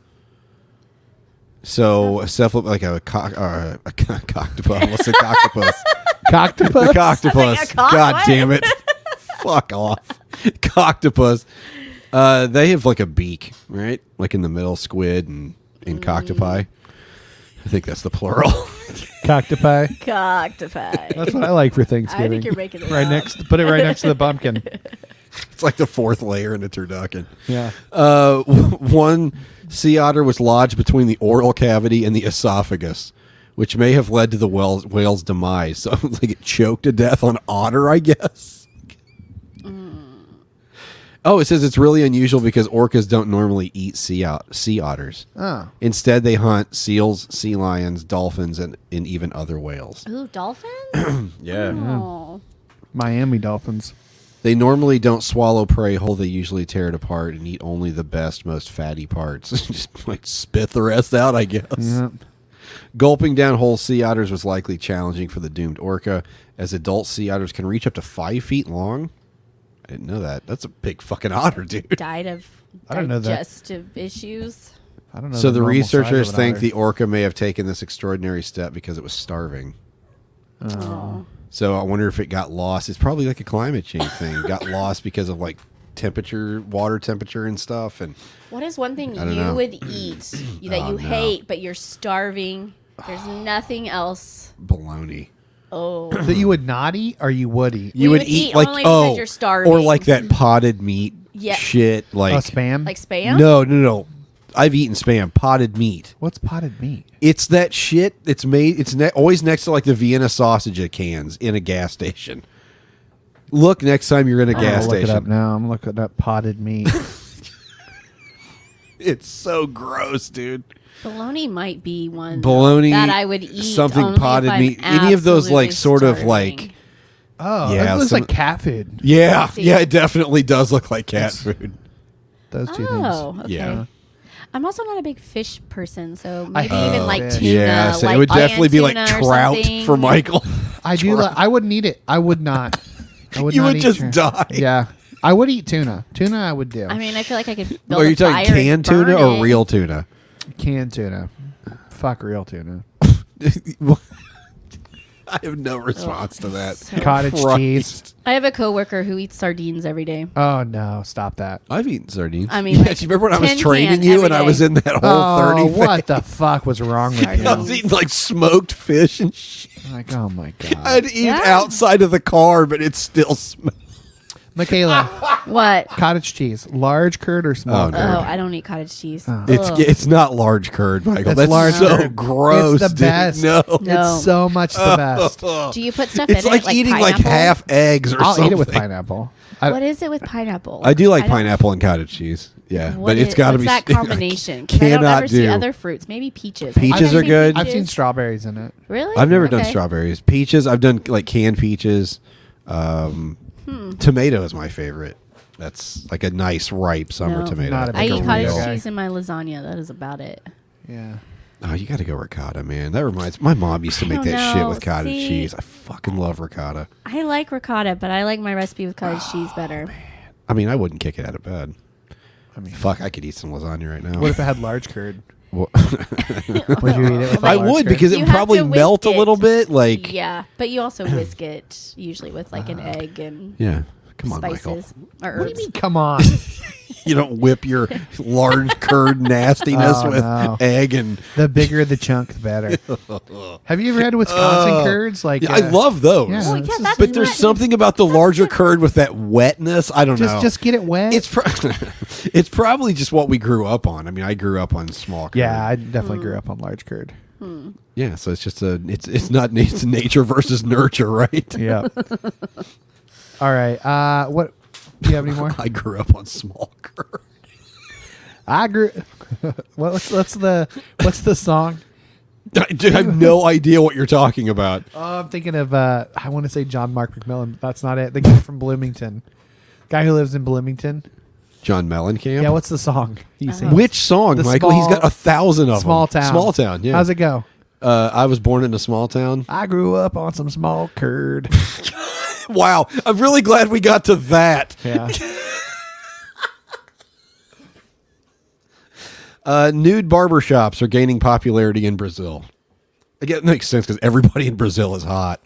S1: So a cephalop like a cock uh, a co- coctopus. What's a coctopus?
S2: Coctopus.
S1: a coctopus.
S3: Like a cock-
S1: God
S3: what?
S1: damn it! Fuck off, coctopus. Uh, they have like a beak, right? Like in the middle, squid and and
S3: Mm.
S1: coctopi. I think that's the plural.
S2: Coctopi.
S3: Coctopi.
S2: That's what I like for Thanksgiving.
S3: I think you're making it
S2: right
S3: up.
S2: next. Put it right next to the pumpkin.
S1: it's like the fourth layer in a turducken.
S2: Yeah.
S1: Uh, w- one sea otter was lodged between the oral cavity and the esophagus, which may have led to the whale's, whale's demise. So it's like it choked to death on otter, I guess. Oh, it says it's really unusual because orcas don't normally eat sea ot- sea otters.
S2: Oh.
S1: Instead, they hunt seals, sea lions, dolphins, and, and even other whales.
S3: Ooh, dolphins?
S1: Yeah.
S3: oh.
S2: Miami Dolphins.
S1: They normally don't swallow prey whole. They usually tear it apart and eat only the best, most fatty parts. Just like spit the rest out, I guess.
S2: Yeah.
S1: Gulping down whole sea otters was likely challenging for the doomed orca, as adult sea otters can reach up to five feet long. I didn't know that. That's a big fucking otter, dude.
S3: Died of
S2: I don't know that.
S3: digestive issues.
S2: I don't know.
S1: So the
S2: normal size of
S1: researchers
S2: an
S1: think
S2: otter.
S1: the orca may have taken this extraordinary step because it was starving.
S3: Oh.
S1: So I wonder if it got lost. It's probably like a climate change thing. Got lost because of like temperature, water temperature, and stuff, and.
S3: What is one thing you
S1: don't know.
S3: would eat you- that
S1: Oh,
S3: you
S1: no.
S3: hate, but you're starving? There's nothing else.
S1: baloney.
S3: Oh.
S2: that you would not eat or you would eat.
S1: You
S3: We
S1: would,
S3: would
S1: eat,
S3: eat
S1: like
S3: only because
S1: oh,
S3: you're starving.
S1: or like that potted meat
S3: Yeah.
S1: shit, like
S2: oh, spam.
S3: Like spam?
S1: No, no, no. I've eaten spam, potted meat.
S2: What's potted meat?
S1: It's that shit. It's made. It's ne- always next to like the Vienna sausage cans in a gas station. Look next time you're in a
S2: I'm
S1: gas
S2: gonna Oh, look it up
S1: station.
S2: now. I'm looking up potted meat.
S1: It's so gross, dude.
S3: Bologna might be one
S1: Bologna
S3: that I would eat.
S1: something
S3: only if
S1: potted
S3: I'm
S1: meat. Any of those, like,
S3: absolutely
S1: sort of,
S3: starving.
S1: like-
S2: oh,
S1: Yeah,
S2: yeah, it looks
S1: some-
S2: like cat food.
S1: Yeah,
S3: See?
S1: yeah. It definitely does look like cat food.
S2: Those two
S3: Oh,
S2: things.
S3: okay.
S1: Yeah.
S3: I'm also not a big fish person, so maybe
S2: hate
S3: even
S2: Oh,
S3: like
S2: fish.
S3: tuna.
S1: yeah, so
S3: like
S1: it would definitely be like
S3: canned tuna or
S1: trout
S3: something.
S1: for Michael.
S2: I do. Li- I wouldn't eat it. I would not. I would
S1: You
S2: not
S1: would
S2: eat
S1: just
S2: tuna.
S1: die.
S2: Yeah, I would eat tuna. Tuna, I would do.
S3: I mean, I feel like I could. Build
S1: Are
S3: a
S1: you talking
S3: fire and
S1: canned tuna Oh,
S3: burn
S1: or
S3: it.
S1: real tuna?
S2: canned tuna. Fuck real tuna.
S1: I have no response to that.
S2: Cottage
S1: Christ.
S2: cheese.
S3: I have a coworker who eats sardines every day.
S2: Oh no! Stop that.
S1: I've eaten sardines.
S3: I mean, like,
S1: you remember when I was
S3: tin
S1: training
S3: can
S1: you
S3: every
S1: and I
S3: day.
S1: was in that whole
S2: oh,
S1: thirty thing?
S2: What the fuck was wrong with
S1: I was
S2: you?
S1: eating like smoked fish and shit.
S2: Like, oh my god,
S1: I'd eat
S3: Yeah.
S1: outside of the car, but it still smelled.
S2: Michaela.
S3: What?
S2: cottage cheese, large curd or small?
S1: Oh,
S2: curd?
S3: Oh, I don't eat cottage cheese.
S1: It's
S3: Ugh.
S1: it's not large curd, Michael.
S2: It's
S1: That's
S2: large
S1: so
S2: curd.
S1: gross.
S2: It's the
S1: dude.
S2: best.
S1: No, Oh.
S3: No.
S2: It's so much the best.
S3: Do you put stuff
S1: it's
S3: in
S1: like,
S3: it? Like
S1: eating
S3: pineapple?
S1: like half eggs or
S2: I'll
S1: something.
S2: eat it with pineapple. I,
S3: What is it with pineapple?
S1: I do like
S3: don't-
S1: pineapple and cottage cheese. Yeah,
S3: What
S1: but it's
S3: is-
S1: got to
S3: what's
S1: be
S3: that
S1: I
S3: combination. 'Cause I don't
S1: cannot
S3: ever see
S1: do.
S3: other fruits. Maybe peaches.
S1: Peaches
S3: I've never
S1: are
S3: seen
S1: good.
S2: I've
S3: peaches.
S2: seen strawberries in it.
S3: Really?
S1: I've never done
S3: Okay.
S1: strawberries. Peaches, I've done like canned peaches. Um,
S3: Hmm.
S1: Tomato is my favorite. That's like a nice ripe summer
S3: No.
S1: tomato.
S2: Not a
S3: I
S2: Like
S3: eat
S2: a
S3: cottage
S2: real-
S3: cheese in my lasagna. That is about it.
S2: Yeah.
S1: Oh, you got to go ricotta, man. That reminds. My mom used to
S3: I
S1: make
S3: don't
S1: that shit
S3: know.
S1: with cottage
S3: See?
S1: cheese. I fucking love ricotta.
S3: I like ricotta, but I like my recipe with
S1: Oh,
S3: cottage cheese better.
S1: I mean, I wouldn't kick it out of bed. I mean, fuck, I could eat some lasagna right now.
S2: What if it had large curd?
S1: Well-
S2: Would you eat it? With
S1: I
S2: large
S1: would
S2: curd?
S1: because it
S3: You
S1: would
S3: have
S1: probably
S3: to whisk
S1: melt a
S3: it.
S1: little bit. Like, yeah,
S3: Yeah, but you also whisk it usually with like an egg and
S1: Uh, come on, Michael.
S3: spices or
S2: What do you
S3: herbs.
S2: mean? Come on.
S1: You don't whip your large curd nastiness
S2: Oh,
S1: with
S2: no.
S1: egg and.
S2: the bigger the chunk, the better. Have you ever had Wisconsin curds? Like
S1: Oh. Yeah, I
S2: uh,
S1: love those.
S2: yeah, Well,
S3: Oh, yeah,
S2: just-
S3: that's
S1: but there's
S3: what-
S1: something about the larger curd with that wetness. I don't
S2: Just
S1: know.
S2: just get it wet.
S1: it's pro- it's probably just what we grew up on. I mean, I grew up on small curd.
S2: yeah, I definitely grew up on large curd.
S1: yeah. So it's just a it's it's not na- it's nature versus nurture, right?
S2: Yeah. All right. Uh, what? Do you have any more?
S1: I grew up on small curd.
S2: I grew. what, what's, what's the what's the song?
S1: I do- I have no idea what you're talking about.
S2: Oh, I'm thinking of. Uh, I want to say John Mark McMillan. But that's not it. The guy from Bloomington, guy who lives in Bloomington.
S1: John Mellencamp.
S2: Yeah. What's the song? He sings?
S1: Which song,
S2: The
S1: Michael? He's got
S2: small-
S1: a thousand of
S2: small
S1: them.
S2: town.
S1: Small town. Yeah.
S2: How's it go?
S1: Uh, I was born in a small town.
S2: I grew up on some small curd.
S1: Wow. I'm really glad we got to that.
S2: Yeah.
S1: Uh, nude barbershops are gaining popularity in Brazil. I guess it makes sense because everybody in Brazil is hot.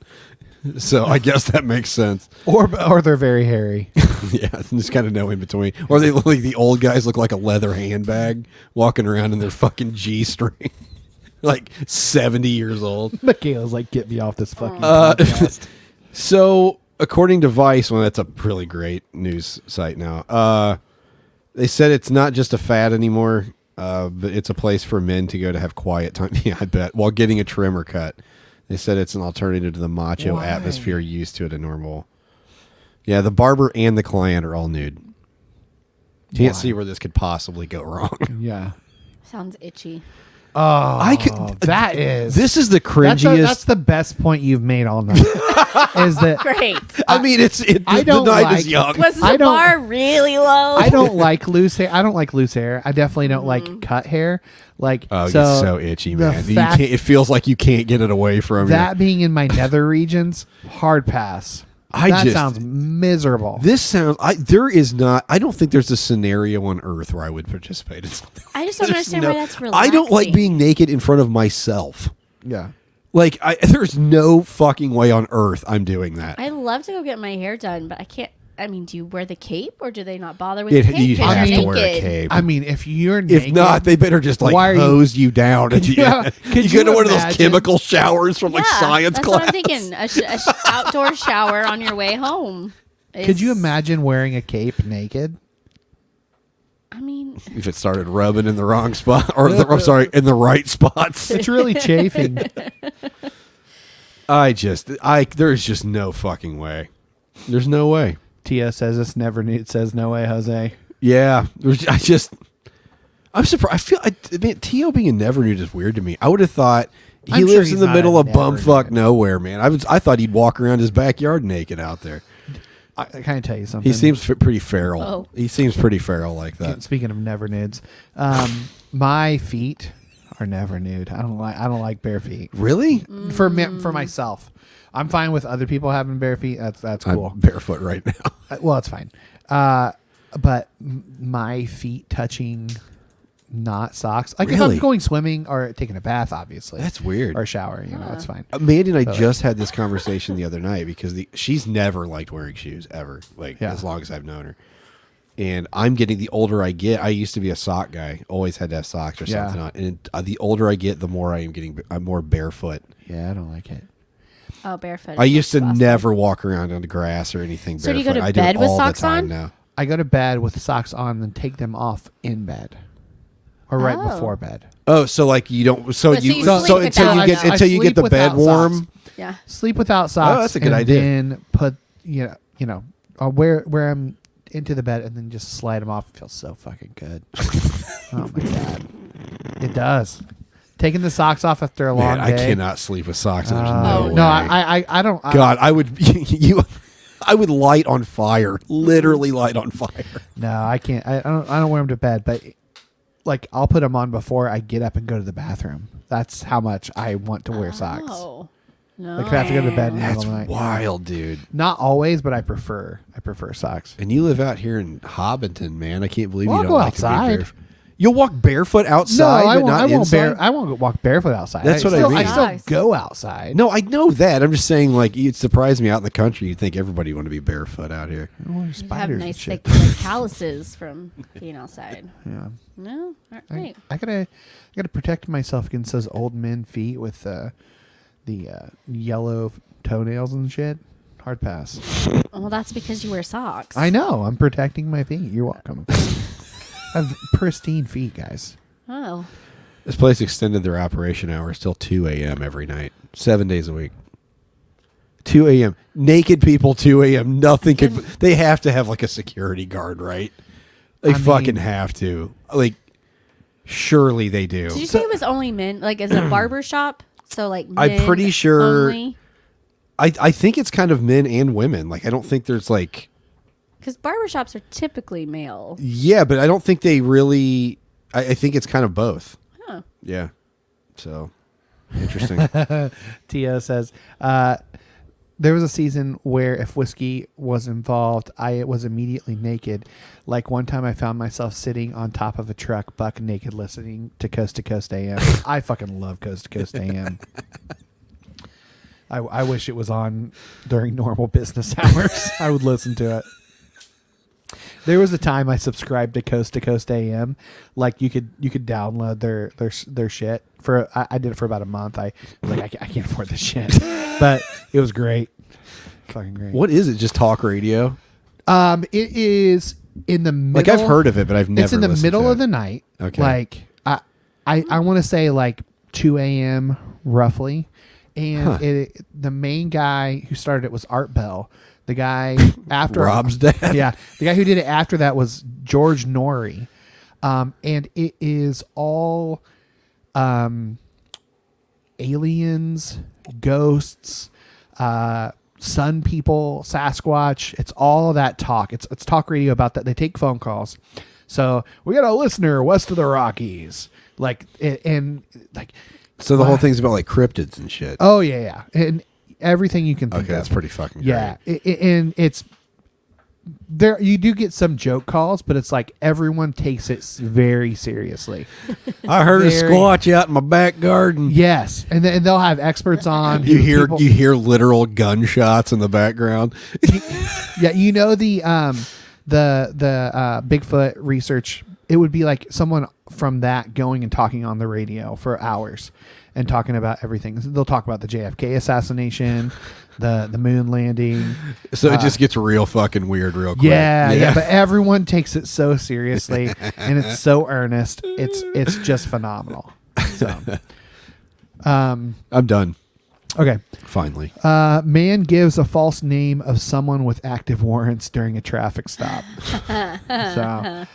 S1: So I guess that makes sense.
S2: or or they're very hairy.
S1: yeah, there's kind of no in between. Or they look like the old guys look like a leather handbag walking around in their fucking G string. like 70 years old.
S2: Michaela's like, get me off this fucking.
S1: Uh,
S2: podcast."
S1: So, according to Vice, well, that's a really great news site now. Uh, they said it's not just a fad anymore, uh, but it's a place for men to go to have quiet time. Yeah, I bet while getting a trim or cut. They said it's an alternative to the macho
S2: Why?
S1: atmosphere used to at a normal. Yeah, the barber and the client are all nude. Can't see where this could possibly go wrong.
S2: yeah.
S3: Sounds itchy.
S1: I could.
S2: That is.
S1: This is the
S2: That's, a-
S1: cringiest.
S2: that's the best point you've made all night. is that
S3: Great.
S1: I mean, it's it.
S2: I
S1: the-
S2: don't
S1: the night
S2: like-
S1: is young.
S3: Was the
S2: I don't-
S3: bar really low?
S2: I don't like loose hair. I don't like loose hair. I definitely don't like cut hair. Like
S1: Mm. Oh,
S2: so,
S1: it's so itchy,
S2: the
S1: man. You
S2: fact
S1: can't, it feels like you can't get it away from you.
S2: that being in my nether regions, hard pass.
S1: I
S2: that
S1: just-
S2: sounds miserable.
S1: This sounds. I there is not. I don't think there's a scenario on Earth where I would participate in something.
S3: I just don't
S1: There's
S3: understand
S1: no-
S3: why
S1: I
S3: that's
S1: don't like
S3: relaxing.
S1: being naked in front of myself.
S2: yeah.
S1: Like I, there's no fucking way on Earth I'm doing that.
S3: I love to go get my hair done, but I can't. I mean, do you wear the cape or do they not bother with
S1: It,
S3: the cape?
S1: you
S3: 'cause
S1: have
S3: you're
S1: to wear a
S3: naked?
S1: cape.
S2: I mean, if you're
S1: if
S2: naked,
S1: not, they better just like
S2: Why are you-
S1: hose you, down. At the
S2: Yeah,
S1: end.
S2: could
S1: you go
S2: you
S1: to one of those
S2: imagine?
S1: chemical showers from like
S3: Yeah,
S1: science
S3: that's
S1: class.
S3: what I'm thinking. A, sh- a sh- outdoor shower on your way home.
S2: could you
S3: is-
S2: imagine wearing a cape naked?
S3: I mean,
S1: If it started rubbing in the wrong spot, or the, I'm sorry, in the right spots.
S2: It's really chafing.
S1: I just, I there's just no fucking way. There's no way.
S2: Tia says it's never nude. Says no way, Jose.
S1: Yeah, there's- I just, I'm surprised. I feel, I, I mean, Tio being a never nude is weird to me. I would have thought he
S2: I'm sure
S1: lives in
S2: he's
S1: the
S2: not
S1: middle
S2: a
S1: of
S2: never
S1: bumfuck
S2: nude.
S1: nowhere, man. I was, I thought he'd walk around his backyard naked out there.
S2: I, I kind of tell you something.
S1: He seems f- pretty feral.
S3: Oh.
S1: He seems pretty feral like that.
S2: Speaking of never nudes, um, my feet are never nude. I don't like. I don't like bare feet.
S1: Really?
S2: for me, for myself. I'm fine with other people having bare feet. That's that's cool.
S1: I'm barefoot right now.
S2: Uh, well, it's fine. Uh, but m- my feet touching not socks. Like if
S1: Really?
S2: I'm going swimming or taking a bath, obviously
S1: That's weird.
S2: Or shower, you know, it's fine.
S1: Uh, Mandy and I
S2: But, like,
S1: just had this conversation the other night because the, she's never liked wearing shoes ever, like
S2: Yeah.
S1: as long as I've known her. And I'm getting the older I get. I used to be a sock guy, always had to have socks or
S2: Yeah.
S1: something on. And uh, the older I get, the more I am getting. I'm more barefoot.
S2: Yeah, I don't like it.
S3: Oh, barefoot.
S1: I used to never walk around on the grass or anything.
S3: So do
S1: barefoot.
S3: you go to
S1: I do it
S3: bed with
S1: all the
S3: socks
S1: time
S3: on?
S1: Now.
S2: I go to bed with socks on, then take them off in bed, or right
S3: Oh.
S2: before bed.
S1: Oh, so like you don't. So
S3: But so
S1: you.
S3: you
S1: So, until
S3: sleep without
S1: you get
S3: them.
S1: until you
S2: I
S1: get the
S2: sleep
S1: bed
S2: without
S1: warm.
S2: socks.
S3: Yeah.
S2: Sleep without socks.
S1: Oh, that's a good
S2: and
S1: idea.
S2: Then put you know you know I'll wear where I'm into the bed and then just slide them off. It feels so fucking good. oh my god, it does. Taking the socks off after a long
S1: Man, I
S2: day.
S1: cannot sleep with socks. on. There's
S2: Uh,
S1: no.
S2: no,
S1: way.
S2: I, I, I- I don't. I-
S1: God, I would you, I would light on fire, literally light on fire.
S2: no, I can't. I, I don't. I don't wear them to bed, but like I'll put them on before I get up and go to the bathroom. That's how much I want to wear socks.
S3: Oh. No.
S2: Like if I have to go to bed in the middle
S1: That's
S2: of the night.
S1: wild, dude.
S2: Not always, but I prefer. I prefer socks.
S1: And you live out here in Hobbiton, man. I can't believe
S2: Well,
S1: you don't
S2: I'll go
S1: like To be
S2: outside.
S1: barefoot. You'll walk barefoot outside,
S2: no, I
S1: but
S2: won't.
S1: not
S2: I won't,
S1: inside.
S2: bare, I won't walk barefoot outside.
S1: That's what I
S2: still,
S1: mean.
S2: I
S3: Nice.
S2: still go outside.
S1: no, I know that. I'm just saying, like, you'd surprise me out in the country. You'd think everybody want to be barefoot out here.
S2: Oh, there's
S3: You have
S2: spiders and
S3: nice
S2: shit.
S3: thick like, calluses from being outside.
S2: Yeah.
S3: No, all
S2: I,
S3: right.
S2: I gotta, I gotta protect myself against those old men feet with uh, the uh, yellow toenails and shit. Hard pass.
S3: Well, that's because you wear socks.
S2: I know. I'm protecting my feet. You're welcome. I have pristine feet, guys.
S3: Oh,
S1: This place extended their operation hours till 2 a.m. every night, seven days a week. 2 a.m. Naked people, 2 a.m. Nothing could. They have to have like a security guard, right? They
S2: I mean-
S1: fucking have to. Like, surely they do.
S3: did you say it was only men? Like, is it a barber shop? So like,
S1: I'm
S3: men
S1: pretty sure-
S3: only
S1: I, I think it's kind of men and women. Like, I don't think there's like.
S3: because barber shops are typically male.
S1: Yeah, but I don't think they really. I, I think it's kind of both.
S3: Huh.
S1: Yeah. So, interesting.
S2: Tia says, uh, there was a season where if whiskey was involved, I was immediately naked. Like one time I found myself sitting on top of a truck, buck naked, listening to Coast to Coast AM. I fucking love Coast to Coast AM. I, I wish it was on during normal business hours. I would listen to it. There was a time I subscribed to Coast to Coast AM. Like you could you could download their their their shit for I, I did it for about a month. I was like I, ca- I can't afford this shit, but it was great, fucking great.
S1: what is it? Just talk radio?
S2: Um, it is in the middle.
S1: Like, I've heard of it, but I've never.
S2: It's in the
S1: listened
S2: middle
S1: to
S2: of
S1: it.
S2: the night.
S1: Okay.
S2: Like I I I want to say like two a.m. roughly, and
S1: Huh.
S2: it the main guy who started it was Art Bell. The guy after
S1: Rob's dad.
S2: yeah. The guy who did it after that was George Norrie. Um, and it is all um, aliens, ghosts, uh, sun people, Sasquatch. It's all that talk. It's, it's talk radio about that. They take phone calls. So we got a listener west of the Rockies. Like, and, and like,
S1: So the whole thing's about like cryptids and shit.
S2: oh, yeah, yeah. And everything you can think
S1: okay,
S2: of.
S1: that's pretty fucking
S2: Yeah,
S1: great.
S2: i- i- and it's there. You do get some joke calls, but it's like everyone takes it s- very seriously.
S1: I heard a
S2: Very-
S1: squatch out in my back garden.
S2: yes, and, then, and they'll have experts on.
S1: You
S2: who
S1: hear
S2: people-
S1: you hear literal gunshots in the background.
S2: yeah, you know the um the the uh, Bigfoot research. It would be like someone from that going and talking on the radio for hours and talking about everything. They'll talk about the JFK assassination, the the moon landing.
S1: So it just gets real fucking weird real quick.
S2: Uh, Yeah, yeah, but everyone takes it so seriously and it's so earnest. It's it's just phenomenal. So, um,
S1: I'm done.
S2: okay.
S1: Finally.
S2: Uh, man gives a false name of someone with active warrants during a traffic stop. so,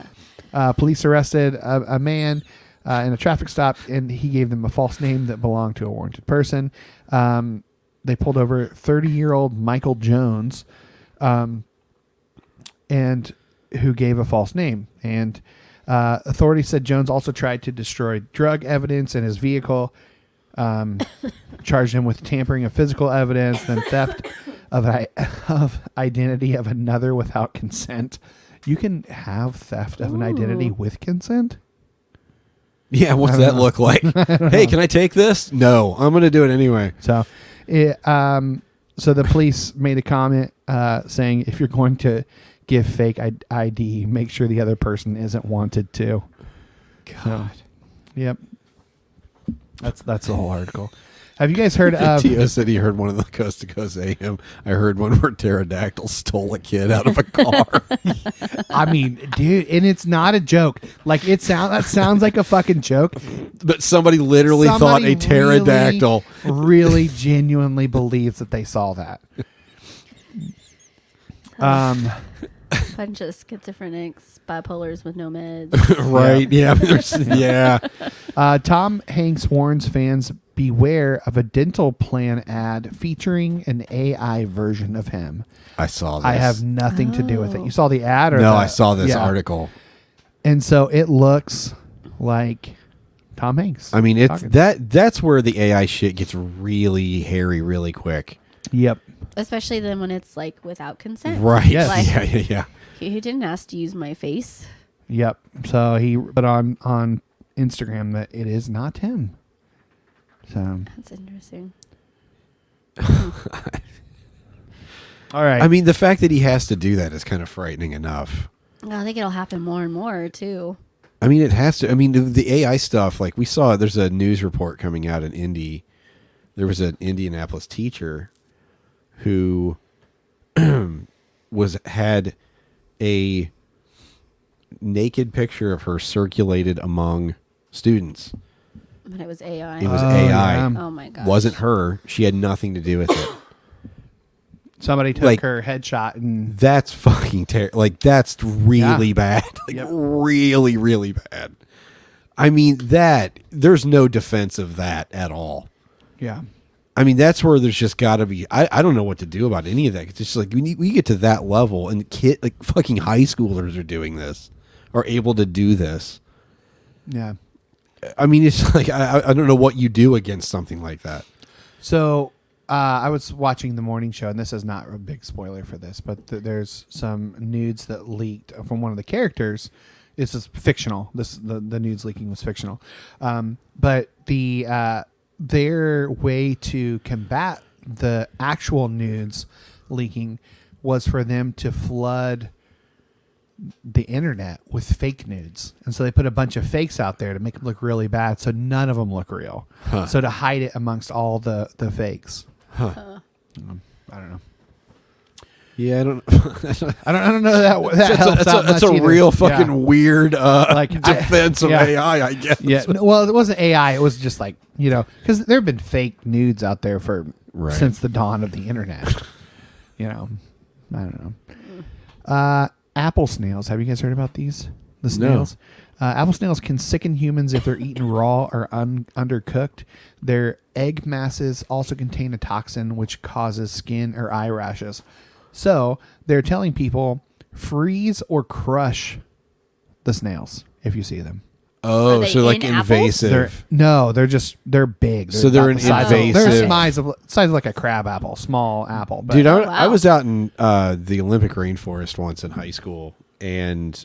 S2: uh, police arrested a, a man uh, in a traffic stop, and he gave them a false name that belonged to a warranted person. Um, they pulled over 30 year old Michael Jones, um, and who gave a false name. And uh, authorities said Jones also tried to destroy drug evidence in his vehicle. Um, charged him with tampering of physical evidence, then theft of I- of identity of another without consent. You can have theft of an identity
S3: Ooh.
S2: with consent.
S1: Yeah, what's
S2: I don't
S1: that
S2: know.
S1: look like? hey, can I take this? No, I'm going to do it anyway.
S2: So, it, um, so the police made a comment uh, saying if you're going to give fake I- ID, make sure the other person isn't wanted too. God. yep. That's that's the whole article. Have you guys heard of?
S1: Tio said he heard one of the Coast to Coast AM. I heard one where pterodactyl stole a kid out of a car.
S2: I mean, dude, and it's not a joke. Like it sound that sounds like a fucking joke.
S1: but somebody literally thought
S2: Somebody
S1: a pterodactyl.
S2: really, really genuinely believes that they saw that. Um.
S3: Bunch of schizophrenics, bipolars with no meds.
S1: Right, yeah, there's- yeah.
S2: Uh, Tom Hanks warns fans beware of a dental plan ad featuring an AI version of him.
S1: I saw this.
S2: I have nothing to do with it. You saw the ad, or
S1: No,
S2: the-
S1: I saw this
S2: yeah.
S1: article.
S2: and so it looks like Tom Hanks.
S1: I mean, it's
S2: talking.
S1: that that's where the AI shit gets really hairy really quick.
S2: Yep.
S3: Especially then when it's like without consent.
S1: Right. Yes.
S3: Like,
S1: Yeah, yeah, yeah.
S3: He who didn't ask to use my face.
S2: Yep. So he but on on Instagram that it is not him. So
S3: That's interesting.
S2: all right.
S1: I mean, the fact that he has to do that is kind of frightening enough.
S3: I think it'll happen more and more too.
S1: I mean, it has to. I mean, the, the AI stuff, like we saw, there's a news report coming out in Indy. There was an Indianapolis teacher who was had a naked picture of her circulated among students.
S3: But it was AI.
S1: It was AI.
S3: Oh my god.
S1: Wasn't her. She had nothing to do with it.
S2: somebody took
S1: like-
S2: her headshot and
S1: that's fucking terrible. Like that's really
S2: Yeah.
S1: bad. Like really, really bad. I mean that there's no defense of that at all.
S2: yeah.
S1: I mean that's where there's just got to be. I, I don't know what to do about any of that. It's just like we need, we get to that level and kid like fucking high schoolers are doing this, are able to do this.
S2: Yeah.
S1: I mean it's like I I- I don't know what you do against something like that.
S2: So uh, I was watching the morning show, and this is not a big spoiler for this, but th- there's some nudes that leaked from one of the characters. This is fictional. This the, the nudes leaking was fictional, um, but the uh, their way to combat the actual nudes leaking was for them to flood the internet with fake nudes. And so they put a bunch of fakes out there to make them look really bad. So none of them look real.
S1: Huh.
S2: So to hide it amongst all the, the fakes.
S1: Huh.
S2: Um, I don't know.
S1: Yeah, I don't. I don't.
S2: I don't, I don't know that. that
S1: that's
S2: helps
S1: a, that's
S2: out
S1: a, that's
S2: much
S1: a
S2: either.
S1: real
S2: Yeah.
S1: fucking weird uh,
S2: Like, I-
S1: defense of
S2: yeah.
S1: AI, I guess.
S2: Yeah. No, well, it wasn't AI. It was just like you know, because there have been fake nudes out there for
S1: Right.
S2: since the dawn of the internet. you know, I don't know. Uh, apple snails. Have you guys heard about these?
S1: No.
S2: The snails. Uh, apple snails can sicken humans if they're eaten raw or un- undercooked. Their egg masses also contain a toxin which causes skin or eye rashes. So they're telling people freeze or crush the snails if you see them.
S1: Oh,
S3: Are they
S1: so like
S3: in apples?
S1: invasive.
S2: They're, no, they're just they're big.
S1: So they're
S2: about
S1: an
S2: the size of-
S1: invasive-
S2: They're the size of size of like a crab apple, small apple. But oh,
S1: Dude, I, I
S3: wow.
S1: was out in uh, the Olympic rainforest once in high school, and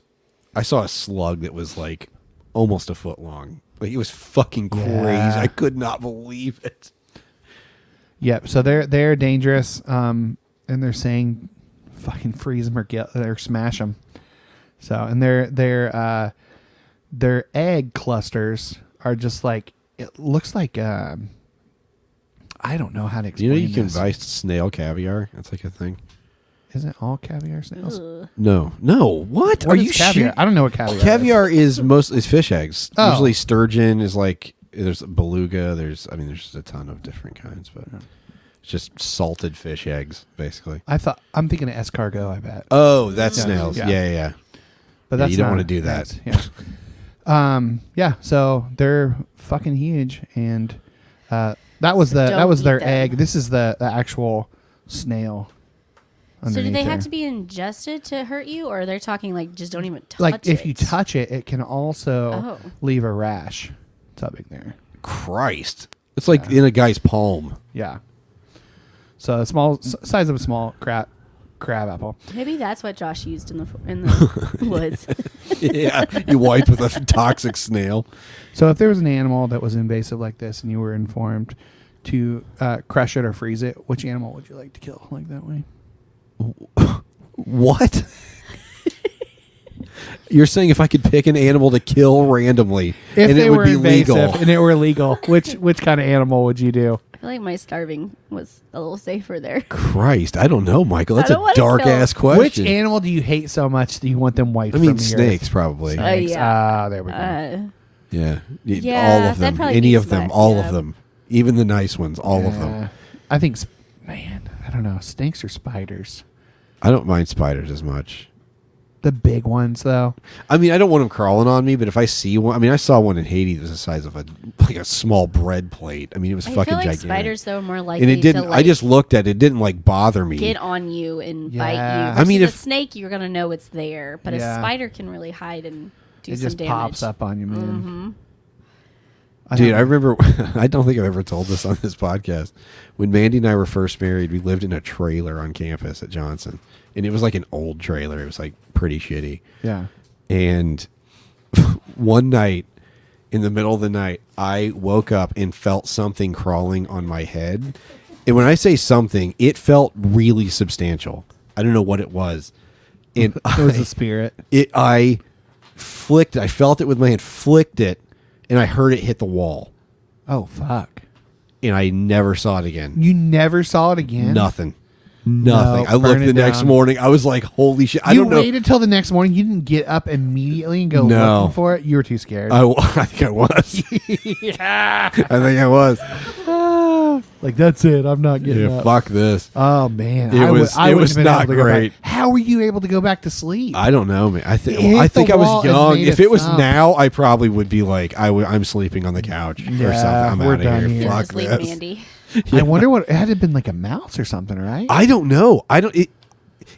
S1: I saw a slug that was like almost a foot long. Like it was fucking crazy.
S2: Yeah.
S1: I could not believe it.
S2: yep. So they're they're dangerous. Um, and they're saying, fucking freeze them or get or smash them. So and their their uh their egg clusters are just like it looks like um I don't know how to
S1: Do you
S2: explain.
S1: know you can
S2: this.
S1: buy snail caviar? That's like a thing.
S2: Isn't all caviar snails?
S1: No, no. What
S2: What
S1: are
S2: is
S1: you
S2: caviar?
S1: shit-
S2: I don't know what caviar. is.
S1: Caviar is most is fish eggs.
S2: Oh.
S1: Usually sturgeon is like there's beluga. There's I mean there's just a ton of different kinds, but it's just salted fish eggs basically.
S2: I thought I'm thinking of escargot. I bet.
S1: Oh, that's
S2: Yeah.
S1: snails.
S2: Yeah.
S1: Yeah, yeah. yeah. Yeah,
S2: But that's
S1: you don't
S2: not-
S1: want to do that.
S2: that's- yeah. um. Yeah. So they're fucking huge, and uh, that was the that
S3: don't
S2: was their
S3: eat them.
S2: egg. This is the, the actual snail.
S3: So do
S2: underneath
S3: they
S2: there.
S3: have to be ingested to hurt you, or they're talking like just don't even touch
S2: like if
S3: it?
S2: you touch it, it can also
S3: Oh.
S2: leave a rash. It's up in there.
S1: Christ. It's like in a guy's palm.
S2: Yeah. So a small s- size of a small crab crab apple.
S3: Maybe that's what Josh used in the fo- in the woods.
S1: yeah, you wipe with a toxic snail.
S2: So if there was an animal that was invasive like this, and you were informed to uh, crush it or freeze it, which animal would you like to kill like that way?
S1: What? You're saying if I could pick an animal to kill randomly
S2: If
S1: and
S2: they
S1: it would
S2: were
S1: be
S2: invasive
S1: legal.
S2: and it were legal, which which kind of animal would you do?
S3: I feel like my starving was a little safer there.
S1: Christ, I don't know, Michael.
S3: I
S1: That's
S3: don't
S1: a
S3: wanna
S1: dark
S3: kill-
S1: ass
S3: Which
S1: question.
S2: Which animal do you hate so much that you want them wiped?
S1: I mean,
S2: from the earth?
S1: snakes, probably. Oh,
S2: Snakes.
S3: yeah.
S2: Ah, there we go.
S3: Uh,
S1: Yeah. Y-
S3: Yeah,
S1: all of
S3: that'd
S1: them.
S3: probably
S1: Any
S3: be
S1: of them.
S3: smart,
S1: All
S3: yeah.
S1: of them. Even the nice ones. All of them.
S2: Uh, I think, sp- man, I don't know. Snakes or spiders?
S1: I don't mind spiders as much.
S2: The big ones, though.
S1: I mean, I don't want them crawling on me, but if I see one, I mean, I saw one in Haiti that was the size of a like a small bread plate. I mean, it was
S3: I
S1: fucking
S3: feel like
S1: gigantic.
S3: spiders though are more likely
S1: and it didn't.
S3: to
S1: I
S3: like
S1: just looked at it. It didn't like bother me.
S3: get on you and
S1: Yeah.
S3: bite you. I mean, if, a snake, you're gonna know it's there, but
S1: Yeah.
S3: a spider can really hide and do
S2: it
S3: some
S2: just
S3: damage.
S2: pops up on you, man.
S3: Mhm.
S2: I
S1: Dude,
S2: don't-
S1: I remember. I don't think I've ever told this on this podcast. When Mandy and I were first married, we lived in a trailer on campus at Johnson, and it was like an old trailer. It was like pretty shitty.
S2: Yeah.
S1: And one night, in the middle of the night, I woke up and felt something crawling on my head. And when I say something, it felt really substantial. I don't know what it was. And
S2: It was
S1: I-
S2: a spirit.
S1: It I flicked. I felt it with my hand, flicked it, and I heard it hit the wall
S2: Oh fuck!
S1: and I never saw it again.
S2: You never saw it again.
S1: Nothing. Nothing.
S2: No,
S1: I looked
S2: burn it
S1: the next
S2: down.
S1: morning. I was like, holy shit. I
S2: you
S1: don't know.
S2: waited till the next morning. You didn't get up immediately and go
S1: No.
S2: looking for it. You were too scared.
S1: I, w- I think I was.
S2: yeah.
S1: I think I was.
S2: Ah. like that's it. I'm not getting
S1: Yeah,
S2: up.
S1: fuck this.
S2: Oh man,
S1: It
S2: I would-
S1: was-
S2: I
S1: it
S2: wouldn't
S1: was
S2: have been able
S1: not
S2: to go back.
S1: great.
S2: How were you able to go back to sleep?
S1: I don't know, man. I
S2: It
S1: think
S2: hit
S1: I think
S2: the
S1: I
S2: wall
S1: was
S2: and
S1: young.
S2: made
S1: If
S2: it
S1: it was
S2: thump.
S1: now, I probably would be like, I w- I'm sleeping on the couch or
S2: Yeah,
S1: something. I'm
S2: we're
S1: out
S2: done
S1: of here.
S2: here.
S1: Fuck
S2: Sleep,
S1: this.
S3: Andy.
S2: I wonder what it had to have been like a mouse or something, right?
S1: I don't know. I don't. It,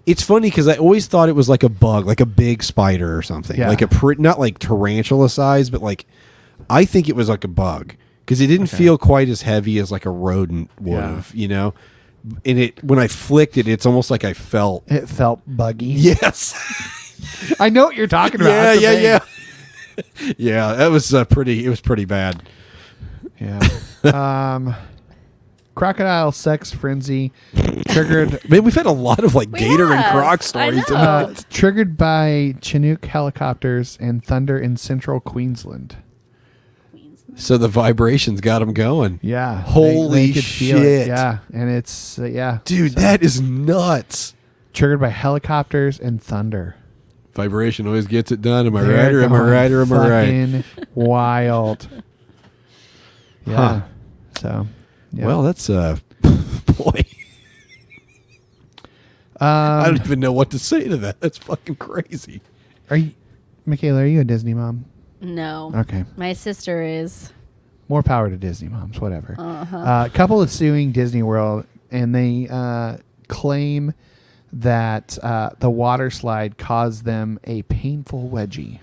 S1: it's funny because I always thought it was like a bug, like a big spider or something,
S2: Yeah.
S1: like a pr- not like tarantula size, but like I think it was like a bug because it didn't
S2: Okay.
S1: feel quite as heavy as like a rodent would
S2: Yeah.
S1: have, you know. And it when I flicked it, it's almost like I felt
S2: It felt buggy.
S1: Yes.
S2: I know what you're talking about.
S1: Yeah,
S2: That's the
S1: yeah,
S2: thing.
S1: yeah. yeah, that was uh, pretty. It was pretty bad.
S2: Yeah. um, crocodile sex frenzy triggered.
S1: Man, we've had a lot of like gator
S2: have.
S1: and croc stories. tonight.
S2: uh, triggered by Chinook helicopters and thunder in central Queensland.
S1: So the vibrations got them going.
S2: Yeah. They-
S1: Holy
S2: they could
S1: shit.
S2: feel it. Yeah, and it's uh, yeah,
S1: Dude, that is nuts.
S2: Triggered by helicopters and thunder.
S1: Vibration always gets it done. Am I
S2: They're
S1: right or am I
S2: going
S1: right or am I right?
S2: fucking Wild. Yeah.
S1: Huh.
S2: So. yeah.
S1: Well, that's uh boy. I
S2: Um,
S1: don't even know what to say to that. That's fucking crazy.
S2: are you, Michaela? Are you a Disney mom?
S3: No.
S2: Okay.
S3: My sister is.
S2: More power to Disney moms, whatever.
S3: Uh-huh.
S2: Uh, a couple is suing Disney World, and they uh, claim that uh, the water slide caused them a painful wedgie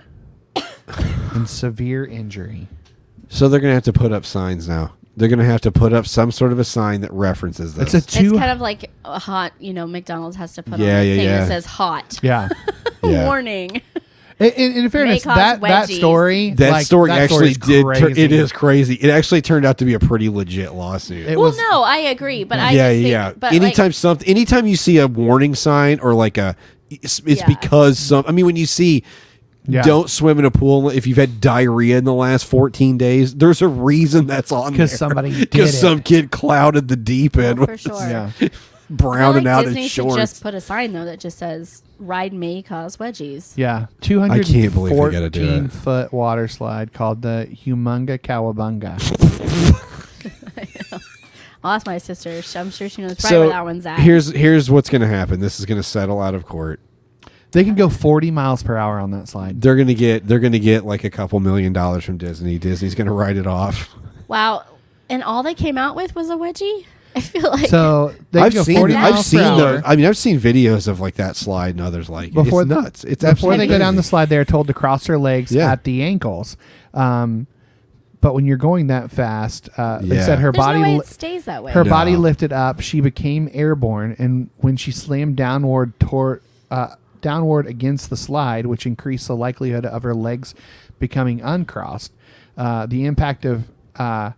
S2: and severe injury.
S1: So they're gonna have to put up signs now. They're gonna have to put up some sort of a sign that references this.
S2: It's a
S3: It's
S2: two.
S3: kind of like a hot. You know, McDonald's has to put
S1: Yeah,
S3: on a
S1: yeah,
S3: thing
S1: yeah.
S3: that says hot.
S2: yeah.
S1: Yeah.
S3: Warning.
S2: In, in, in fairness,
S3: cause
S2: that, that
S3: wedgies.
S2: story.
S1: that
S2: like,
S1: story
S2: that
S1: actually
S2: story's
S1: did. tur-
S2: crazy.
S1: it is crazy. It actually turned out to be a pretty legit lawsuit.
S2: It
S3: well,
S2: was-
S3: no, I agree, but I
S1: yeah,
S3: just think,
S1: yeah.
S3: But
S1: anytime
S3: like,
S1: something, anytime you see a warning sign or like a, it's, it's
S3: Yeah.
S1: because some. I mean, when you see,
S2: Yeah.
S1: don't swim in a pool if you've had diarrhea in the last fourteen days. There's a reason that's on there
S2: 'Cause somebody did it.
S1: because some kid clouded the deep end,
S3: oh, for
S1: with
S3: sure.
S2: Yeah.
S1: browning
S3: I feel like
S1: out
S3: Disney
S1: his
S3: should
S1: shorts.
S3: just put a sign though that just says "Ride me, cause wedgies."
S2: Yeah, two
S1: I
S2: hundred
S1: can't believe they gotta do
S2: fourteen
S1: it.
S2: foot water slide called the Humunga Cowabunga.
S3: I'll ask my sister. Sh- I'm sure she knows right where
S1: so
S3: that one's at.
S1: here's here's what's going to happen. This is going to settle out of court.
S2: they can go forty miles per hour on that slide.
S1: They're going to get they're going to get like a couple million dollars from Disney. Disney's going to write it off.
S3: wow, and all they came out with was a wedgie. I feel like
S2: So they
S1: I've
S2: can go
S1: seen
S2: forty miles
S1: I've
S2: per
S1: seen
S2: hour.
S1: the, I mean I've seen videos of like that slide and others like it.
S2: Before
S1: it's
S2: the-
S1: nuts. It's
S2: Before
S1: absolutely
S2: they go down the
S1: crazy.
S2: slide, they are told to cross their legs
S1: Yeah.
S2: at the ankles. Um, but when you're going that fast, uh, they
S1: Yeah.
S2: said her
S3: there's
S2: body
S3: no way
S2: li-
S3: it stays that way.
S2: her body
S1: No.
S2: lifted up. She became airborne, and when she slammed downward toward uh, downward against the slide, which increased the likelihood of her legs becoming uncrossed. Uh, the impact of uh,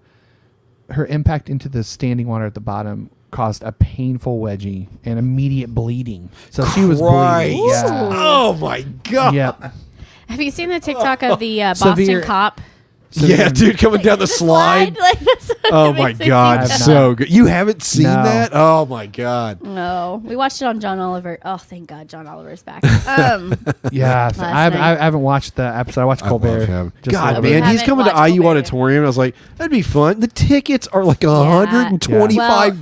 S2: her impact into the standing water at the bottom caused a painful wedgie and immediate bleeding. So she was bleeding.
S1: Christ.
S2: Yeah.
S1: Oh my God.
S2: Yep.
S3: Have you seen the TikTok of the uh, Boston
S2: Severe-
S3: cop?
S1: yeah, dude, coming down the slide.
S3: Like, that's what
S1: Oh
S3: it
S1: my
S3: makes me
S1: god,
S3: think of.
S1: so good. You haven't seen
S2: No.
S1: that? Oh my god.
S3: No, we watched it on John Oliver. Oh, thank God, John Oliver's back. Um,
S2: Yeah,
S3: Last
S2: I, I, I
S3: night.
S2: haven't watched the episode. I watched
S1: I love
S2: Colbert.
S1: him.
S2: just a
S1: God,
S2: little bit.
S1: man, he's
S3: haven't
S1: coming to
S3: watched
S1: IU
S3: Colbert.
S1: Auditorium. I was like, that'd be fun. The tickets are like $125.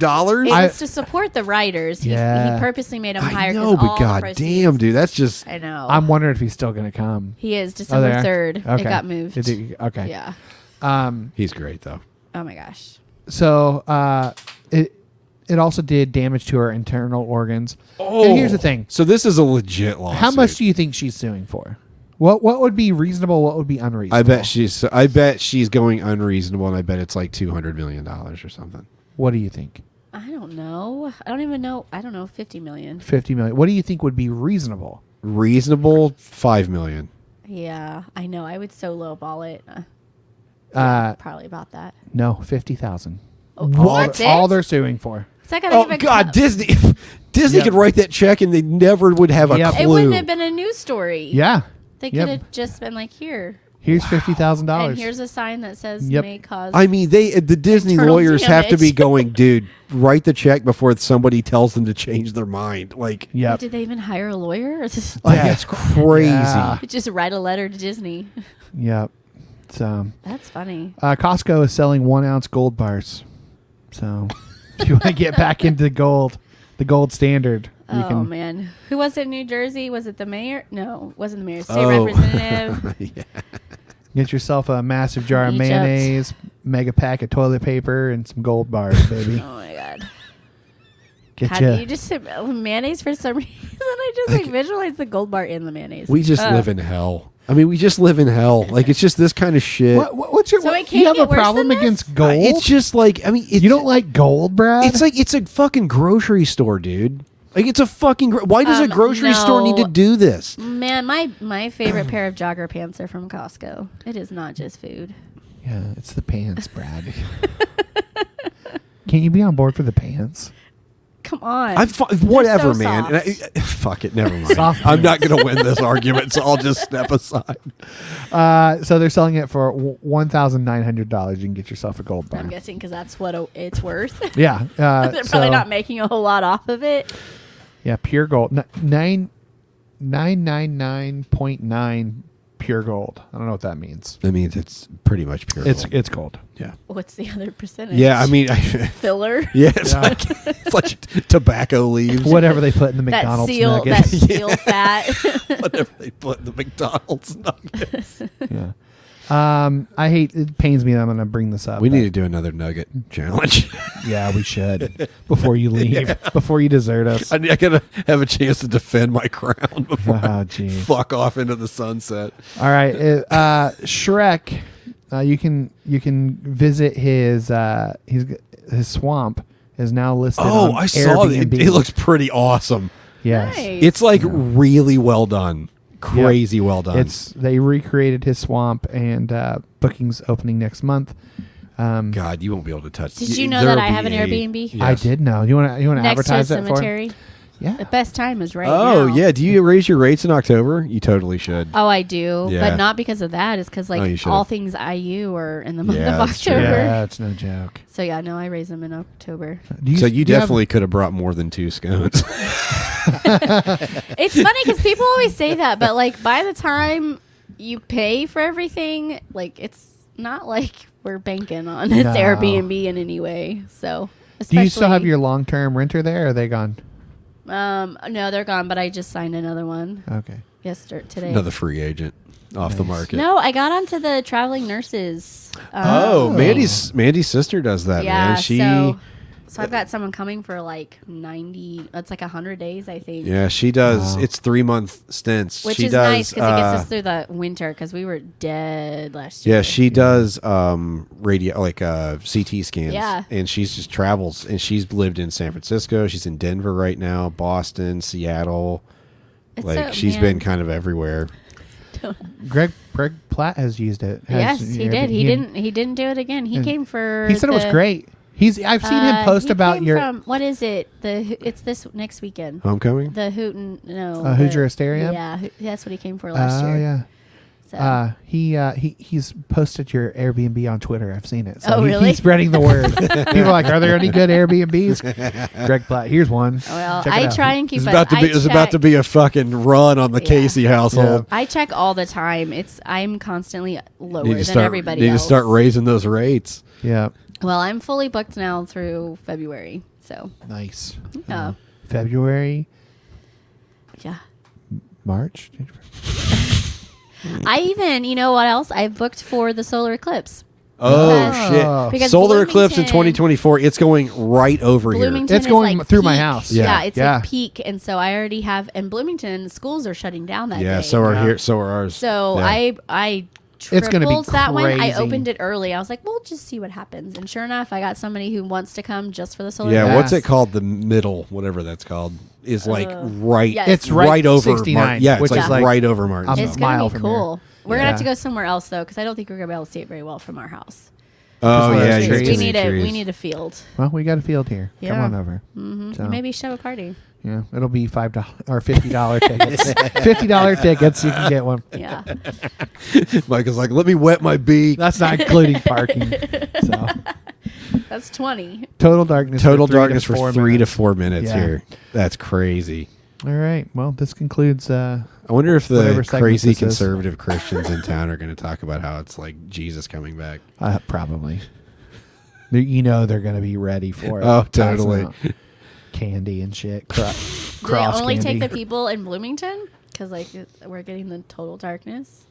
S3: It
S2: I-
S3: was to support the writers. He,
S2: Yeah.
S3: he purposely made them
S1: I
S3: higher. 'cause
S1: know, but
S3: all the
S1: god
S3: proceeds-
S1: damn, dude, that's just
S3: I know.
S2: I'm wondering if he's still going to come.
S3: he is
S2: Oh, they
S3: December
S2: are?
S3: third.
S2: Okay.
S3: It got moved.
S2: Did it- okay.
S3: Yeah.
S2: Um,
S1: He's great though.
S3: Oh my gosh.
S2: so uh, it it also did damage to her internal organs.
S1: Oh.
S2: And here's the thing:
S1: So this is a legit lawsuit.
S2: how much do you think she's suing for? What what would be reasonable? What would be unreasonable?
S1: I bet she's I bet she's going unreasonable and I bet it's like 200 million dollars or something.
S2: What do you think?
S3: I don't know. I don't even know. I don't know. Fifty million.
S2: Fifty million. What do you think would be reasonable?
S1: Reasonable 5 million.
S3: Yeah, I know. I would so lowball it. Uh,
S2: Uh,
S3: probably about that.
S2: no, fifty thousand.
S3: Oh,
S2: All,
S3: that's it?
S2: all they're suing for.
S3: So I gotta
S1: Oh
S3: give a
S1: god,
S3: cup.
S1: Disney Disney
S2: Yep.
S1: could write that check and they never would have a
S2: Yep.
S1: clue.
S3: It wouldn't have been a news story.
S2: Yeah.
S3: They could
S2: Yep.
S3: have just been like, here,
S2: Here's fifty thousand
S3: and
S2: dollars.
S3: here's a sign that says
S2: Yep.
S3: may cause.
S1: I mean, they uh, the Disney
S3: Internal
S1: lawyers have to be
S3: damage.
S1: going, dude. Write the check before somebody tells them to change their mind. Like,
S2: Yep. Oh,
S3: Did they even hire a lawyer? Or is this-
S1: like, that's crazy.
S2: Yeah.
S3: just write a letter to Disney.
S2: Yep. So
S3: That's funny.
S2: uh, Costco is selling one ounce gold bars. So if you want to get back into gold, the gold standard, you
S3: oh
S2: can.
S3: man, who was it? in New Jersey? Was it the mayor? No, wasn't the mayor. State
S1: Oh.
S3: representative.
S1: Yeah.
S2: Get yourself a massive jar of
S3: Egypt.
S2: mayonnaise, mega pack of toilet paper, and some gold bars, baby.
S3: oh my god.
S2: Get
S3: How do you
S2: you.
S3: just said mayonnaise for some reason? I just like visualize the gold bar in the mayonnaise. Uh,
S1: We just
S3: Ugh.
S1: live in hell. I mean, we just live in hell. Like, it's just this kind of shit.
S2: What, what- what's your?
S3: So
S2: what-
S3: it
S2: you
S3: can't
S2: have a
S3: get worse
S2: problem
S3: than this?
S2: against
S1: Uh,
S2: gold?
S1: It's just like, I mean, it's,
S2: you don't like gold, Brad?
S1: It's like it's a fucking grocery store, dude. Like, it's a fucking. Gro- Why does
S3: Um,
S1: a grocery store need to
S3: no.
S1: do this?
S3: Man, my my favorite pair of jogger pants are from Costco. It is not just food.
S2: yeah, it's the pants, Brad. Can't you be on board for the pants?
S3: Come on.
S1: I'm fu- whatever,
S3: so
S1: man. And
S3: soft.
S1: I, fuck it, never mind.
S2: Soft
S1: I'm not going to win this argument, so I'll just step aside.
S2: Uh, so they're selling it for one thousand nine hundred dollars. You can get yourself a gold bar.
S3: I'm guessing because that's what o- it's worth.
S2: Yeah, uh,
S3: They're
S2: so-
S3: probably not making a whole lot off of it.
S2: Yeah, pure gold. N- Nine, nine nine nine point nine pure gold. I don't know what that means.
S1: That means it's pretty much pure.
S2: It's
S1: gold.
S2: it's gold.
S1: yeah,
S3: What's the other percentage?
S1: yeah. I mean, I,
S3: filler.
S1: yeah, it's
S2: Yeah.
S1: like it's like t- tobacco leaves,
S2: Whatever they put in the
S3: That
S2: McDonald's
S3: seal, that
S2: nuggets.
S3: seal fat.
S1: whatever they put in the McDonald's nugget.
S2: yeah. Um, I hate. It pains me that I'm going to bring this up.
S1: We
S2: but-
S1: need to do another nugget challenge.
S2: Yeah, we should. Before you leave. Before you desert us.
S1: I, need- I gotta have a chance to defend my crown before
S2: Oh,
S1: I
S2: geez.
S1: fuck off into the sunset.
S2: All right, uh, uh, Shrek. Uh, you can you can visit his uh, his his swamp is now listed.
S1: Oh,
S2: on
S1: I saw it.
S2: Airbnb.
S1: It looks pretty awesome.
S2: yes.
S1: It's like really well done, crazy well done.
S2: It's they recreated his swamp and uh, bookings opening next month. Um,
S1: God, you won't be able to touch.
S3: Did
S1: y-
S3: you know
S1: there'll
S3: that I
S1: be
S3: have an
S1: a-
S3: Airbnb?
S2: I
S1: Yes.
S2: did know. You want to you want to
S3: Next to a
S2: advertise that
S3: cemetery.
S2: for? him?
S3: The
S2: Yeah.
S3: best time is right
S1: Oh
S3: now.
S1: yeah, do you raise your rates in October? You totally should.
S3: Oh, I do,
S1: Yeah.
S3: but not because of that. It's because
S1: Oh,
S3: like
S1: you should've.
S3: all things IU are in the month
S1: Yeah,
S3: of
S1: that's true.
S3: October.
S2: Yeah, it's no joke.
S3: So yeah, no, I raise them in October.
S2: Do
S1: so you
S2: do have-
S1: definitely could have brought more than two scones.
S3: it's funny because people always say that, but like by the time you pay for everything, like it's not like we're banking on this
S2: No.
S3: Airbnb in any way. So
S2: do you still have
S3: especially-
S2: your long term renter there? Or are they gone?
S3: Um, no, they're gone. But I just signed another one
S2: Okay.
S3: yesterday. Today.
S1: Another free agent off the market.
S3: No, I got onto the traveling nurses. Um,
S1: Oh, Mandy's Mandy's sister does that,
S3: yeah.
S1: man. She
S3: so, so I've got someone coming for like ninety. That's like hundred days, I think.
S1: Yeah, she does.
S2: Wow.
S1: It's 3 month stints.
S3: Which
S1: she
S3: is
S1: does
S3: nice because it gets
S1: uh,
S3: us through the winter because we were dead last year.
S1: Yeah, she does um radio like uh CT scans.
S3: Yeah.
S1: And she's just travels and she's lived in San Francisco, she's in Denver right now, Boston, Seattle.
S3: It's
S1: like
S3: so-
S1: she's
S3: yeah.
S1: been kind of everywhere.
S2: Greg Greg Platt has used it.
S3: yes,
S2: Has-
S3: he did. He, didn't. He didn't do it again. He
S2: Yeah.
S3: came for.
S2: He said it was
S3: the-
S2: great. He's I've seen
S3: Uh,
S2: him post
S3: he
S2: about
S3: came
S2: your
S3: From, what is it? The Ho- it's this next weekend.
S1: Homecoming?
S3: The Hooten. No.
S2: Uh,
S3: the-
S2: Hoosier Hysteria?
S3: Yeah, Ho- that's what he came for last
S2: Oh
S3: year.
S2: yeah.
S3: So.
S1: Ah.
S2: Uh, he uh, he he's posted your Airbnb on Twitter. I've seen it. So
S3: Oh,
S2: he-
S3: really?
S2: he's spreading the word. People are like, are there any good Airbnbs? Greg Platt, here's one.
S3: Well,
S2: Check it
S3: I
S2: out.
S3: try and keep.
S1: It's
S3: an-
S1: about to
S3: I
S1: be. It's about
S3: check-
S1: to be a fucking run on the Casey household.
S3: I check all the time. It's I'm constantly lower
S1: Need to
S3: than
S1: start.
S3: everybody
S1: need
S3: else.
S1: to start raising those rates.
S2: Yeah.
S3: Well, I'm fully booked now through February. So
S2: Nice.
S1: Hmm.
S3: Yeah.
S2: February,
S3: yeah.
S2: March.
S3: I even, you know what else? I've booked for the solar eclipse.
S1: Oh
S3: Because-
S1: shit!
S3: because
S1: Solar eclipse in
S3: Bloomington-
S1: 2024. It's going right over
S3: Bloomington
S1: here.
S3: is going like
S2: through
S3: peak.
S2: my house.
S3: Yeah,
S1: Yeah.
S3: it's
S1: Yeah.
S3: like peak, and so I already have. And Bloomington schools are shutting down that
S1: yeah.
S3: day.
S1: So are here. So are ours.
S3: So
S1: Yeah.
S3: I I
S1: It's gonna be
S3: tripled that one. I
S1: crazy.
S3: opened it early. I was like, we'll just see what happens. And sure enough, I got somebody who wants to come just for the solar.
S1: Yeah.
S3: eclipse.
S1: What's it called? The middle, whatever that's called, is like
S3: Uh,
S1: right.
S3: yes. It's right
S1: over.
S2: 69,
S1: Mar- yeah. It's
S2: which
S1: like,
S2: is like
S1: right over Martin.
S2: a
S3: It's gonna
S2: mile
S3: be
S2: from
S3: cool.
S2: here.
S3: We're gonna have to
S2: Yeah.
S3: go somewhere else though, because I don't think we're gonna be able to see it very well from our house.
S1: Oh
S2: Just
S1: yeah.
S2: those
S1: you got
S2: trees.
S1: too
S3: we
S1: many
S3: need a we
S1: trees.
S3: need a field.
S2: Well, we got a field here. Come
S3: Yeah.
S2: on over.
S3: hmm
S2: So-
S3: Maybe shove a party.
S2: Yeah, it'll be five dollars or fifty dollar tickets. fifty dollar tickets, you can get one.
S3: Yeah.
S1: Michael's like, let me wet my beak.
S2: That's not including parking. So
S3: That's twenty.
S2: total darkness. for
S1: Total
S2: three to
S1: darkness for
S2: four
S1: three
S2: minutes.
S1: to four minutes
S2: Yeah.
S1: here. That's crazy.
S2: All right. Well, this concludes. Uh,
S1: I wonder if the
S2: whatever segment
S1: crazy
S2: this is.
S1: conservative Christians in town are going to talk about how it's like Jesus coming back.
S2: Uh, probably. They- you know they're going to be ready for it.
S1: Oh,
S2: Passing
S1: totally.
S2: out Candy and shit. Cro-
S3: Do they
S2: cross
S3: only
S2: candy.
S3: take the people in Bloomington? Because like it- we're getting the total darkness.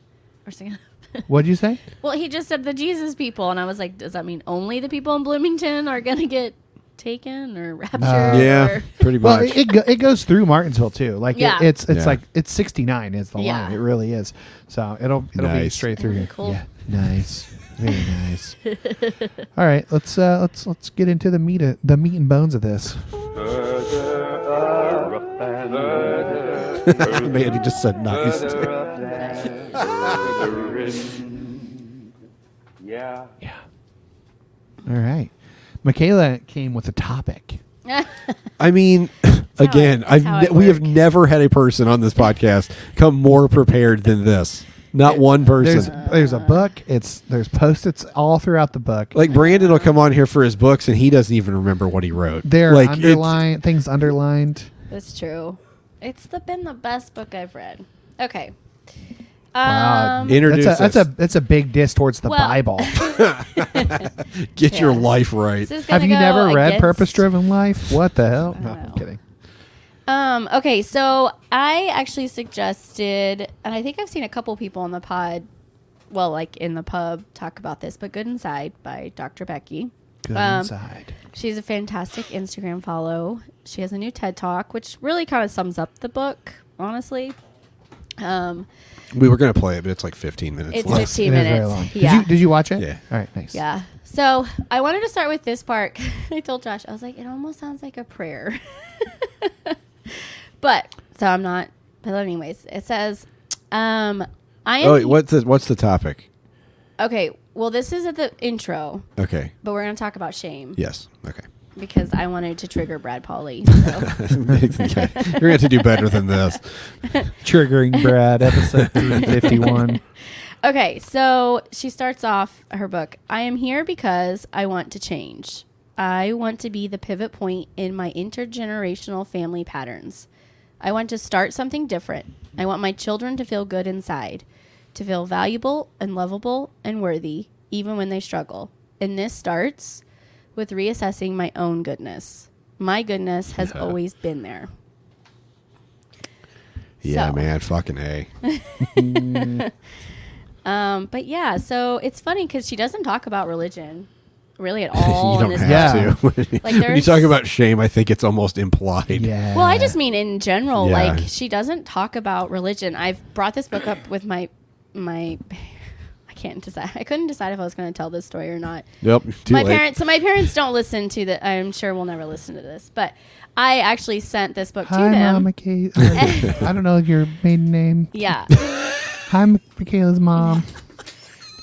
S3: Or something.
S2: What'd you say?
S3: well, he just said the Jesus people, and I was like, does that mean only the people in Bloomington are gonna get taken or raptured? or-
S1: pretty
S2: Well, it it, go, it goes through Martinsville too. Like it-
S3: Yeah.
S2: it's it's
S1: Yeah.
S2: like it's 69 is the
S3: Yeah.
S2: line. It really is. So it'll it'll be
S1: Nice.
S2: straight through. here.
S3: Cool.
S2: Yeah. Nice. Very nice. All right, let's uh let's let's get into the meat of, the meat and bones of this.
S1: Man, he just said nice.
S13: yeah.
S2: All right. Michaela came with a topic.
S1: I mean, again,
S2: that's
S1: I've
S2: how
S1: ne-
S2: I
S1: we have never had a person on this podcast come more prepared than this. Not one
S2: There's
S1: person.
S2: there's a book. It's there's post-its all throughout the book.
S1: like Brandon will come on here for his books, and he doesn't even remember what he wrote.
S2: There are
S1: like it's-
S2: underline things underlined.
S3: That's true. It's the, been the best book I've read. Okay. Um,
S2: Wow.
S1: Introduce
S2: that's a, that's
S1: us.
S2: a that's a big diss towards the
S3: Well-
S2: Bible.
S1: Get your
S3: Yeah.
S1: life right.
S3: This is
S2: Have
S3: gonna
S2: you
S3: go
S2: never read
S3: against-
S2: Purpose Driven Life? What the hell? No, I'm kidding.
S3: Um, okay, so I actually suggested, and I think I've seen a couple people on the pod, well, like in the pub, talk about this, but Good Inside by Dr. Becky.
S2: Good
S3: Um,
S2: inside.
S3: She's a fantastic Instagram follow. She has a new TED Talk, which really kind of sums up the book, honestly. Um,
S1: We were gonna play it, but it's like 15 minutes.
S3: It's
S1: long.
S3: 15 It is very minutes. long.
S2: Did
S3: Yeah.
S2: you did you watch it?
S1: Yeah.
S2: All right. Nice.
S3: Yeah. So I wanted to start with this part. I told Josh, I was like, it almost sounds like a prayer. but, so I'm not. But, anyways, it says, um, I am.
S1: Oh, wait, what's the what's the topic?
S3: Okay. Well, this is at the intro,
S1: Okay.
S3: but we're going to talk about shame
S1: Yes. Okay.
S3: because I wanted to trigger Brad Pauley.
S1: Okay. You're gonna have to do better than this.
S2: Triggering Brad episode 351.
S3: Okay, so she starts off her book I am here because I want to change. I want to be the pivot point in my intergenerational family patterns. I want to start something different. I want my children to feel good inside, to feel valuable and lovable and worthy, even when they struggle. And this starts with reassessing my own goodness. My goodness has always been there.
S1: Yeah,
S3: So.
S1: man. Fucking a.
S3: Um, but yeah, so it's funny because she doesn't talk about religion really at all.
S1: you
S3: in
S1: don't
S3: this
S1: have
S3: book.
S1: to. when
S3: Like,
S1: you
S3: there's-
S1: talk about shame, I think it's almost implied.
S2: Yeah.
S3: Well, I just mean in general,
S1: Yeah.
S3: like she doesn't talk about religion. I've brought this book up with my my I can't decide. I couldn't decide if I was going to tell this story or not.
S1: Yep, too
S3: my
S1: late.
S3: parents. So my parents don't listen to the. I'm sure we'll never listen to this, but I actually sent this book to
S2: Hi,
S3: them.
S2: Mom Michaela. I don't know your maiden name.
S3: Yeah.
S2: Hi, M- Michaela's mom.
S3: Oh,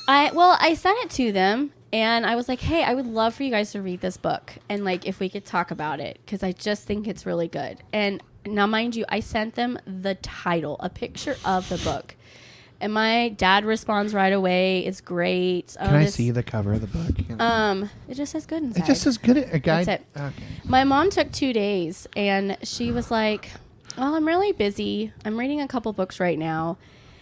S3: I well, I sent it to them and I was like, "Hey, I would love for you guys to read this book and like if we could talk about it cuz I just think it's really good." And now mind you, I sent them the title, a picture of the book. And my dad responds right away. It's great. Oh,
S2: Can I
S3: this-
S2: see the cover of the book?
S3: Um, it just says good inside.
S2: It just says good. A guy.
S3: That's it.
S2: Okay.
S3: My mom took two days and she was like, "Well, I'm really busy. I'm reading a couple books right now,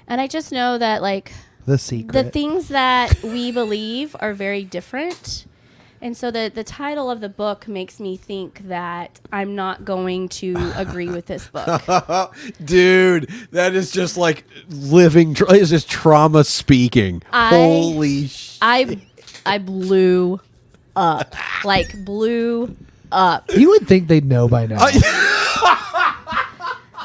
S3: and I just know that like
S2: The secret.
S3: the things that we believe are very different. And so the, the title of the book makes me think that I'm not going to agree with this book.
S1: Dude, that is just like living. Tra- it's just trauma speaking.
S3: I-
S1: Holy sh!
S3: I I blew up. Like blew up.
S2: You would think they'd know by now.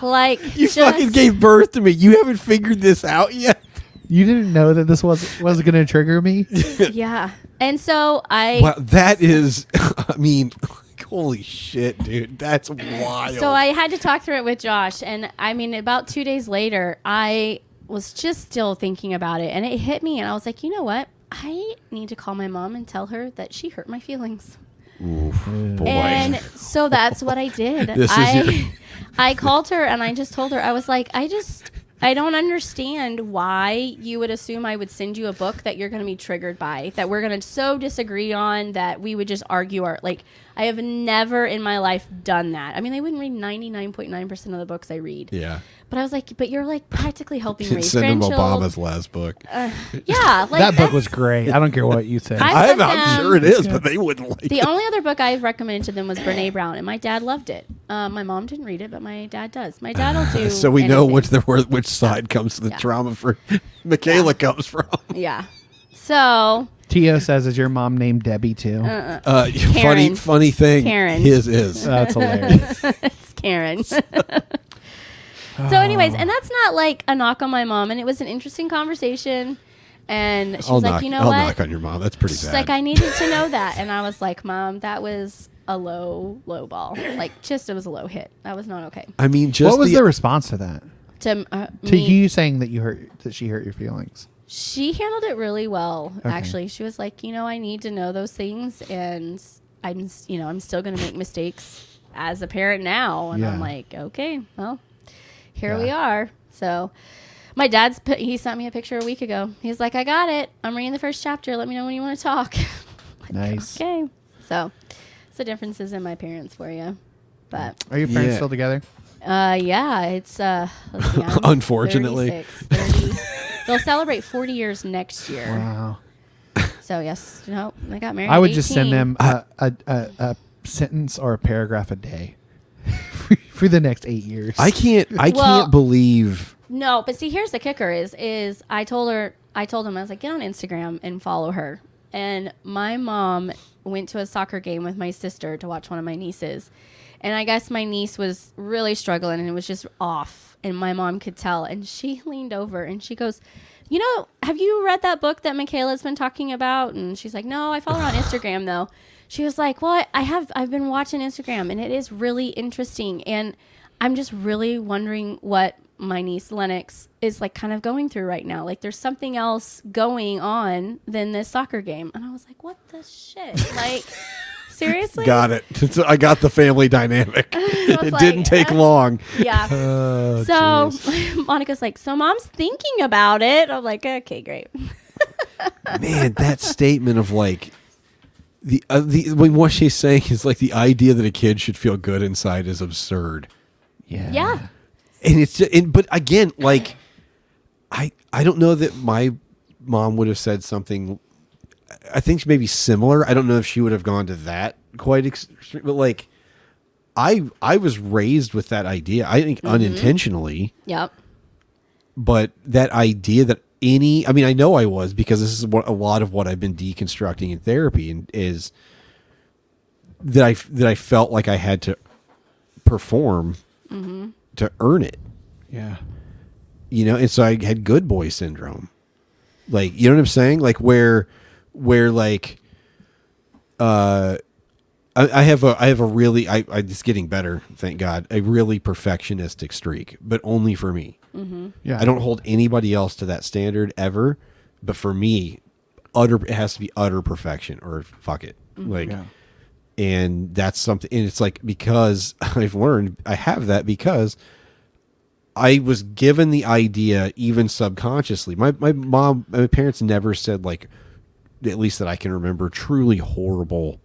S3: Like
S1: You
S3: just
S1: fucking gave birth to me. You haven't figured this out yet.
S2: you didn't know that this was was going to trigger me.
S3: Yeah. And so I
S1: Wow, that is. I mean, holy shit, dude. That's wild.
S3: So I had to talk through it with Josh, and I mean, about two days later, I was just still thinking about it, and it hit me, and I was like, you know what? I need to call my mom and tell her that she hurt my feelings.
S1: Oof, boy.
S3: And so that's what I did.
S1: This is
S3: I
S1: your-
S3: I called her and I just told her I was like, I just I don't understand why you would assume I would send you a book that you're going to be triggered by, that we're going to so disagree on that we would just argue our like I have never in my life done that. I mean, I wouldn't read 99.9% of the books I read.
S1: yeah.
S3: But I was like, but you're like practically helping raise
S1: Send him
S3: grandchildren.
S1: Obama's last book.
S3: Uh, yeah, like
S2: that book
S3: that's-
S2: was great. I don't care what you say.
S3: I sent them-
S1: they wouldn't like
S3: the only other book I've recommended to them was Brene Brown, and my dad loved it. Uh, my mom didn't read it, but my dad does. My dad will do.
S1: so we know
S3: anything.
S1: which the wor- which side comes to the
S3: Yeah.
S1: trauma for Michaela comes from.
S3: Yeah. So
S2: Tio says, "Is your mom named Debbie too?"
S3: uh,
S1: Uh, funny
S3: Karen.
S1: funny thing.
S3: Karen.
S1: His is.
S2: That's hilarious.
S3: it's Karen. so, anyways, and that's not like a knock on my mom, and it was an interesting conversation. And she
S1: I'll
S3: was
S1: knock.
S3: like, you know
S1: I'll
S3: what?
S1: knock on your mom. That's pretty
S3: She's
S1: bad.
S3: like, I needed to know that, and I was like, Mom, that was a low, low ball. Like, just it was a low hit. That was not okay.
S1: I mean, just
S2: what was
S1: the-
S2: the response to that?
S3: To uh,
S2: To
S3: me,
S2: you saying that you hurt that she hurt your feelings.
S3: She handled it really well,
S2: Okay.
S3: actually. She was like, you know, I need to know those things, and I'm, s- you know, I'm still going to make mistakes as a parent now, and I'm
S2: Yeah.
S3: like, okay, well, here we are. So, my dad's p- he sent me a picture a week ago. He's like, I got it. I'm reading the first chapter. Let me know when you want to talk.
S2: Nice.
S3: okay. So, it's the differences in my parents for you, but
S2: Are your parents
S1: Yeah.
S2: still together?
S3: uh, yeah, it's uh, let's see, I'm
S1: Unfortunately.
S3: 36, 30. they'll celebrate 40 years next year.
S2: Wow.
S3: So yes, no, I got married.
S2: I
S3: at
S2: would just send
S3: 18.
S2: them a, a, a, a sentence or a paragraph a day for the next eight years.
S1: I can't. I
S3: Well-
S1: can't believe.
S3: No, but see, here's the kicker: is is I told her, I told him, I was like, get on Instagram and follow her. And my mom went to a soccer game with my sister to watch one of my nieces, and I guess my niece was really struggling and it was just off, and my mom could tell, and she leaned over and she goes. You know, have you read that book that Michaela's been talking about? And she's like, No, I follow her on Instagram though. She was like, Well, I- I have I've been watching Instagram and it is really interesting and I'm just really wondering what my niece Lennox is like kind of going through right now. Like there's something else going on than this soccer game. And I was like, what the shit? Like seriously?
S1: Got it. So I got the family dynamic.
S3: I was
S1: it
S3: like,
S1: didn't take
S3: uh,
S1: long.
S3: Yeah.
S1: Oh,
S3: so
S1: jeez.
S3: Monica's like, so mom's thinking about it. I'm like, okay, great.
S1: man, that statement of like the uh, the when what she's saying is like the idea that a kid should feel good inside is absurd,
S2: yeah.
S3: Yeah.
S1: and it's ju- and but again, like I I don't know that my mom would have said something. I think maybe similar. I don't know if she would have gone to that quite extreme, but like I I was raised with that idea. I think unintentionally
S3: Yep.
S1: but that idea that any i mean i know i was because this is what a lot of what i've been deconstructing in therapy and is that i that i felt like i had to perform to earn it
S2: Yeah.
S1: you know and so i had good boy syndrome Like you know what I'm saying? Like where where like uh I, I have a I have a really I, I it's getting better, thank God. A really perfectionistic streak, but only for me.
S13: Mhm.
S1: Yeah. I don't hold anybody else to that standard ever, but for me, utter it has to be utter perfection or fuck it.
S13: Mhm.
S1: Like
S13: Yeah.
S1: and that's something and it's like because I've learned I have that because I was given the idea even subconsciously. My my mom my parents never said like at least that I can remember truly horrible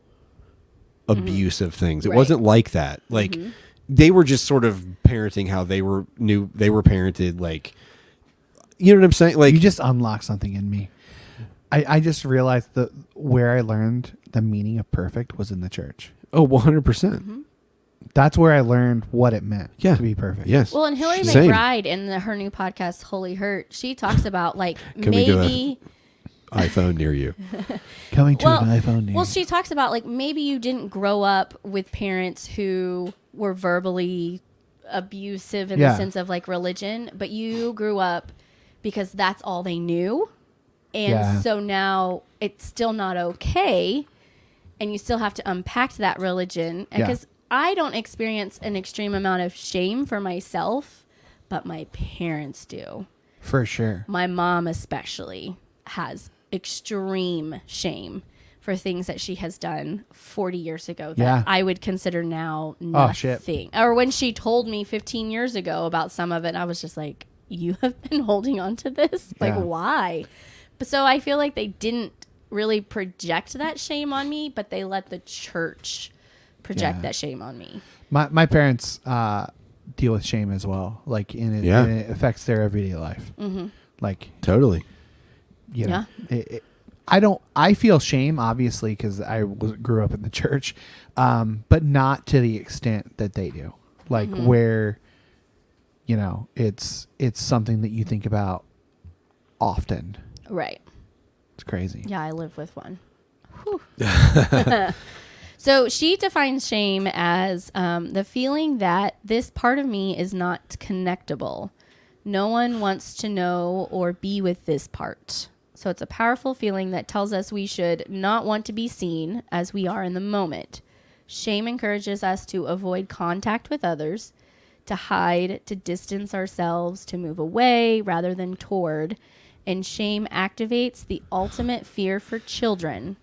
S3: Mm-hmm.
S1: abusive things. It
S13: Right.
S1: wasn't like that. Like
S13: Mhm.
S1: they were just sort of parenting how they were knew they were parented like you know what I'm saying? Like
S2: you just unlock something in me. I, I just realized that where I learned the meaning of perfect was in the church.
S1: Oh, 100%. percent
S3: Mm-hmm.
S2: That's where I learned what it meant
S1: yeah.
S2: to be perfect.
S1: Yes.
S3: Well, and Hillary
S2: Same.
S3: McBride in the, her new podcast, Holy Hurt, she talks about like
S1: Can we do that?
S3: maybe.
S1: iPhone near you.
S2: Coming
S3: to Well- an
S2: iPhone
S3: Well, she talks about like maybe you didn't grow up with parents who were verbally abusive in
S2: Yeah.
S3: the sense of like religion, but you grew up because that's all they knew. And
S2: Yeah.
S3: so now it's still not okay. And you still have to unpack that religion. And
S2: Yeah.
S3: because I don't experience an extreme amount of shame for myself, but my parents do
S2: For sure.
S3: my mom especially has extreme shame for things that she has done 40 years ago that
S2: Yeah.
S3: I would consider now nothing.
S2: Oh, shit.
S3: Or when she told me 15 years ago about some of it, I was just like, you have been holding on to this? Like,
S2: Yeah.
S3: why? But so I feel like they didn't really project that shame on me, but they let the church project
S2: Yeah.
S3: that shame on me.
S2: My my parents uh, deal with shame as well. Like and it,
S1: Yeah.
S2: and it affects their everyday life.
S3: Mhm.
S2: Like
S1: Totally.
S2: you know, it- it- I don't. I feel shame obviously because I was, grew up in the church, um, but not to the extent that they do. Like
S13: Mhm.
S2: where, you know, it's it's something that you think about often.
S3: Right.
S2: It's crazy.
S3: Yeah, I live with one. Whew. so she defines shame as um, the feeling that this part of me is not connectable. No one wants to know or be with this part. So it's a powerful feeling that tells us we should not want to be seen as we are in the moment. Shame encourages us to avoid contact with others, to hide, to distance ourselves, to move away rather than toward. And shame activates the ultimate fear for children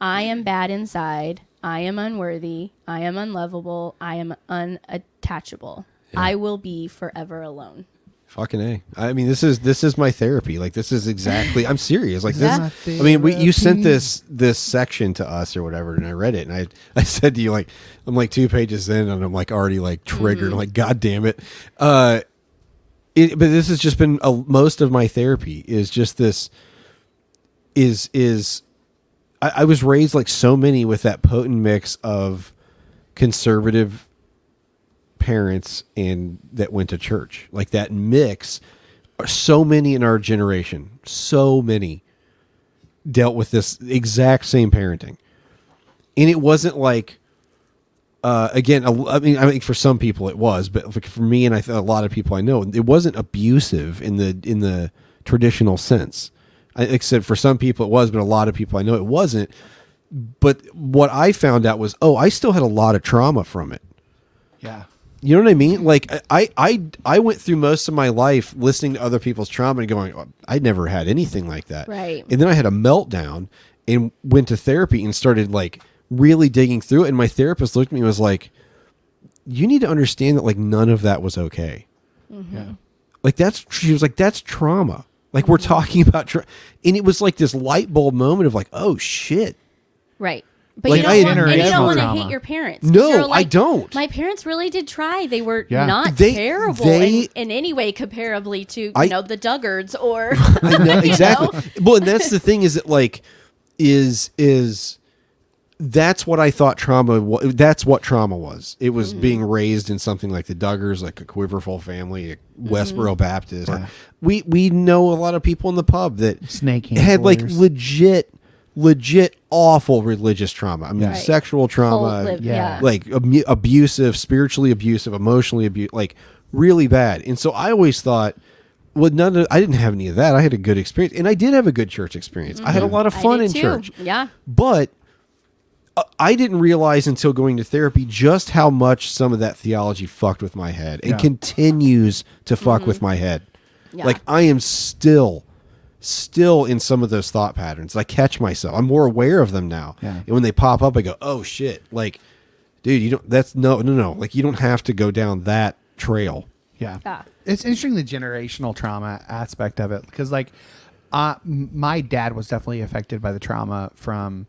S3: I am bad inside. I am unworthy. I am unlovable. I am unattachable. I will be forever alone.
S1: Fucking a. I mean, this is this is my therapy. Like this is exactly. I'm serious. Like
S3: Yeah.
S1: this.
S3: My
S1: I mean, we you sent
S3: therapy.
S1: this this section to us or whatever, and I read it, and I I said to you like I'm like two pages in, and I'm like already like triggered. I'm like, God damn it. Uh, it, but this has just been a, most of my therapy is just this. Is is I, I was raised like so many with that potent mix of conservative parents and that went to church. Like that mix, so many in our generation, so many dealt with this exact same parenting. And it wasn't like, uh, again, a- I mean, I think for some people it was, but for- for me and I think a lot of people I know, it wasn't abusive in the in the traditional sense. I, except for some people it was, but a lot of people I know it wasn't. But what I found out was, oh, I still had a lot of trauma from it.
S2: Yeah.
S1: You know what I mean? Like I, I, I went through most of my life listening to other people's trauma and going, "Oh, I never had anything like that.
S13: Right.
S1: And then I had a meltdown and went to therapy and started like really digging through it. And my therapist looked at me and was like, "You need to understand that like none of that was okay.
S2: Mm-hmm. Yeah.
S1: Like that's she was like that's trauma. Like we're talking about, tra-. and it was like this light bulb moment of like, oh shit,
S3: Right. But
S1: Like,
S3: you don't
S1: I
S3: want, and you
S1: never-
S3: don't want to
S1: Trauma.
S3: hate your parents. 'cause
S1: No,
S3: you're
S1: I don't.
S3: My parents really did try. They were
S1: Yeah.
S3: not
S1: They-
S3: terrible
S1: they-
S3: in, in any way comparably to, you
S1: I-
S3: know, the Duggards or
S1: I know exactly. Well, and that's the thing is that like is is that's what I thought trauma. wa- That's what trauma was. It
S2: Mm-hmm.
S1: was being raised in something like the Duggars, like a Quiverful family, a Westboro Baptist. or-
S2: Mm-hmm. Yeah.
S1: We we know a lot of people in the pub that
S2: Snake
S1: had like
S2: handlers.
S1: legit legit awful religious trauma. I mean,
S2: Right.
S1: sexual trauma,
S2: Cold liv- Yeah. yeah.
S1: like abu- abusive, spiritually abusive, emotionally abusive, like really bad. And so I always thought well, none of, I didn't have any of that. I had a good experience, and I did have a good church experience. I had a
S3: Mhm.
S1: lot of
S3: I
S1: fun
S3: did
S1: in
S3: too.
S1: church,
S3: Yeah.
S1: but uh, I didn't realize until going to therapy just how much some of that theology fucked with my head and
S13: Yeah.
S1: continues to fuck
S13: Mhm.
S1: with my head.
S13: Yeah.
S1: Like I am still, still in some of those thought patterns. I catch myself. I'm more aware of them now,
S13: Yeah.
S1: and when they pop up, I go, "Oh shit!" Like, dude, you don't. That's no, no, no. Like you don't have to go down that trail.
S2: Yeah. It's interesting the generational trauma aspect of it because, like, uh, m- my dad was definitely affected by the trauma from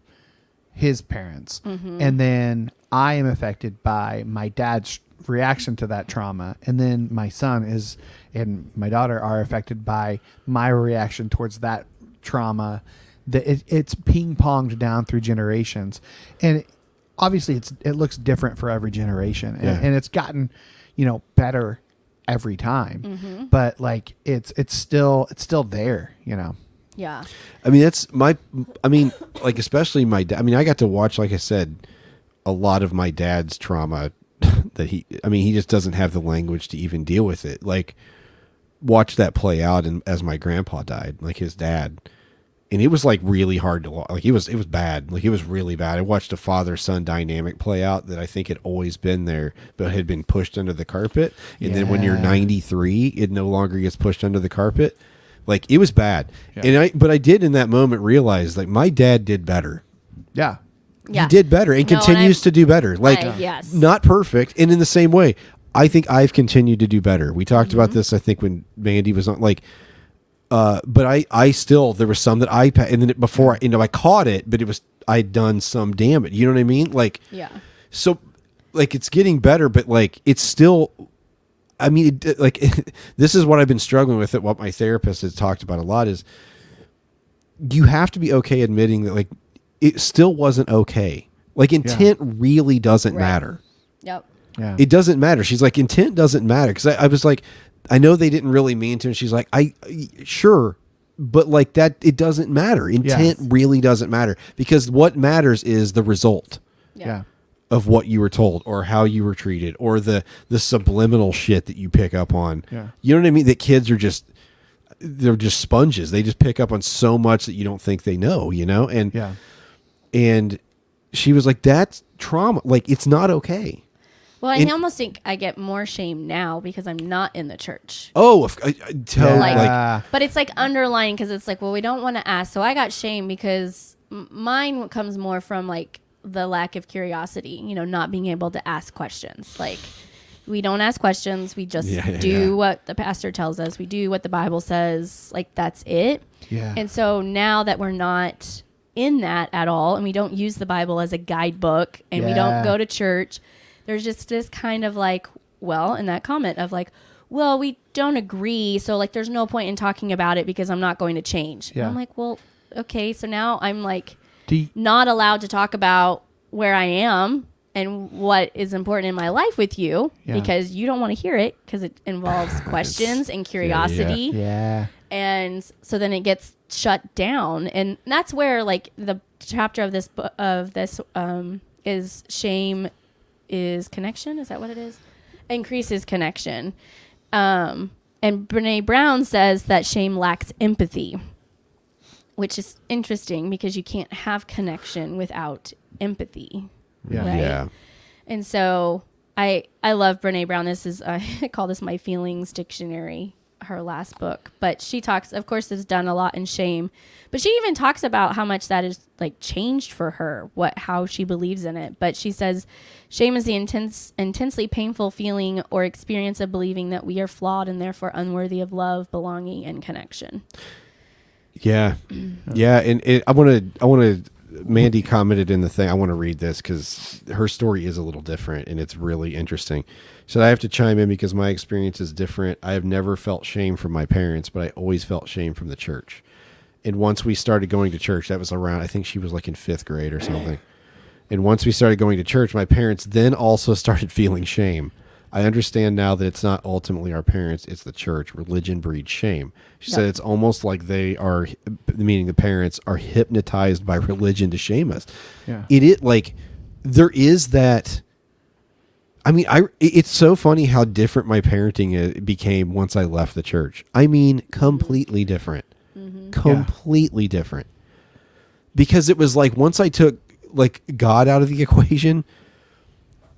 S2: his parents.
S13: Mhm.
S2: And then I am affected by my dad's reaction to that trauma. And then my son is and my daughter are affected by my reaction towards that trauma. That it, it's ping ponged down through generations. And obviously, it's it looks different for every generation. And,
S13: Yeah.
S2: and it's gotten, you know, better every time.
S13: Mhm.
S2: But like it's it's still it's still there, you know.
S3: Yeah.
S1: I mean, that's my. I mean, like especially my dad. I mean, I got to watch, like I said, a lot of my dad's trauma. That he, I mean, he just doesn't have the language to even deal with it. Like, watch that play out, and as my grandpa died, like his dad, and it was like really hard to wa- like. It was it was bad. Like it was really bad. I watched a father son dynamic play out that I think had always been there, but had been pushed under the carpet. And then when you're
S13: Yeah.
S1: 93, it no longer gets pushed under the carpet. Like it was bad.
S13: Yeah.
S1: And I but I did in that moment realize like my dad did better.
S2: Yeah.
S3: Yeah.
S1: He did better and
S3: No, and
S1: continues
S3: I've-
S1: to do better. Like
S3: I- yes.
S1: not perfect and in the same way, I think I've continued to do better. We talked
S3: Mm-hmm.
S1: about this I think when Mandy was on like uh but I I still there was some that I pa- and then it- before I, you know I caught it but it was I'd done some damage. You know what I mean? Like
S3: Yeah.
S1: so like it's getting better but like it's still i mean it, like this is what i've been struggling with that what my therapist has talked about a lot is you have to be okay admitting that like it still wasn't okay like intent really doesn't matter
S3: Yep.
S2: Yeah.
S1: it doesn't matter she's like intent doesn't matter because I, I was like i know they didn't really mean to and she's like i sure but like that it doesn't matter intent really doesn't matter because what matters is the result
S2: Yeah.
S1: of what you were told or how you were treated or the the subliminal shit that you pick up on.
S2: Yeah.
S1: You know what I mean? That kids are just they're just sponges. They just pick up on so much that you don't think they know, you know? And
S2: Yeah.
S1: and she was like, That's trauma. Like it's not okay.
S3: Well, I
S1: And-
S3: almost think I get more shame now because I'm not in the church.
S1: Oh, if, I, I tell,
S3: Like- uh,
S2: Uh,
S1: like
S3: But it's like underlying because it's like, well, we don't want to ask. So I got shame because m- mine comes more from like the lack of curiosity, you know, not being able to ask questions. Like, we don't ask questions. We just
S13: Yeah, yeah,
S3: do
S13: yeah.
S3: what the pastor tells us. We do what the Bible says. Like, that's it.
S13: Yeah.
S3: And so now that we're not in that at all and we don't use the Bible as a guidebook and we
S13: Yeah.
S3: don't go to church, there's just this kind of like, well, in that comment of like, well, we don't agree. So, like, there's no point in talking about it because I'm not going to change. And
S2: Yeah.
S3: I'm like, well, okay. So now I'm like
S2: Do you-
S3: not allowed to talk about where I am and what is important in my life with you
S2: Yeah.
S3: because you don't want to hear it because it involves questions and curiosity
S2: Yeah.
S3: and so then it gets shut down and that's where like the chapter of this bu- of this um is shame is connection is that what it is increases connection um and brene brown says that shame lacks empathy which is interesting because you can't have connection without empathy
S1: Yeah.
S3: right?
S1: Yeah.
S3: and so i i love brene brown this is uh, i call this my feelings dictionary her last book but she talks of course has done a lot in shame but she even talks about how much that is like changed for her what how she believes in it but she says shame is the intense intensely painful feeling or experience of believing that we are flawed and therefore unworthy of love belonging and connection
S1: Yeah. Yeah. And it, I wanna I wanna Mandy commented in the thing. I want to read this because her story is a little different and it's really interesting. She said, I have to chime in because my experience is different. I have never felt shame from my parents, but I always felt shame from the church. And once we started going to church, that was around, I think she was like in fifth grade or something. And once we started going to church, my parents then also started feeling shame. I understand now that it's not ultimately our parents, it's the church. Religion breeds shame. She said
S13: Yeah.
S1: it's almost like they are, meaning the parents, are hypnotized by religion to shame us.
S13: Yeah.
S1: It is like there is that. I mean, I it- it's so funny how different my parenting i- became once I left the church. I mean, completely different, completely different. Because it was like once I took like God out of the equation,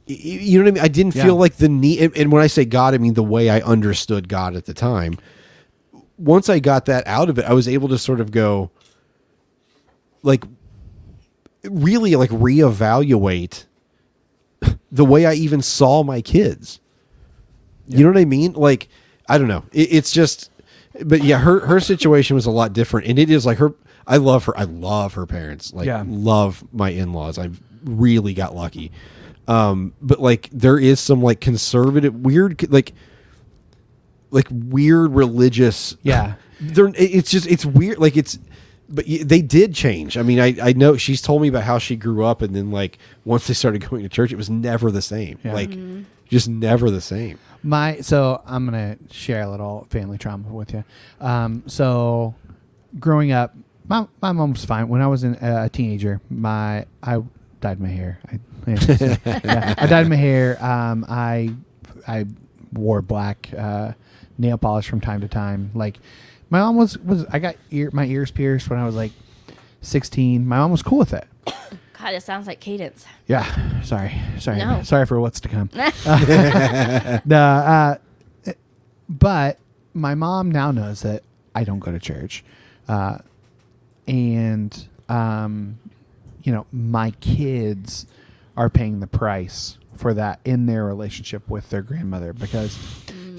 S1: y- y- you know what I mean. I didn't
S13: Yeah.
S1: feel like the need. and- And when I say God, I mean the way I understood God at the time. Once I got that out of it, I was able to sort of go, like, really like reevaluate the way I even saw my kids. You know what I mean? Like, I don't know. It, it's just, but yeah, her her situation was a lot different, and it is like her. I love her. I love her parents. Like,
S2: Yeah.
S1: love my in laws. I really got lucky. Um, but like, there is some like conservative, weird, like, like weird religious.
S2: Yeah.
S1: They're, it- it's just it's weird. Like it's, but y- they did change. I mean, I I know she's told me about how she grew up, and then like once they started going to church, it was never the same.
S2: Yeah.
S1: Like, just never the same.
S2: My so I'm gonna share a little family trauma with you. Um, so growing up, my my mom's fine. When I was in, uh, a teenager, my I dyed my hair. I, yeah, I dyed my hair. Um, I I wore black uh, nail polish from time to time. Like my mom was was I got ear my ears pierced when I was like 16. My mom was cool with it.
S3: God, it sounds like cadence.
S2: Yeah. Sorry. Sorry.
S3: No.
S2: Sorry for what's to come. no, uh, but my mom now knows that I don't go to church. Uh, and, um, you know, my kids are paying the price for that in their relationship with their grandmother because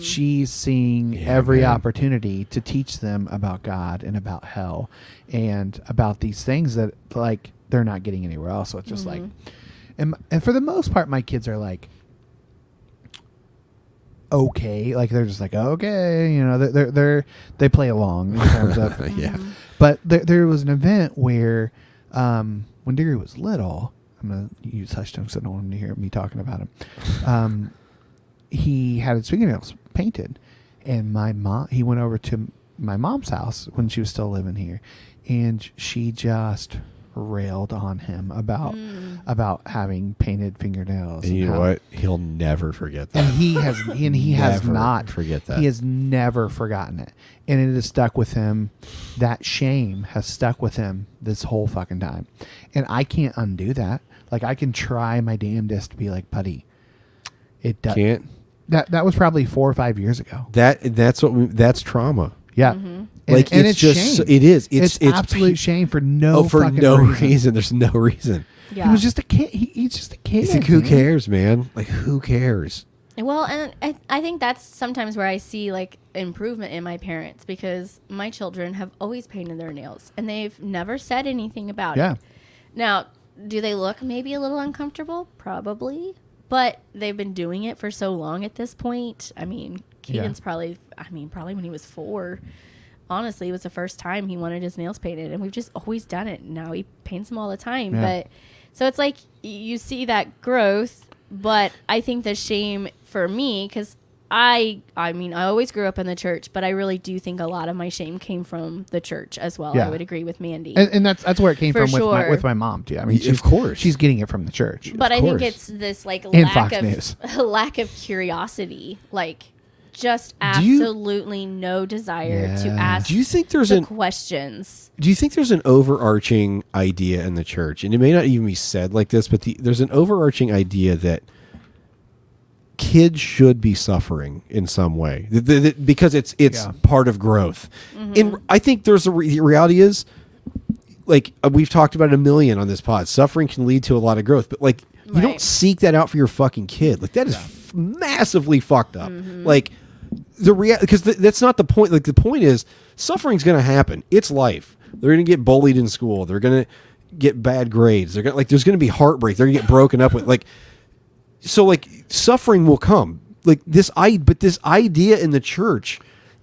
S2: she's seeing every
S1: man.
S2: opportunity to teach them about God and about hell and about these things that, like, they're not getting anywhere else. So it's just like, and, and for the most part, my kids are like, okay like they're just like okay you know they're they're, they're they play along in terms of
S1: Yeah.
S2: but there, there was an event where um when Diggory was little i'm gonna use hush tones 'cause i don't want him to hear me talking about him um he had his fingernails painted and my mom he went over to my mom's house when she was still living here and she just railed on him about about having painted fingernails
S1: And you
S2: how-
S1: know what? He'll never forget that.
S2: and he has and he has
S1: Never
S2: not
S1: forget that.
S2: he has never forgotten it and it has stuck with him that shame has stuck with him this whole fucking time and i can't undo that like i can try my damnedest to be like buddy it does
S1: Can't.
S2: that that was probably four or five years ago
S1: That that's what we, that's trauma.
S2: yeah
S3: Mm-hmm.
S1: Like
S2: and, and
S1: it's,
S2: it's
S1: just
S2: shame.
S1: it is. It's
S2: it's, absolute
S1: pe-
S2: shame for no
S1: oh, for
S2: fucking
S1: no reason.
S2: reason.
S1: There's no reason.
S2: he was just a kid he, he's just a kid
S1: It's like who
S2: man.
S1: cares, man? Like who cares?
S3: Well, and I, I think that's sometimes where I see like improvement in my parents because my children have always painted their nails and they've never said anything about
S2: Yeah.
S3: it. Now, do they look maybe a little uncomfortable? Probably. But they've been doing it for so long at this point. I mean,
S2: Yeah.
S3: Keegan's probably, I mean, probably when he was four. Honestly, it was the first time he wanted his nails painted, and we've just always done it. Now he paints them all the time.
S2: Yeah.
S3: But so it's like y- you see that growth, but I think the shame for me because I, I mean, I always grew up in the church, but I really do think a lot of my shame came from the church as well.
S2: Yeah.
S3: I would agree with Mandy.
S2: and, and that's that's where it came
S3: For
S2: from with my
S3: sure.
S2: with my mom too. I mean,
S1: Of
S2: she's,
S1: course.
S2: she's getting it from the church.
S3: But I think it's this like
S2: And
S3: lack
S2: Fox
S3: of
S2: News.
S3: lack of curiosity, like just
S1: Do you-
S3: absolutely no desire to
S1: Yeah.
S3: ask.
S1: Do you think there's
S3: the
S1: an-
S3: questions?
S1: Do you think there's an overarching idea in the church, and it may not even be said like this, but the, there's an overarching idea that kids should be suffering in some way Th- th- th- because it's it's
S2: Yeah.
S1: part of growth. And I think there's a re- the reality is like uh, we've talked about it a million on this pod. Suffering can lead to a lot of growth, but like you don't seek that out for your fucking kid. Like that is f- massively fucked up. Like the real because th- that's not the point. Like the point is suffering's going to happen. It's life. They're going to get bullied in school. They're going to get bad grades. They're gonna like there's going to be heartbreak. They're going to get broken up with. Like so like suffering will come like this i but this idea in the church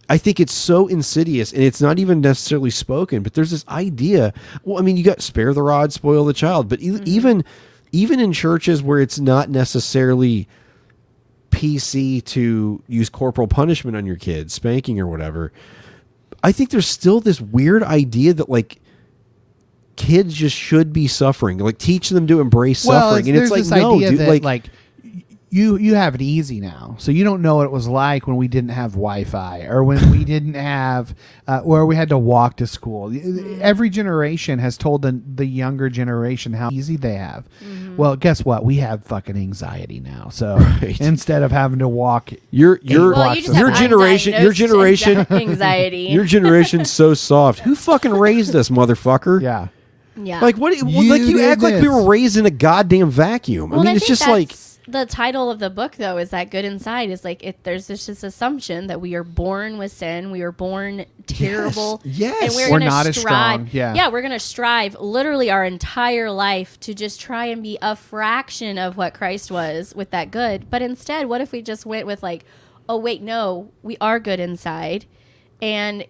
S1: i think it's so insidious and it's not even necessarily spoken but there's this idea well i mean you got spare the rod spoil the child but e-
S2: Mm-hmm.
S1: even even in churches where it's not necessarily pc to use corporal punishment on your kids spanking or whatever i think there's still this weird idea that like kids just should be suffering like teach them to embrace
S2: well,
S1: suffering
S2: it's,
S1: and it's
S2: there's
S1: like
S2: this
S1: no
S2: idea
S1: dude,
S2: that
S1: like
S2: like y- you you have it easy now, so you don't know what it was like when we didn't have Wi-Fi or when we didn't have uh, where we had to walk to school. Every generation has told the, the younger generation how easy they have. Well, guess what? We have fucking anxiety now. So instead of having to walk,
S1: your
S2: eight
S1: your
S2: blocks to
S1: your
S2: school-
S1: generation your
S3: undiagnosed
S1: generation
S3: anxi- anxiety.
S1: your generation's so soft. Who fucking raised us, motherfucker?
S2: Yeah.
S3: Yeah.
S1: Like what? like you
S2: did
S1: act like we
S2: this.
S1: were raised in a goddamn vacuum. I
S3: Well, and
S1: mean, it's
S3: think
S1: just like
S3: that's the title of the book, though, is that good inside is like it, there's this just assumption that we are born with sin, we are born terrible,
S2: yes.
S3: and we're,
S2: We're
S3: gonna
S2: not as
S3: strive.
S2: strong, yeah.
S3: yeah, we're gonna strive literally our entire life to just try and be a fraction of what Christ was with that good. But instead, what if we just went with like, oh wait, no, we are good inside, and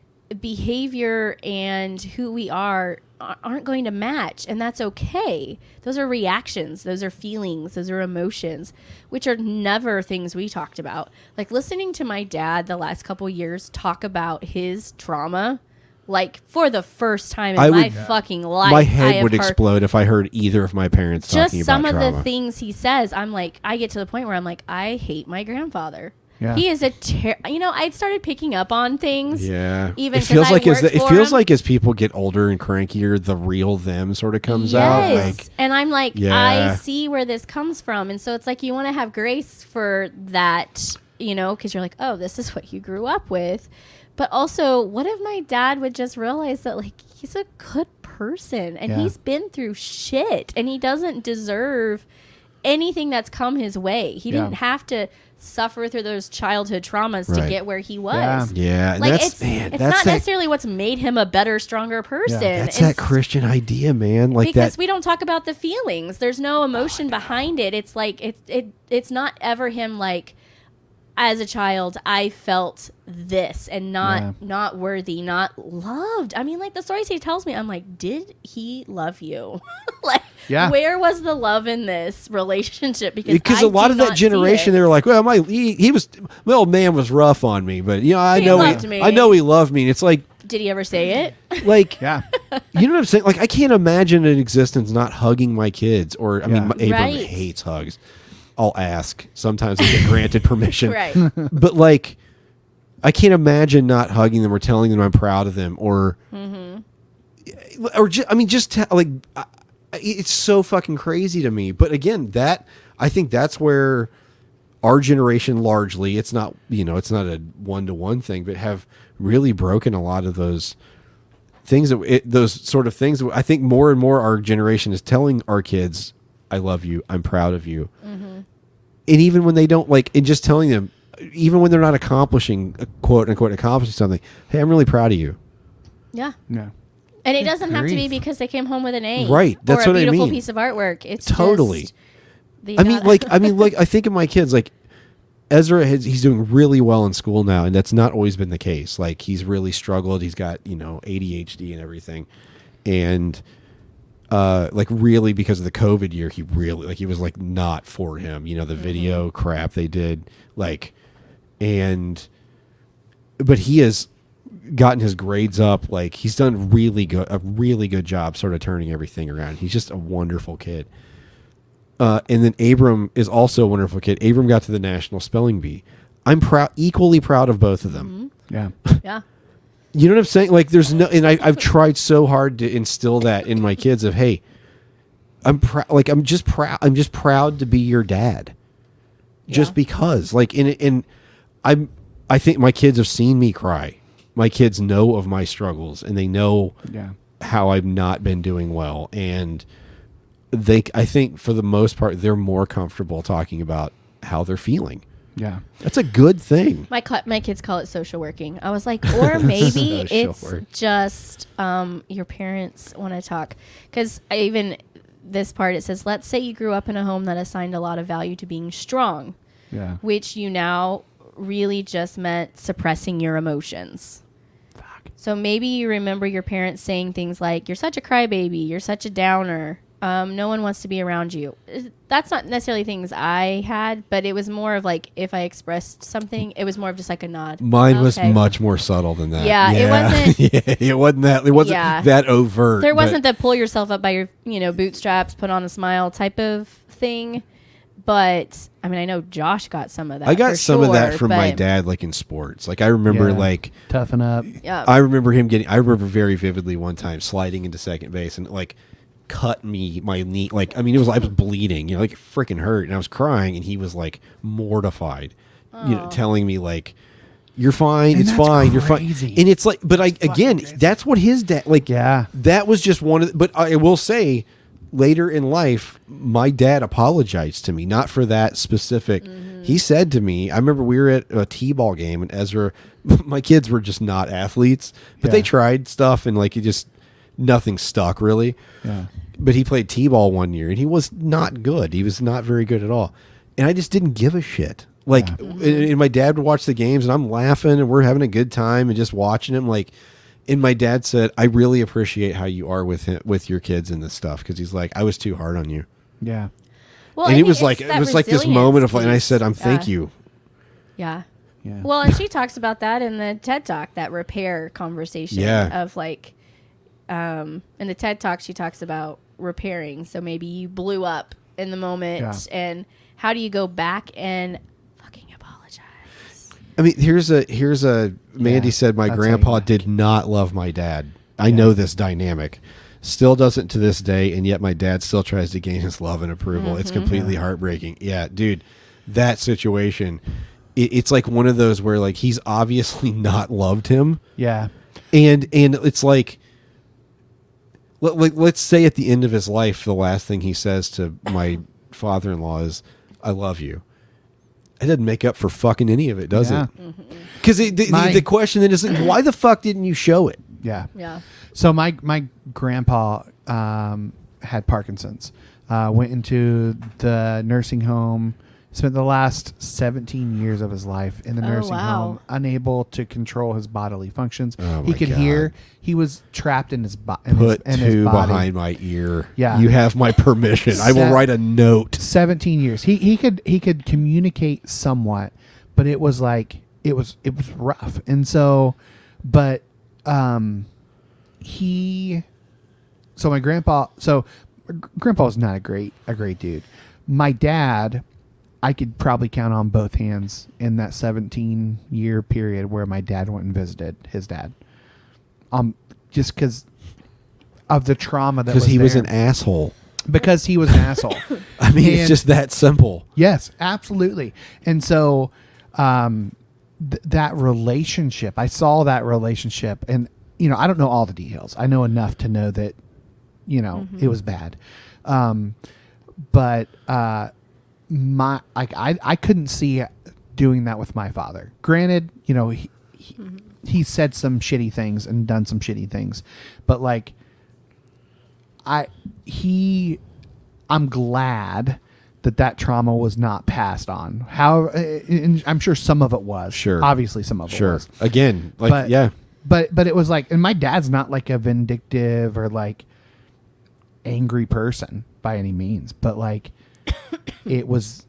S3: behavior and who we are a- aren't going to match and that's okay those are reactions those are feelings those are emotions which are never things we talked about like listening to my dad the last couple years talk about his trauma like for the first time in
S1: I
S3: my
S1: would
S3: fucking life
S1: my
S3: I
S1: head
S3: have
S1: would
S3: heard
S1: explode if I heard either of my parents
S3: just
S1: talking about
S3: some of
S1: trauma.
S3: the things he says i'm like i get to the point where i'm like i hate my grandfather
S1: Yeah.
S3: he is a ter- you know i started picking up on things
S1: Yeah,
S3: even
S1: it feels
S3: 'cause I
S1: like as
S3: worked
S1: the- it
S3: for
S1: feels
S3: him.
S1: like as people get older and crankier, the real them sort of comes out. Like
S3: and I'm like, I
S1: Yeah.
S3: see where this comes from, and so it's like you want to have grace for that, you know, because you're like, oh, this is what you grew up with, but also, what if my dad would just realize that like he's a good person and
S13: Yeah.
S3: he's been through shit and he doesn't deserve anything that's come his way. He
S1: Yeah.
S3: didn't have to suffer through those childhood traumas to
S1: Right.
S3: get where he was.
S1: Yeah. Yeah, and
S3: Like
S1: that's-
S3: it's
S1: man,
S3: it's
S1: that's
S3: not
S1: that-
S3: necessarily what's made him a better, stronger person.
S1: that's
S3: It's-
S1: that Christian idea, man. Like
S3: because
S1: that.
S3: we don't talk about the feelings. There's no emotion behind it. It's like it, it it's not ever him like as a child I felt this and not
S13: Yeah.
S3: not worthy, not loved. I mean like the stories he tells me I'm like did he love you? like
S1: Yeah.
S3: where was the love in this relationship because
S1: because
S3: I
S1: a lot
S3: do
S1: of
S3: not
S1: that
S3: see it.
S1: generation, they were like, "Well, my he, he was my old man was rough on me, but you know, I
S3: He
S1: know
S3: loved
S1: he,
S3: me."
S1: I know he loved me." And it's like,
S3: Did he ever say it?
S1: like yeah you know what i'm saying like i can't imagine an existence not hugging my kids or i mean my, abram
S3: Right.
S1: hates hugs i'll ask sometimes i get granted permission
S3: Right.
S1: but like i can't imagine not hugging them or telling them i'm proud of them or
S3: Mhm.
S1: or just, i mean just te- like I, I- it's so fucking crazy to me but again that i think that's where our generation largely it's not you know it's not a one-to-one thing but have really broken a lot of those things that it, those sort of things that I think more and more our generation is telling our kids, "I love you. I'm proud of you." And even when they don't like, and just telling them, even when they're not accomplishing uh, quote unquote accomplishing something, "Hey, I'm really proud of you."
S3: Yeah.
S2: No.
S3: And it
S1: Good
S3: doesn't have to be
S1: grief.
S3: because they came home with an A.
S1: Right, that's
S3: or a
S1: what I
S3: beautiful
S1: mean.
S3: piece of artwork. It's
S1: Totally.
S3: just the
S1: I mean,
S3: amount-
S1: like, I mean, like, I think of my kids, like, Ezra, has, he's doing really well in school now, and that's not always been the case. Like, he's really struggled. He's got, you know, ADHD and everything. And, uh, like, really, because of the COVID year, he really, like, he was, like, not for him. You know, the video crap they did, like, and, but he has gotten his grades up. Like, he's done really good, a really good job sort of turning everything around. He's just a wonderful kid. Uh, and then Abram is also a wonderful kid. Abram got to the national spelling bee. I'm proud, equally proud of both of them.
S2: Yeah.
S3: yeah.
S1: You know what I'm saying? Like, there's no, and I, I've tried so hard to instill that in my kids of, hey, I'm proud. Like, I'm just proud. I'm just proud to be your dad, just because. Like, and and I'm. I think my kids have seen me cry. My kids know of my struggles, and they know
S2: Yeah.
S1: how I've not been doing well, and they. I think for the most part, they're more comfortable talking about how they're feeling.
S2: Yeah,
S1: that's a good thing.
S3: My cu- my kids call it social working. I was like, or maybe
S1: Mm. Social
S3: it's
S1: work.
S3: just um, your parents want to talk. Because even this part, it says, let's say you grew up in a home that assigned a lot of value to being strong,
S2: Yeah.
S3: which you now really just meant suppressing your emotions. So maybe you remember your parents saying things like, "You're such a crybaby. You're such a downer. Um, no one wants to be around you." Uh, That's not necessarily things I had, but it was more of like if I expressed something, it was more of just like a nod.
S1: Mine was
S3: Okay.
S1: much more subtle than that.
S3: Yeah, it wasn't-
S1: yeah, it wasn't that. It wasn't
S3: Yeah.
S1: that overt.
S3: There
S1: but-
S3: wasn't the pull yourself up by your you know bootstraps, put on a smile type of thing, But I mean, I know Josh got some of that.
S1: I got
S3: for
S1: some of that
S3: sure,
S1: from my
S3: but-
S1: dad, like in sports. Like I remember,
S2: Yeah.
S1: like
S2: Toughen up.
S3: Yeah.
S1: I remember him getting. I remember very vividly one time sliding into second base and it, like cut me my knee. Like I mean, it was I was bleeding. You know, like it freaking hurt, and I was crying, and he was like mortified. You know, telling me like. You're fine.
S2: And
S1: it's
S2: that's
S1: fine. You're fine.
S2: crazy.
S1: And it's like, but I again, that's what his dad like.
S2: Yeah,
S1: that was just one of. The, but I will say, later in life, my dad apologized to me, not for that specific.
S2: Mm-hmm.
S1: He said to me, I remember we were at a t-ball game, and Ezra, my kids were just not athletes, but they
S2: Yeah.
S1: tried stuff, and like it just nothing stuck really.
S2: Yeah.
S1: But he played t-ball one year, and he was not good. He was not very good at all, and I just didn't give a shit. Like, and, and my dad would watch the games, and I'm laughing, and we're having a good time, and just watching him. Like, and my dad said, "I really appreciate how you are with him, with your kids and this stuff," because he's like, "I was too hard on you."
S2: Yeah.
S3: Well, I
S1: and it
S3: think
S1: was
S3: it's
S1: like it
S3: that
S1: was like this
S3: resilience
S1: moment of like, and I
S3: piece.
S1: said, "I'm thank
S3: Yeah.
S1: you."
S3: Yeah.
S1: Yeah.
S3: Well, and she talks about that in the TED Talk, that repair conversation
S1: Yeah.
S3: of like, um, in the TED Talk, she talks about repairing. So maybe you blew up in the moment,
S1: Yeah.
S3: and how do you go back and
S1: I mean, here's a here's a Mandy said my
S2: that's how you
S1: grandpa did not love my dad. I know this dynamic. Still doesn't to this day, and yet my dad still tries to gain his love and approval. It's
S2: Mhm.
S1: completely heartbreaking. Yeah, dude, that situation, it, it's like one of those where like he's obviously not loved him.
S2: Yeah.
S1: and and it's like let, let, let's say at the end of his life the last thing he says to my father-in-law is i love you it doesn't make up for fucking any of it does
S2: Yeah. Mm-hmm.
S1: it because the, the,
S2: My-
S1: the question then is like, why the fuck didn't you show it
S2: Yeah.
S3: Yeah.
S2: So my my grandpa um, had Parkinson's. Uh, went into the nursing home. Spent the last 17 years of his life in the
S3: Oh,
S2: nursing
S3: wow.
S2: home, unable to control his bodily functions.
S1: Oh,
S2: he
S1: my
S2: could
S1: God.
S2: hear. He was trapped in his, bo- in his,
S1: put
S2: in his
S1: two
S2: body.
S1: behind my ear
S2: Yeah.
S1: you have my permission i will
S2: Se-
S1: write a note
S2: 17 years. He he could he could communicate somewhat, but it was like it was it was rough. And so but um he so my grandpa so gr- grandpa was not a great a great dude. My dad I could probably count on both hands in that 17 year period where my dad went and visited his dad. Um just cuz of the trauma that
S1: because he was
S2: there.
S1: an asshole
S2: because he was an asshole.
S1: i mean
S2: And-
S1: it's just that simple
S2: Yes, absolutely. And so um, th- that relationship, I saw that relationship, and you know, I don't know all the details. I know enough to know that you know
S9: Mhm.
S2: it was bad, um, but uh, my like I I couldn't see doing that with my father. Granted, you know he he, he said some shitty things and done some shitty things, but like I he I'm glad that that trauma was not passed on. However, and I'm sure some of it was. Sure, obviously some of it
S1: sure
S2: was.
S1: again like
S2: But-
S1: yeah
S2: But but it was like, and my dad's not like a vindictive or like angry person by any means. But like, it was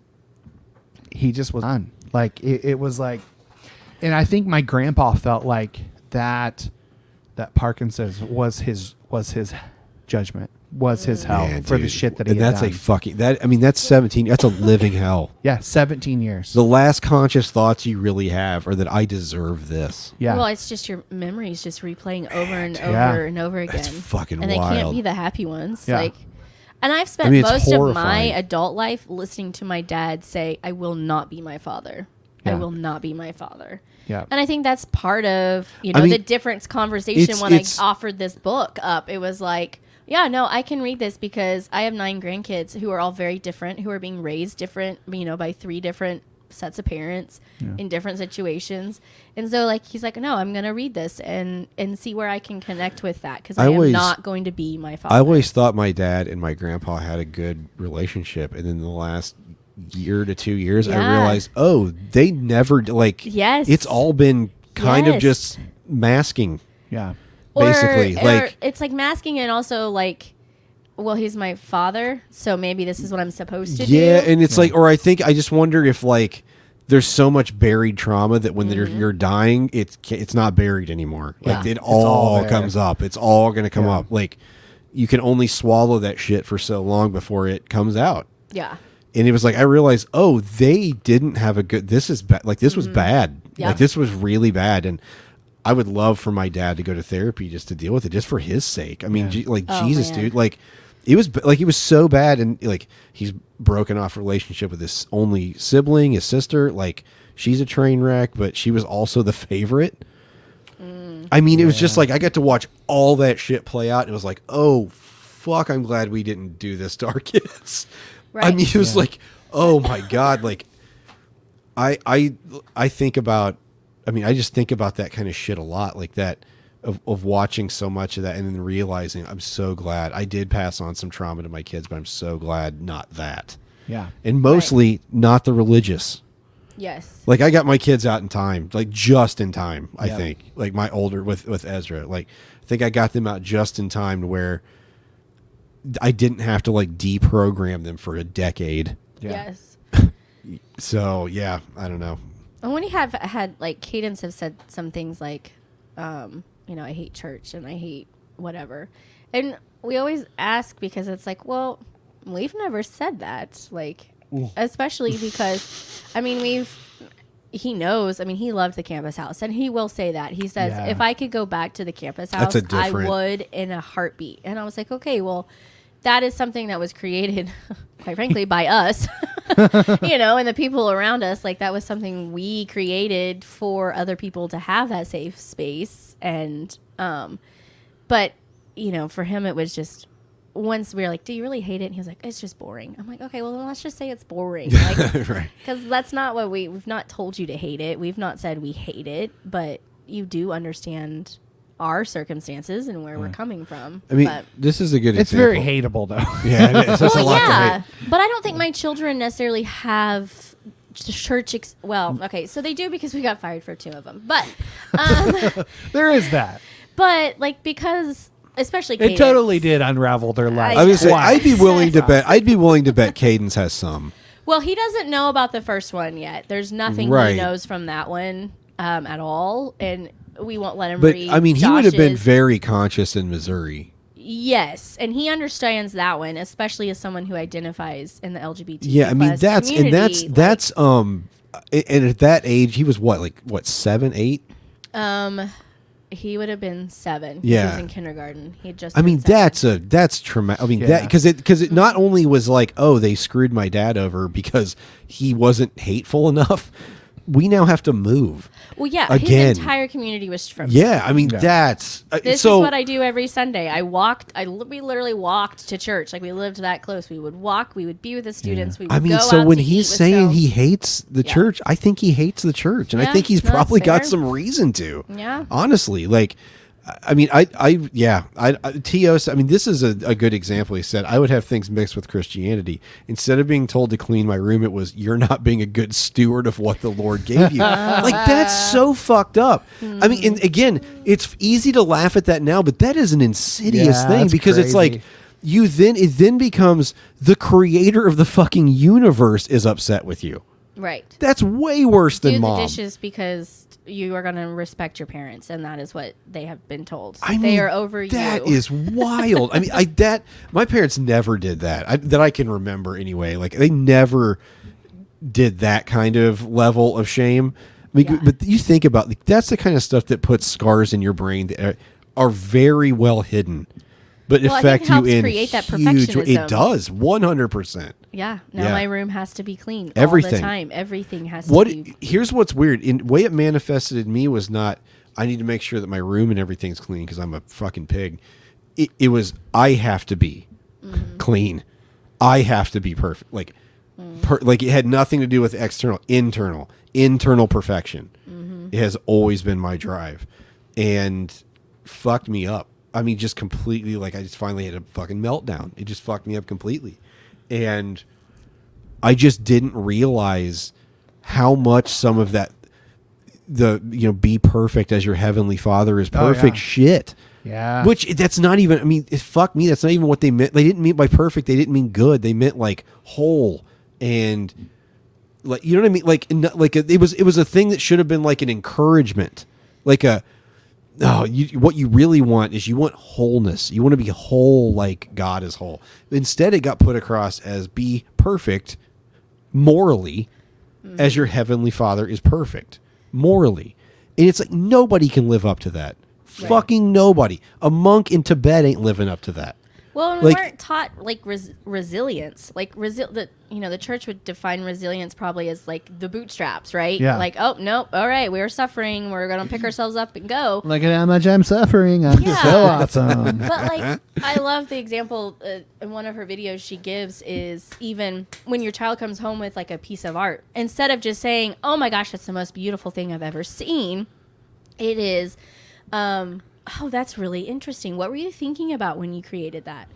S2: he just was done. Like it, it was like, and I think my grandpa felt like that that Parkinson's was his was his judgment was his hell
S1: Man,
S2: for the
S1: Mm. dude.
S2: shit that he
S1: and
S2: had
S1: that's
S2: done.
S1: a fucking that i mean that's 17 that's a living hell
S2: yeah, seventeen years.
S1: The last conscious thoughts you really have are that I deserve this.
S3: Well, it's just your memories just replaying over and over
S1: Yeah.
S3: and over again.
S1: That's fucking
S3: And they can't
S1: wild.
S3: be the happy ones.
S1: Yeah.
S3: Like, and I've spent
S1: mean, it's
S3: most of my
S1: horrifying.
S3: adult life listening to my dad say, "I will not be my father. I
S2: Yeah.
S3: will not be my father."
S2: Yeah.
S3: And I think that's part of you
S2: I
S3: know
S2: mean,
S3: the difference conversation
S2: it's-
S3: when I
S2: it's-
S3: offered this book up. It was like. Yeah, no, I can read this because I have nine grandkids who are all very different, who are being raised different, you know, by three different sets of parents
S6: Yeah.
S3: in different situations. And so like he's like, "No, I'm going to read this and and see where I can connect with that because I,
S1: I always-
S3: am not going to be my father."
S1: I always thought my dad and my grandpa had a good relationship, and then the last year to two years, I
S3: Yeah.
S1: realized, oh, they never d- like.
S3: Yes.
S1: it's all been kind of
S3: Yes.
S1: just masking.
S2: Yeah,
S3: Or-
S1: basically,
S3: or
S1: like
S3: it's like masking and also like well, he's my father, so maybe this is what I'm supposed to
S1: yeah,
S3: do.
S1: and it's like, or I think I just wonder if like there's so much buried trauma that when you're, you're dying, it's ca- it's not buried anymore. Like
S2: Yeah.
S1: it
S2: It's all
S1: all,
S2: there.
S1: comes up. It's all gonna come
S2: Yeah.
S1: up. Like you can only swallow that shit for so long before it comes out.
S3: Yeah.
S1: and it was like I realized, oh, they didn't have a good. This is bad. Like this was bad.
S3: Mm-hmm. Yeah.
S1: Like this was really bad. And I would love for my dad to go to therapy just to deal with it, just for his sake. I mean, Je- like
S3: Oh,
S1: Jesus,
S3: man.
S1: dude. Like it was b- like it was so bad, and like he's broken off relationship with his only sibling, his sister. Like she's a train wreck, but she was also the favorite. I mean, it was just like I got to watch all that shit play out. And it was like, oh fuck, I'm glad we didn't do this to our kids. I
S3: Right.
S1: mean, it was
S3: Yeah.
S1: like, oh my god, like I I I think about. I mean, I just think about that kind of shit a lot, like that of of watching so much of that and then realizing I'm so glad I did pass on some trauma to my kids, but I'm so glad not that.
S2: Yeah.
S1: And mostly not the religious.
S3: Yes.
S1: Like I got my kids out in time, like just in time. I
S3: Yeah.
S1: think like my older with with Ezra, like I think I got them out just in time to where I didn't have to like deprogram them for a decade.
S3: Yes.
S1: So yeah, I don't know.
S3: I only have had like Cadence have said some things like, um, you know, I hate church and I hate whatever, and we always ask because it's like, well, we've never said that, like,
S13: Ooh.
S3: especially because, I mean, we've. He knows. I mean, he loved the campus house, and he will say that. He says,
S13: Yeah.
S3: "If I could go back to the campus
S13: That's
S3: house,
S13: a
S3: I
S13: different-
S3: would in a heartbeat." And I was like, "Okay, well, that is something that was created, quite frankly, by us." you know, and the people around us, like that was something we created for other people to have that safe space. And, um, but, you know, for him, it was just once we were like, do you really hate it? And he was like, it's just boring. I'm like, okay, well, then let's just say it's boring. Like,
S1: Right.
S3: Because that's not what we, we've not told you to hate it. We've not said we hate it, but you do understand our circumstances and where we're coming from.
S1: I mean,
S3: but,
S1: this is a good.
S2: It's
S1: example.
S2: very hateable, though.
S1: Yeah, it is. That's a lot to hate.
S3: yeah, but I don't think my children necessarily have ch- church. Ex- well,
S1: Mm.
S3: okay, so they do because we got fired for two of them. But, um,
S2: there is that.
S3: but like because especially
S2: It
S3: Cadence,
S2: totally did unravel their life.
S1: I was gonna say,
S2: Why?
S1: I'd be willing to bet. I'd be willing to bet Cadence has some.
S3: Well, he doesn't know about the first one yet. There's nothing
S1: Right.
S3: he knows from that one um, at all, and we won't let him.
S1: But
S3: read
S1: I mean, he would have been
S3: Josh's-
S1: very conscious in Missouri.
S3: Yes, and he understands that one, especially as someone who identifies in the LGBT.
S1: yeah i mean that's
S3: community.
S1: and that's that's um a- and at that age he was what like what seven eight
S3: Um, he would have been seven. 'cause he
S1: Yeah.
S3: was in kindergarten. He had just.
S1: i
S3: been
S1: mean
S3: seven.
S1: that's a that's traumatic i mean that
S3: Yeah.
S1: because it because it not only was like oh they screwed my dad over because he wasn't hateful enough we now have to move
S3: Well, yeah,
S1: again
S3: his entire community was from.
S1: yeah i mean that's uh,
S3: This
S1: so
S3: is what I do every Sunday. I walked. I li- we literally walked to church. Like we lived that close. We would walk. We would be with the students. We would
S1: I mean,
S3: go
S1: so
S3: out
S1: when
S3: to
S1: he's
S3: eat with
S1: saying
S3: Sel-
S1: he hates the church, I think he hates the church, and I
S3: Yeah,
S1: think he's
S3: no, that's
S1: probably got
S3: fair.
S1: some reason to.
S3: Yeah.
S1: honestly, like, I- I mean, I, I, yeah, I, I Tos. I mean, this is a, a good example. He said I would have things mixed with Christianity instead of being told to clean my room. It was you're not being a good steward of what the Lord gave you. like that's so fucked up. I mean, and again, it's easy to laugh at that now, but that is an insidious
S2: Yeah,
S1: thing
S2: that's
S1: because it's like
S2: crazy.
S1: you then it then becomes the creator of the fucking universe is upset with you.
S3: right.
S1: That's way worse
S3: Do
S1: than
S3: the
S1: mom.
S3: dishes because you are going to respect your parents, and that is what they have been told.
S1: I
S3: they
S1: mean,
S3: are over
S1: That
S3: you.
S1: is wild. I mean, I that my parents never did that. I, that I can remember anyway. Like they never did that kind of level of shame. I mean, but you think about like, that's the kind of stuff that puts scars in your brain that are, are very well hidden, but
S3: Well, I think
S1: affect
S3: it
S1: you
S3: helps
S1: in
S3: create that
S1: huge. wa-
S3: perfectionism.
S1: It does one hundred percent.
S3: Yeah. Now
S1: Yeah.
S3: my room has to be clean all
S1: Everything.
S3: the time. Everything has
S1: what
S3: to be.
S1: here's what's weird in way it manifested in me was not i need to make sure that my room and everything's clean because i'm a fucking pig it, it was i have to be
S3: Mm-hmm.
S1: clean i have to be perfect like
S3: Mm.
S1: per, like it had nothing to do with external internal internal perfection
S3: Mm-hmm.
S1: it has always been my drive and fucked me up i mean just completely like i just finally had a fucking meltdown it just fucked me up completely and I just didn't realize how much some of that the you know be perfect as your heavenly father is
S2: Oh, yeah.
S1: perfect shit.
S2: Yeah.
S1: Which that's not even I mean it, fuck me that's not even what they meant. They didn't mean by perfect, they didn't mean good. They meant like whole and like you know what I mean like n- like it was it was a thing that should have been like an encouragement. Like a no, you, what you really want is you want wholeness. You want to be whole like God is whole. Instead, it got put across as be perfect morally as your heavenly father is perfect morally and it's like nobody can live up to that fucking nobody a monk in tibet ain't living up to that
S3: Well, and we
S1: Like-
S3: weren't taught like res- resilience. Like resi- the you know the church would define resilience probably as like the bootstraps, right?
S2: Yeah.
S3: Like oh nope, all right, we are suffering. We're gonna pick ourselves up and go.
S2: Look at how much I'm suffering. I'm
S3: Yeah.
S2: so awesome.
S3: but like i love the example uh, in one of her videos she gives is even when your child comes home with like a piece of art instead of just saying oh my gosh that's the most beautiful thing i've ever seen it is um, oh that's really interesting what were you thinking about when you created that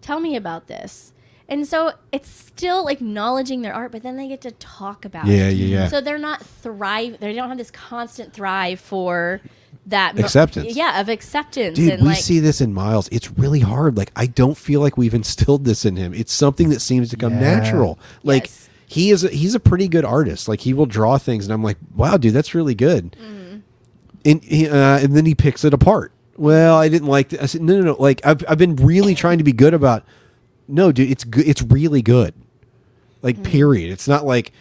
S3: tell me about this and so it's still acknowledging their art but then they get to talk about
S1: Yeah,
S3: it
S1: yeah, yeah.
S3: so they're not thrive they don't have this constant thrive for that mo-
S1: Acceptance.
S3: yeah of acceptance
S1: Dude,
S3: and
S1: we
S3: like
S1: see this in Miles. It's really hard. Like I don't feel like we've instilled this in him. It's something that seems to come
S2: Yeah.
S1: natural. Like he is a, he's a pretty good artist. Like he will draw things and I'm like, "Wow, dude, that's really good."
S3: Mm-hmm.
S1: And he, uh, and then he picks it apart. Well, I didn't like th- I said, "No, no, no. Like I've I've been really trying to be good about No, dude, it's good. It's really good. Like
S3: Mm-hmm.
S1: period. It's not like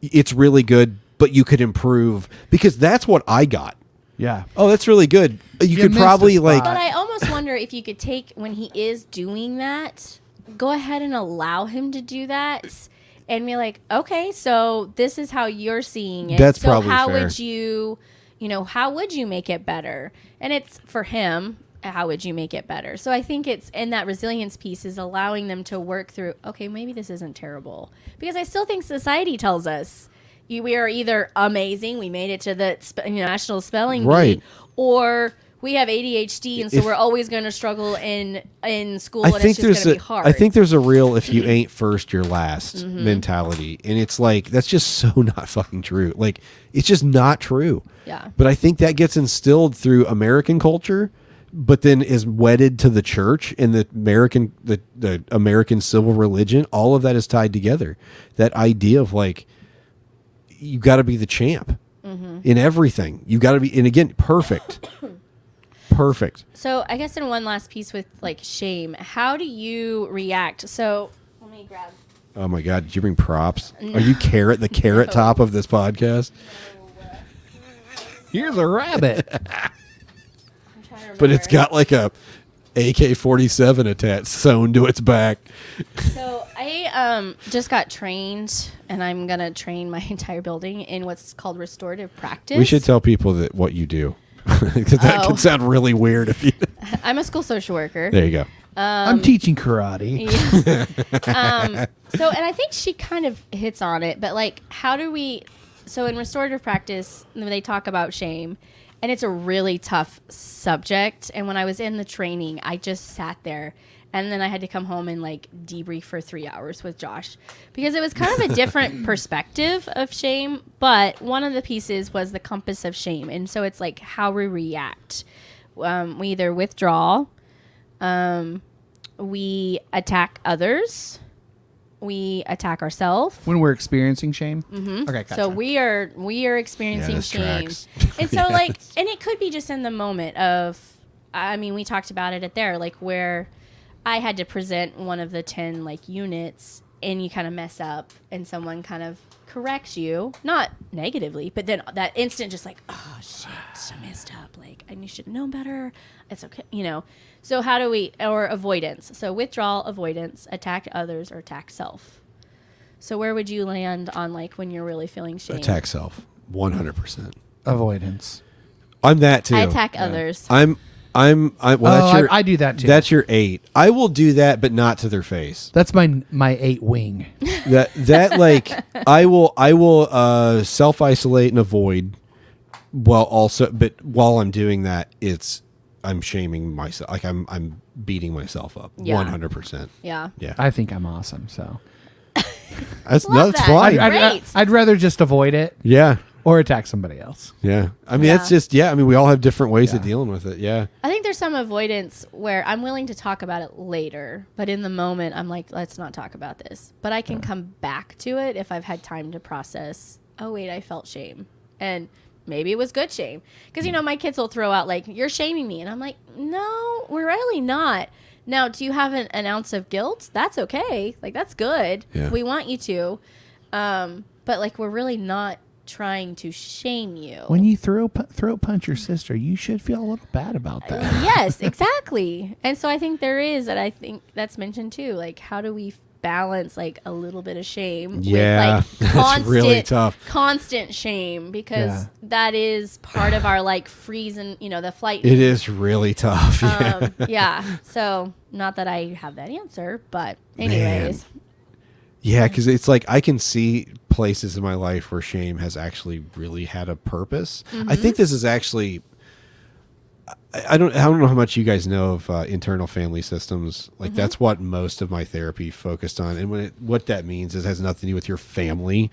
S1: it's really good, but you could improve because that's what I got.
S2: Yeah.
S1: Oh, that's really good. You, could
S2: missed a
S1: probably like
S3: But I almost wonder if you could take when he is doing that, go ahead and allow him to do that, and be like, okay, so this is how you're seeing it.
S1: That's
S3: so
S1: probably
S3: how
S1: fair.
S3: would you, you know, how would you make it better? And it's for him. How would you make it better? So I think it's in that resilience piece is allowing them to work through. Okay, maybe this isn't terrible because I still think society tells us. You, we are either amazing, we made it to the spe- you know, national spelling
S1: Right.
S3: bee, or we have ADHD, and so
S1: If-
S3: we're always going to struggle in in school,
S1: I
S3: and
S1: think
S3: it's just
S1: there's
S3: going
S1: a
S3: to be hard.
S1: I think there's a real if you ain't first you're last
S3: Mhm.
S1: mentality and it's like that's just so not fucking true. Like it's just not true.
S3: Yeah.
S1: But I think that gets instilled through American culture but then is wedded to the church and the American the, the American civil religion, all of that is tied together. That idea of like you got to be the champ
S3: Mhm.
S1: in everything. You got to be and again perfect. perfect.
S3: so. I guess in one last piece with like shame, how do you react? So let me grab.
S1: Oh my god, did you bring props? Are you carrot the carrot top of this podcast?
S2: Here's a rabbit.
S1: but it's got like a AK forty seven attached sewn to its back.
S3: So I um just got trained, and I'm going to train my entire building in what's called restorative practice.
S1: We should tell people that what you do. Because that
S3: Oh.
S1: could sound really weird if you
S3: I'm a school social worker.
S1: There you go.
S2: I'm teaching karate.
S3: Yeah. um, so, and I think she kind of hits on it, but like, how do we? So, in restorative practice, they talk about shame, and it's a really tough subject. And when I was in the training, I just sat there. And then I had to come home and like debrief for three hours with Josh because it was kind of a different perspective of shame. But one of the pieces was the compass of shame. And so it's like how we react. Um, we either withdraw, um, we attack others. We attack ourselves.
S2: When we're experiencing shame.
S3: Mm-hmm.
S2: Okay,
S3: So
S2: gotcha.
S3: we are we are experiencing
S2: this
S3: shame,
S2: tracks.
S3: and so like, and it could be just in the moment of, I mean, we talked about it at there, like where I had to present one of the ten like units, and you kind of mess up, and someone kind of corrects you, not negatively, but then that instant just like, oh shit, I messed up, like I should have known better. It's okay, you know. So how do we or avoidance? So withdrawal, avoidance, attack others, or attack self. So where would you land on like when you're really feeling shame?
S1: Attack self. One hundred percent.
S2: Avoidance.
S1: I'm that too.
S3: I attack others.
S1: I'm I'm I well
S2: Oh,
S1: that's
S2: I-
S1: your
S2: I do that, too.
S1: That's your eight. I will do that, but not to their face.
S2: That's my my eight wing.
S1: that that like I will I will uh self isolate and avoid while also but while I'm doing that it's I'm shaming myself like I'm I'm beating myself up
S3: Yeah.
S1: one hundred percent
S3: Yeah.
S1: yeah
S2: I think I'm awesome. So
S1: that's no,
S2: Love
S1: that's
S2: that.
S1: fine
S2: I'd, I'd, I'd rather just avoid it
S1: yeah
S2: or attack somebody else.
S1: yeah I mean that's
S3: Yeah.
S1: just yeah I mean we all have different ways of dealing with it yeah
S3: I think there's some avoidance where I'm willing to talk about it later, but in the moment I'm like, let's not talk about this. But I can come back to it if I've had time to process. Oh wait, I felt shame, and maybe it was good shame because you know my kids will throw out like, you're shaming me, and I'm like, no, we're really not. Now, do you have an, an ounce of guilt? That's okay. Like that's good.
S1: Yeah.
S3: We want you to. Um, but like we're really not trying to shame you.
S2: When you throw pu- throat punch your sister, you should feel a little bad about that.
S3: yes, exactly. And so I think there is that I think that's mentioned too. Like, how do we f- balance like a little bit of shame?
S1: Yeah,
S3: with, like,
S1: that's really tough.
S3: Constant shame because
S1: Yeah.
S3: that is part of our like freeze and you know the flight.
S1: It is really tough.
S3: Um, yeah. So not that I have that answer, but
S1: Man.
S3: anyways,
S1: Yeah, because it's like I can see places in my life where shame has actually really had a purpose. I
S3: Mhm.
S1: think this is actually. I I don't. I don't know how much you guys know of uh, internal family systems. Like
S13: Mhm.
S1: that's what most of my therapy focused on, and when it, what that means is it has nothing to do with your family.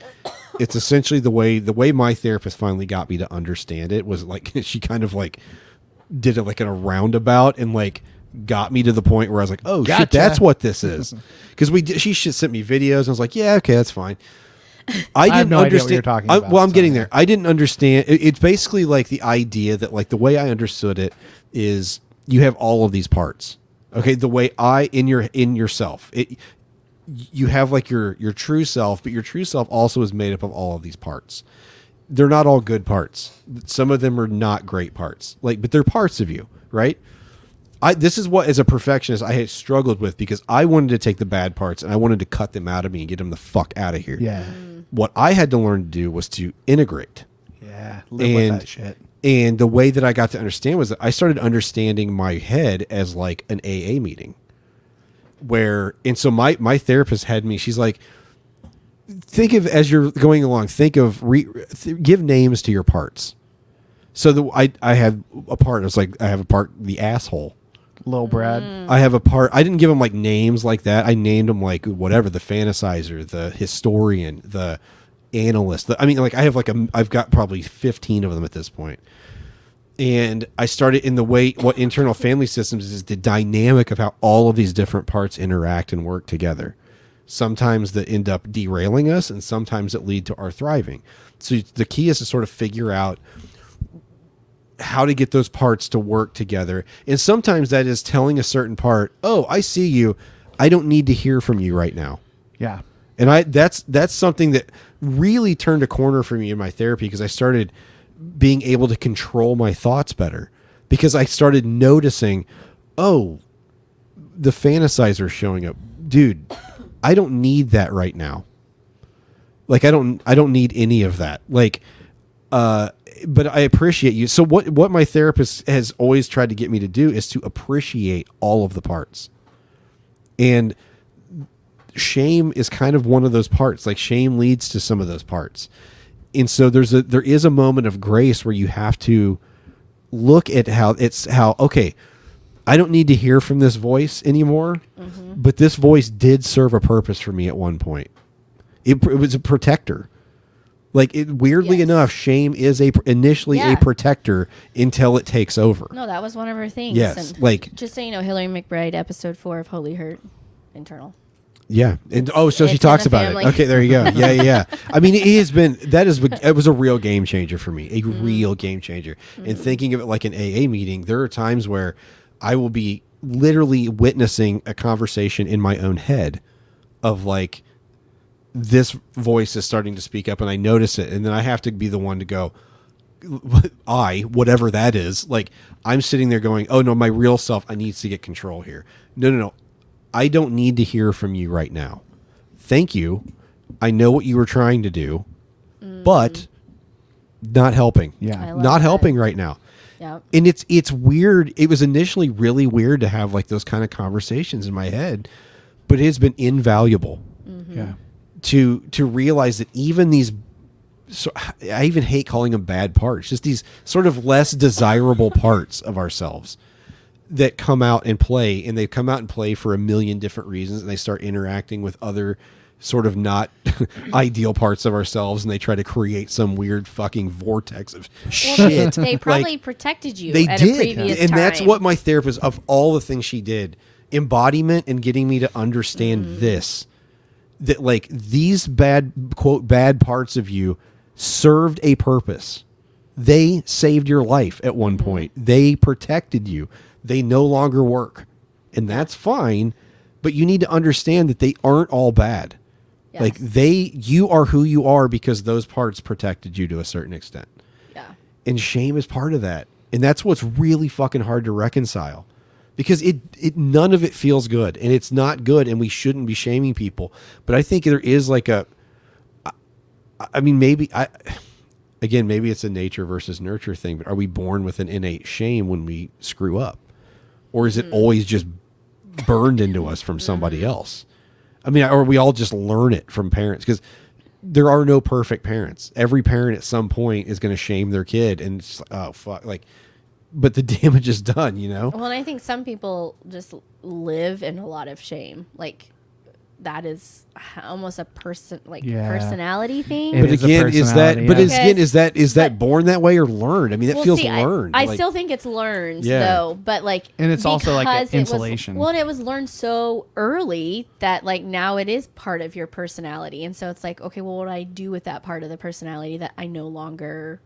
S1: it's essentially the way the way my therapist finally got me to understand it was like she kind of like did it like in a roundabout and like got me to the point where I was like, oh shit,
S13: Gotcha.
S1: that's what this is. Because we did, she shit sent me videos. And I was like, yeah, okay, that's fine.
S2: I
S1: I didn't
S2: have no idea what
S1: understand.
S2: you're talking
S1: I-
S2: about,
S1: well, I'm getting there. I didn't understand. it- it's basically like the idea that like the way I understood it is you have all of these parts. Okay, the way I in your in yourself. It you have like your your true self, but your true self also is made up of all of these parts. They're not all good parts. Some of them are not great parts. Like, but they're parts of you, right? I this is what as a perfectionist I had struggled with because I wanted to take the bad parts and I wanted to cut them out of me and get them the fuck out of here.
S2: Yeah.
S1: What I had to learn to do was to integrate
S2: Yeah.
S1: and the way that I got to understand was that I started understanding my head as like an AA meeting, where and so my my therapist had me. She's like, think of as you're going along, think of re, th- give names to your parts. So the, I I had a part. I was like I have a part the asshole.
S2: Little Brad.
S1: I have a part. I didn't give him like names like that. I named him like whatever the fantasizer, the historian, the analyst. The, I mean, like I have like a, I've got probably fifteen of them at this point. And I started in the way what internal family systems is the dynamic of how all of these different parts interact and work together. Sometimes that end up derailing us, and sometimes that lead to our thriving. So the key is to sort of figure out how to get those parts to work together. And sometimes that is telling a certain part, "Oh, I see you. I don't need to hear from you right now."
S3: Mm-hmm.
S2: Yeah.
S1: And I that's that's something that really turned a corner for me in my therapy because I started being able to control my thoughts better because I started noticing, "Oh, the fantasizer showing up. Dude, I don't need that right now." Like I don't I don't need any of that. Like uh but I appreciate you. So what what my therapist has always tried to get me to do is to appreciate all of the parts. And shame is kind of one of those parts. Like shame leads to some of those parts. And so there's a there is a moment of grace where you have to look at how it's how okay, I don't need to hear from this voice anymore, but this voice did serve a purpose for me at one point. It, pr- it was a protector. Like it, weirdly enough, shame is a pr- initially
S3: Yeah.
S1: a protector until it takes over.
S3: no, that was one of her things.
S1: Yes, like-
S3: just so you know, Hillary McBride, episode four of Holy Hurt, internal.
S1: Yeah, and oh, so
S3: it's
S1: she
S3: in
S1: talks
S3: the
S1: about
S3: family.
S1: it. Okay, there you go. Yeah, yeah. yeah. I mean, it has been that is it was a real game changer for me, a
S3: Mm-hmm.
S1: real game changer. And thinking of it like an AA meeting, there are times where I will be literally witnessing a conversation in my own head of like this voice is starting to speak up, and I notice it, and then I have to be the one to go. I, whatever that is, like I'm sitting there going, oh no, my real self, I needs to get control here. No, no, no. I don't need to hear from you right now. Thank you. I know what you were trying to do, but not helping.
S2: Yeah. Mm. I love
S1: Not helping right now.
S3: Yep.
S1: And it's it's weird. It was initially really weird to have like those kind of conversations in my head, but it has been invaluable
S2: Yeah.
S1: to to realize that even these so I even hate calling them bad parts, just these sort of less desirable parts of ourselves that come out and play and they come out and play for a million different reasons and they start interacting with other sort of not ideal parts of ourselves and they try to create some weird fucking vortex of shit.
S3: They
S1: Like,
S3: probably protected you.
S1: they
S3: at
S1: did
S3: a previous
S1: and that's
S3: time.
S1: what my therapist of all the things she did embodiment and getting me to understand
S3: Mm-hmm.
S1: this that like these bad quote bad parts of you served a purpose they saved your life at one
S3: Mm-hmm.
S1: point they protected you they no longer work and that's fine but you need to understand that they aren't all bad Like they, you are who you are because those parts protected you to a certain extent.
S3: Yeah.
S1: And shame is part of that, and that's what's really fucking hard to reconcile, because it, it none of it feels good, and it's not good, and we shouldn't be shaming people. But I think there is like a, I- I mean, maybe I, again, maybe it's a nature versus nurture thing. But are we born with an innate shame when we screw up, or is it
S3: Mm-hmm.
S1: always just burned into us from somebody else? I mean, or we all just learn it from parents because there are no perfect parents. Every parent at some point is going to shame their kid, and it's like, oh fuck, like, but the damage is done, you know.
S3: Well, and I think some people just live in a lot of shame. Like that is almost a person like
S1: Yeah.
S3: personality thing.
S1: but again, is that? But is, again, is that is that born that way or learned? I mean, that
S3: Well,
S1: feels
S3: see, I-
S1: learned.
S3: I,
S1: like-
S3: still think it's learned
S1: Yeah.
S3: though, but like
S1: And it's also, like,
S3: because
S1: an
S3: it was-
S1: insulation.
S3: well, and it was learned so early that like now it is part of your personality, and so it's like okay, well, what do I do with that part of the personality that I no longer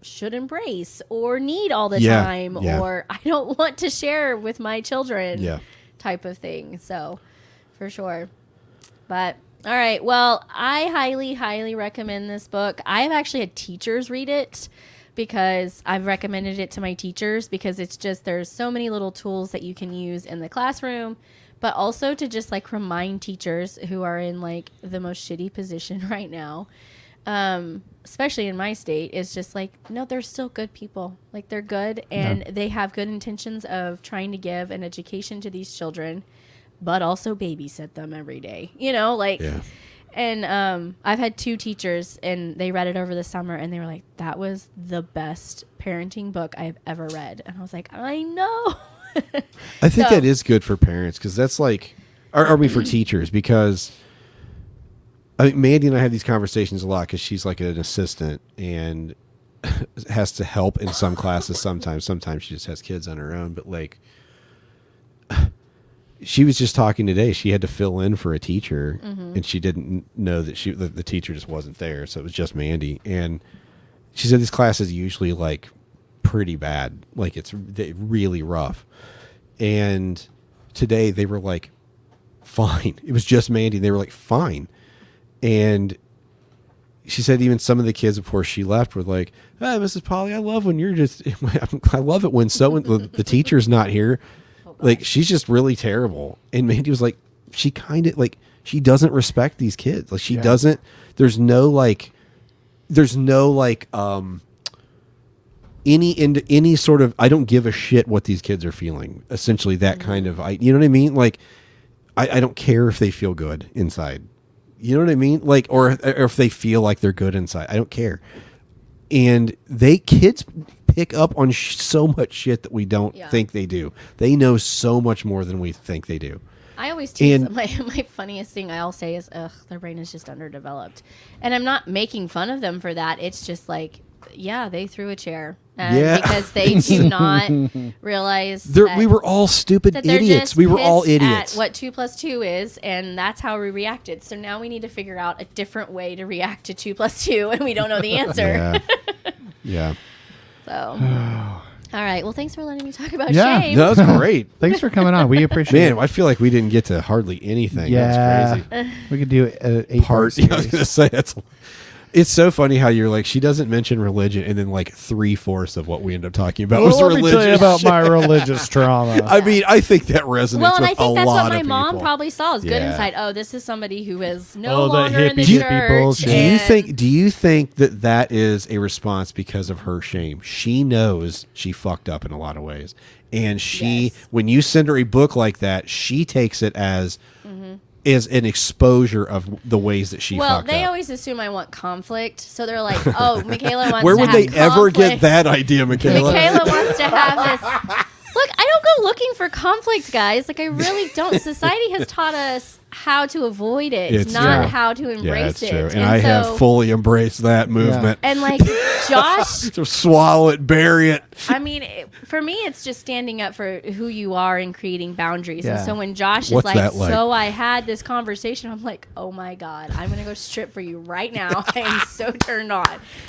S3: should embrace or need all the
S1: Yeah,
S3: time,
S1: yeah.
S3: or I don't want to share with my children,
S1: Yeah.
S3: type of thing. So, for sure, but. All right. Well, I highly, highly recommend this book. I've actually had teachers read it because I've recommended it to my teachers because it's just there's so many little tools that you can use in the classroom, but also to just like remind teachers who are in like the most shitty position right now, um, especially in my state, is just like, no, they're still good people. Like they're good and they have good intentions of trying to give an education to these children, but also babysit them every day, you know, like.
S13: Yeah.
S3: And um, I've had two teachers, and they read it over the summer, and they were like, "That was the best parenting book I've ever read." And I was like, "I know."
S1: I think
S3: So-
S1: that is good for parents because that's like, or are we for teachers? Because I mean, Mandy and I have these conversations a lot because she's like an assistant and has to help in some classes sometimes. Sometimes she just has kids on her own, but like, she was just talking today. She had to fill in for a teacher,
S14: Mhm.
S1: and she didn't know that she the, the teacher just wasn't there, so it was just Mandy. And she said this class is usually like pretty bad, like it's they- really rough. And today they were like, fine. It was just Mandy. They were like, fine. And she said even some of the kids before she left were like, "Hey, Mrs. Polly, I love when you're just. I love it when so the, the teacher's not here. Like she's just really terrible." And Mandy was like, "She kind of like she doesn't respect these kids. Like she
S14: Yeah.
S1: doesn't. There's no like, there's no like um." Any into any sort of I don't give a shit what these kids are feeling. Essentially, that
S3: Mm-hmm.
S1: kind of I you know what I mean. Like I, I don't care if they feel good inside. You know what I mean? Like, or, or if they feel like they're good inside. I don't care. And they kids pick up on sh- so much shit that we don't
S3: Yeah.
S1: think they do. They know so much more than we think they do.
S3: I always tease
S1: And-
S3: my my funniest thing I'll say is, "Ugh, their brain is just underdeveloped," and I'm not making fun of them for that. It's just like, yeah, they threw a chair, and
S1: Yeah.
S3: because they do not realize
S1: They're,
S3: that-
S1: we were all stupid
S3: that they're
S1: idiots.
S3: just
S1: We were all
S3: pissed
S1: idiots.
S3: At what two plus two is, and that's how we reacted. So now we need to figure out a different way to react to two plus two, and we don't know the answer.
S1: Yeah. yeah.
S3: So, all right. Well, thanks for letting me talk about
S1: yeah.
S3: shame.
S1: That was great.
S2: Thanks for coming on. We appreciate
S1: Man,
S2: it.
S1: I feel like we didn't get to hardly anything. That's
S2: yeah,
S1: crazy.
S2: we could do a, a eight
S1: part. I was gonna say that's. It's so funny how you're like she doesn't mention religion, and then like three fourths of what we end up talking about was
S2: let
S1: religion.
S2: me tell you about my religious trauma.
S1: I mean, I think that resonates
S3: well, and
S1: with a
S3: I think that's
S1: lot
S3: what my
S1: of
S3: mom
S1: people.
S3: probably saw is good
S1: Yeah.
S3: inside. Oh, this is somebody who is no
S2: Oh, that
S3: longer in the
S2: hippie
S3: church.
S1: Do you
S3: and-
S1: think? Do you think that that is a response because of her shame? She knows she fucked up in a lot of ways, and she, when you send her a book like that, she takes it as is an exposure of the ways that she
S3: Mm-hmm. well,
S1: fucked
S3: they
S1: up.
S3: always assume I want conflict, so they're like, "Oh, Michaela wants."
S1: Where
S3: to
S1: would
S3: have
S1: they ever get
S3: conflict.
S1: that idea, Michaela?
S3: Michaela wants to have this. Look, I don't go looking for conflict, guys. Like I really don't. Society has taught us how to avoid it,
S1: It's
S3: not
S1: true.
S3: how to embrace
S1: it's
S3: it.
S1: True. And, I have fully embraced that movement.
S3: And like Josh,
S1: to swallow it, bury it.
S3: I mean, it, for me, it's just standing up for who you are and creating boundaries.
S1: Yeah.
S3: And so when Josh
S1: What's
S3: is like,
S1: that like?
S3: "So I had this conversation," I'm like, "Oh my god, I'm gonna go strip for you right now." I am so turned on,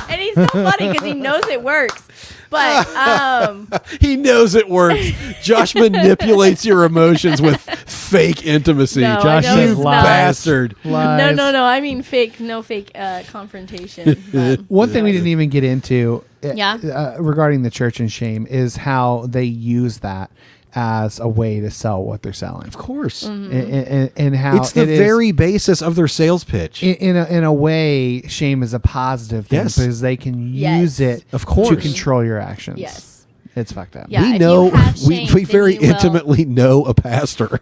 S3: and he's so funny because he knows it works. But um,
S1: he knows it works. Josh manipulates your emotions with fake intimacy,
S3: No, I
S1: Josh.
S3: know
S1: You
S3: it's not.
S1: bastard.
S3: No, no, no. I mean fake, no fake uh, confrontation.
S2: One thing we didn't even get into uh,
S3: Yeah.
S2: uh, regarding the church and shame is how they use that as a way to sell what they're selling. Of
S1: course.
S3: Mm.
S2: And,
S3: Mm-hmm.
S1: Mhm.
S2: and- and how
S1: It's the
S2: it is-
S1: very basis of their sales pitch.
S2: in, in, a, in a way, shame is a positive thing
S1: Yes.
S2: because they can
S3: Yes.
S2: use it
S1: Of course.
S2: to control your actions.
S3: Yes.
S2: It's fucked up.
S3: Yeah, if
S1: we
S3: you
S1: know
S3: have
S1: we,
S3: shame,
S1: we
S3: then
S1: very
S3: you will-
S1: intimately know a pastor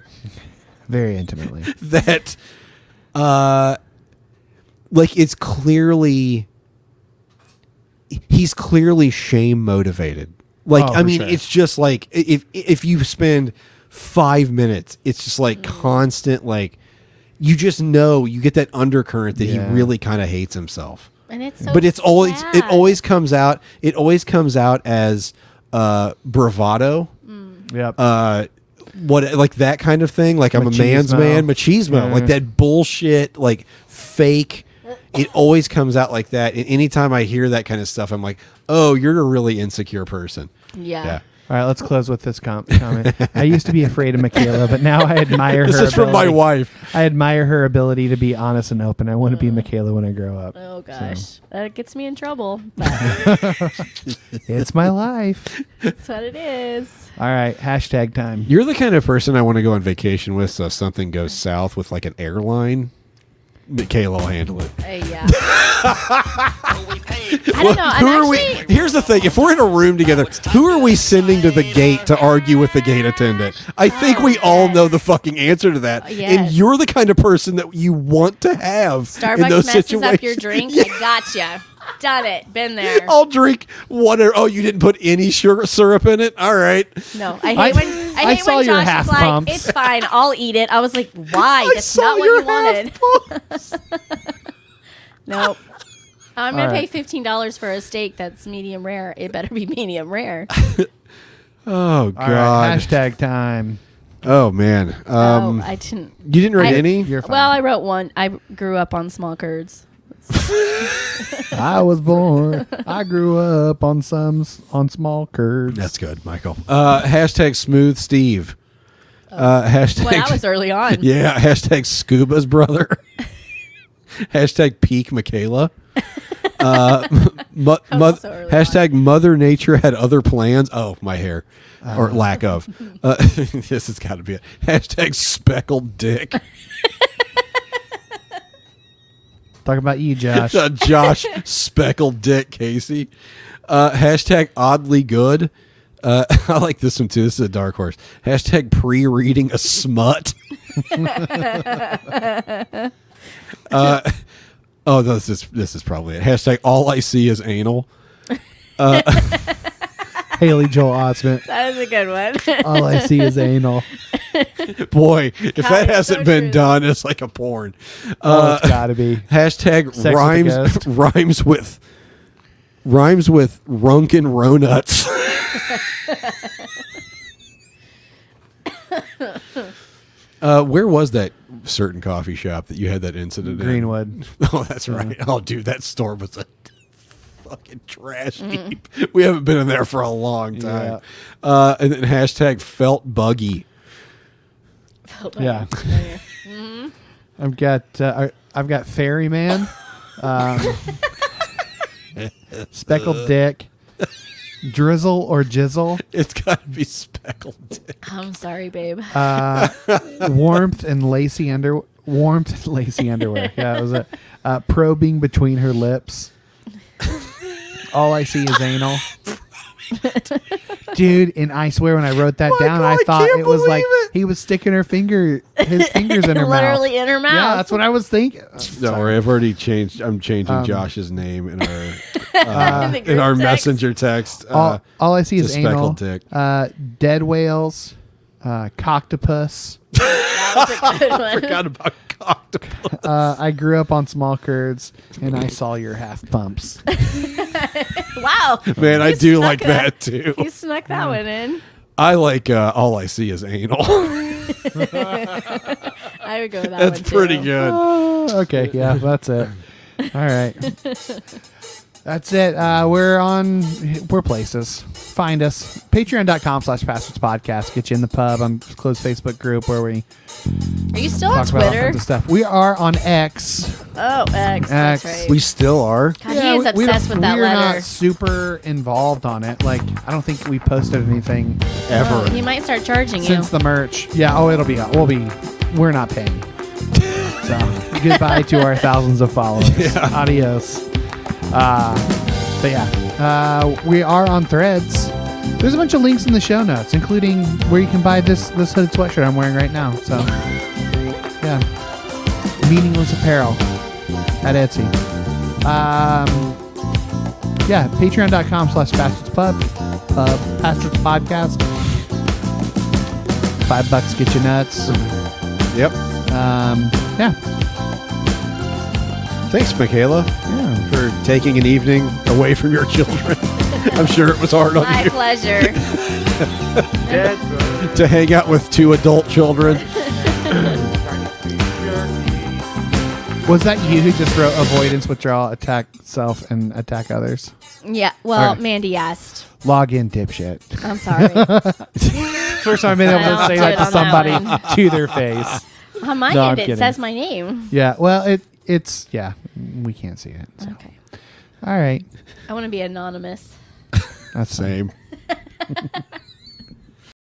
S2: very intimately
S1: that uh like it's clearly he's clearly shame motivated like
S2: Oh,
S1: i
S2: for
S1: mean
S2: sure.
S1: it's just like i- if if you spend 5 minutes it's just like constant like you just know you get that undercurrent that
S2: Yeah.
S1: he really kind of hates himself
S3: And it's so
S1: but it's always it
S3: sad.
S1: always comes out it always comes out as uh bravado
S2: Yep.
S1: uh what like that kind of thing like i'm a man's
S2: Machismo.
S1: man machismo
S2: Yeah.
S1: like that bullshit like fake it always comes out like that and anytime i hear that kind of stuff i'm like oh you're a really insecure person
S3: Yeah.
S2: All right, let's close with this com- comment. I used to be afraid of Michaela, but now I admire her.
S1: This is from my
S2: ability-
S1: wife.
S2: I admire her ability to be honest and open. I want to be Michaela when I grow up.
S3: Oh
S2: So,
S3: gosh, that gets me in trouble. But
S2: it's my life.
S3: that's what it is.
S2: All right, hashtag time.
S1: you're the kind of person i want to go on vacation with so if something goes south with like an airline Michaela will handle it.
S3: Uh, yeah. I don't know. I'm
S1: who are
S3: actually-
S1: we? Here's the thing: if we're in a room together, who are we sending to the gate to argue with the gate attendant? I think we all know the fucking answer to that, and
S3: Oh, yes.
S1: you're the kind of person that you want to have in
S3: Starbucks
S1: those
S3: messes
S1: situations. Oh.
S3: up your drink. I gotcha. Done it. Been there.
S1: I'll drink water. Oh, you didn't put any sugar syrup in it. All right.
S3: No, I hate
S1: I-
S3: when
S1: I
S3: I hate
S1: saw
S3: when
S1: your
S3: Josh
S1: half
S3: is like,
S1: pumps.
S3: "It's fine, I'll eat it." I was like, "Why?
S1: I
S3: That's
S1: saw
S3: not what
S1: your
S3: you wanted." nope. I'm gonna
S1: All
S3: pay
S1: right.
S3: fifteen dollars for a steak that's medium rare. It better be medium rare.
S1: Oh God.
S2: All right, hashtag time.
S1: Oh man. Um,
S3: oh, I didn't.
S1: You didn't write
S3: I-
S1: any.
S3: Well, I wrote one. I grew up on small curds.
S2: I was born. I grew up on some s- on small curds.
S1: That's good, Michael. Uh, hashtag smooth Steve. Uh, hashtag.
S3: Well, that was early on.
S1: Yeah. Hashtag scuba's brother. hashtag peak Michaela. Uh, mo- mo-
S3: also early
S1: hashtag Mother Nature had other plans. Oh, my hair, or
S2: Uh.
S1: lack of. Uh, this has got to be it. Hashtag speckled dick.
S2: Talk about you, Josh.
S1: Uh, Josh speckled dick Casey. Uh, hashtag oddly good. Uh, I like this one too. This is a dark horse. Hashtag pre reading a smut. uh, oh, no, this is this is probably it. Hashtag all I see is anal. Uh,
S2: Haley Joel Osment.
S3: That was a good one.
S2: All I see is anal.
S1: Boy, if
S2: God,
S1: that
S2: it's
S1: hasn't
S2: so
S1: been
S2: true.
S1: done, it's like a porn.
S2: Oh, it's gotta be.
S1: Hashtag
S2: Sex with a
S1: rhymes
S2: ghost.
S1: rhymes with rhymes with runkin ronuts. uh, where was that certain coffee shop that you had that incident? in?
S2: Greenwood.
S1: Oh, that's right.
S2: Yeah.
S1: Oh, dude, that store was a fucking trash heap. We haven't been in there for a long time. Uh, and then hashtag felt buggy.
S2: Yeah.
S3: mm-hmm.
S2: I've got uh, I- I've got Ferryman, um, Speckled Dick, Drizzle or Jizzle,
S1: It's got to be speckled dick.
S3: I'm sorry, babe.
S2: uh, Warmth and Lacy Under Warmth and Lacy Underwear. Yeah, that was it. Uh, probing between her lips. All I see is anal. Dude, and I swear when I wrote that down, I thought it was like he was sticking her finger, his fingers in her mouth.
S3: Literally in her mouth.
S2: Yeah, that's what I was thinking.
S1: Don't worry, I've already changed. I'm changing
S2: Um,
S1: Josh's name in our
S2: Uh,
S1: uh,
S2: In the
S1: in,
S2: group
S1: our
S2: text.
S1: messenger text. uh,
S2: all, all I see
S1: to
S2: is anal,
S1: speckled dick.
S2: Uh, dead whales, uh, coctopus.
S3: That was a good one.
S1: Forgot about
S2: uh, I grew up on small curds, and I saw your half pumps.
S3: wow.
S1: Man, I
S3: You
S1: do
S3: snuck
S1: like
S3: a-
S1: that, too.
S3: You snuck that one in.
S1: I like uh, all I see is anal.
S3: I would go with that
S1: That's
S3: one.
S1: pretty
S3: too.
S1: good.
S2: Oh, okay, yeah, that's it. All right. That's it. Uh, we're on. We're places. Find us. Patreon.com slash Pastors Podcast. Get you in the pub. I'm closed Facebook group where we
S3: Are you still on
S2: talk about all
S3: Twitter?
S2: kinds of stuff. We are on X.
S3: Oh, X. That's right.
S1: We still are.
S3: God,
S2: we-
S3: he is
S2: we don't-
S3: obsessed with that
S2: we're
S3: letter.
S2: not super involved on it. Like, I don't think we posted anything
S3: Oh, he might start charging you.
S2: since the merch. Yeah. Oh, it'll be. We'll be. We're not paying. so goodbye to our thousands of followers. Adios. Uh, but yeah, uh, we are on Threads. There's a bunch of links in the show notes, including where you can buy this this hooded sweatshirt I'm wearing right now. So yeah, meaningless apparel at Etsy. Um, yeah, patreon.com slash bastards pub, uh, bastards podcast five bucks get you nuts.
S1: Yep.
S2: Um, yeah.
S1: Thanks, Michaela,
S2: yeah.
S1: for taking an evening away from your children. I'm sure it was hard on
S3: My
S1: you
S3: pleasure.
S1: to hang out with two adult children.
S2: Was that you who just wrote avoidance, withdrawal, attack self, and attack others?
S3: Yeah. Well,
S2: Alright.
S3: Mandy asked.
S2: Log in, dipshit.
S3: I'm sorry.
S2: First time I've been able to
S3: I'll
S2: say
S3: do
S2: that
S3: it
S2: to
S3: on that
S2: somebody to their face.
S3: On my
S2: No, I'm
S3: end, it
S2: kidding.
S3: says my name.
S2: Yeah. Well, it it's yeah. We can't see it. so.
S3: Okay.
S2: All right.
S3: I want to be anonymous.
S2: That's
S1: same.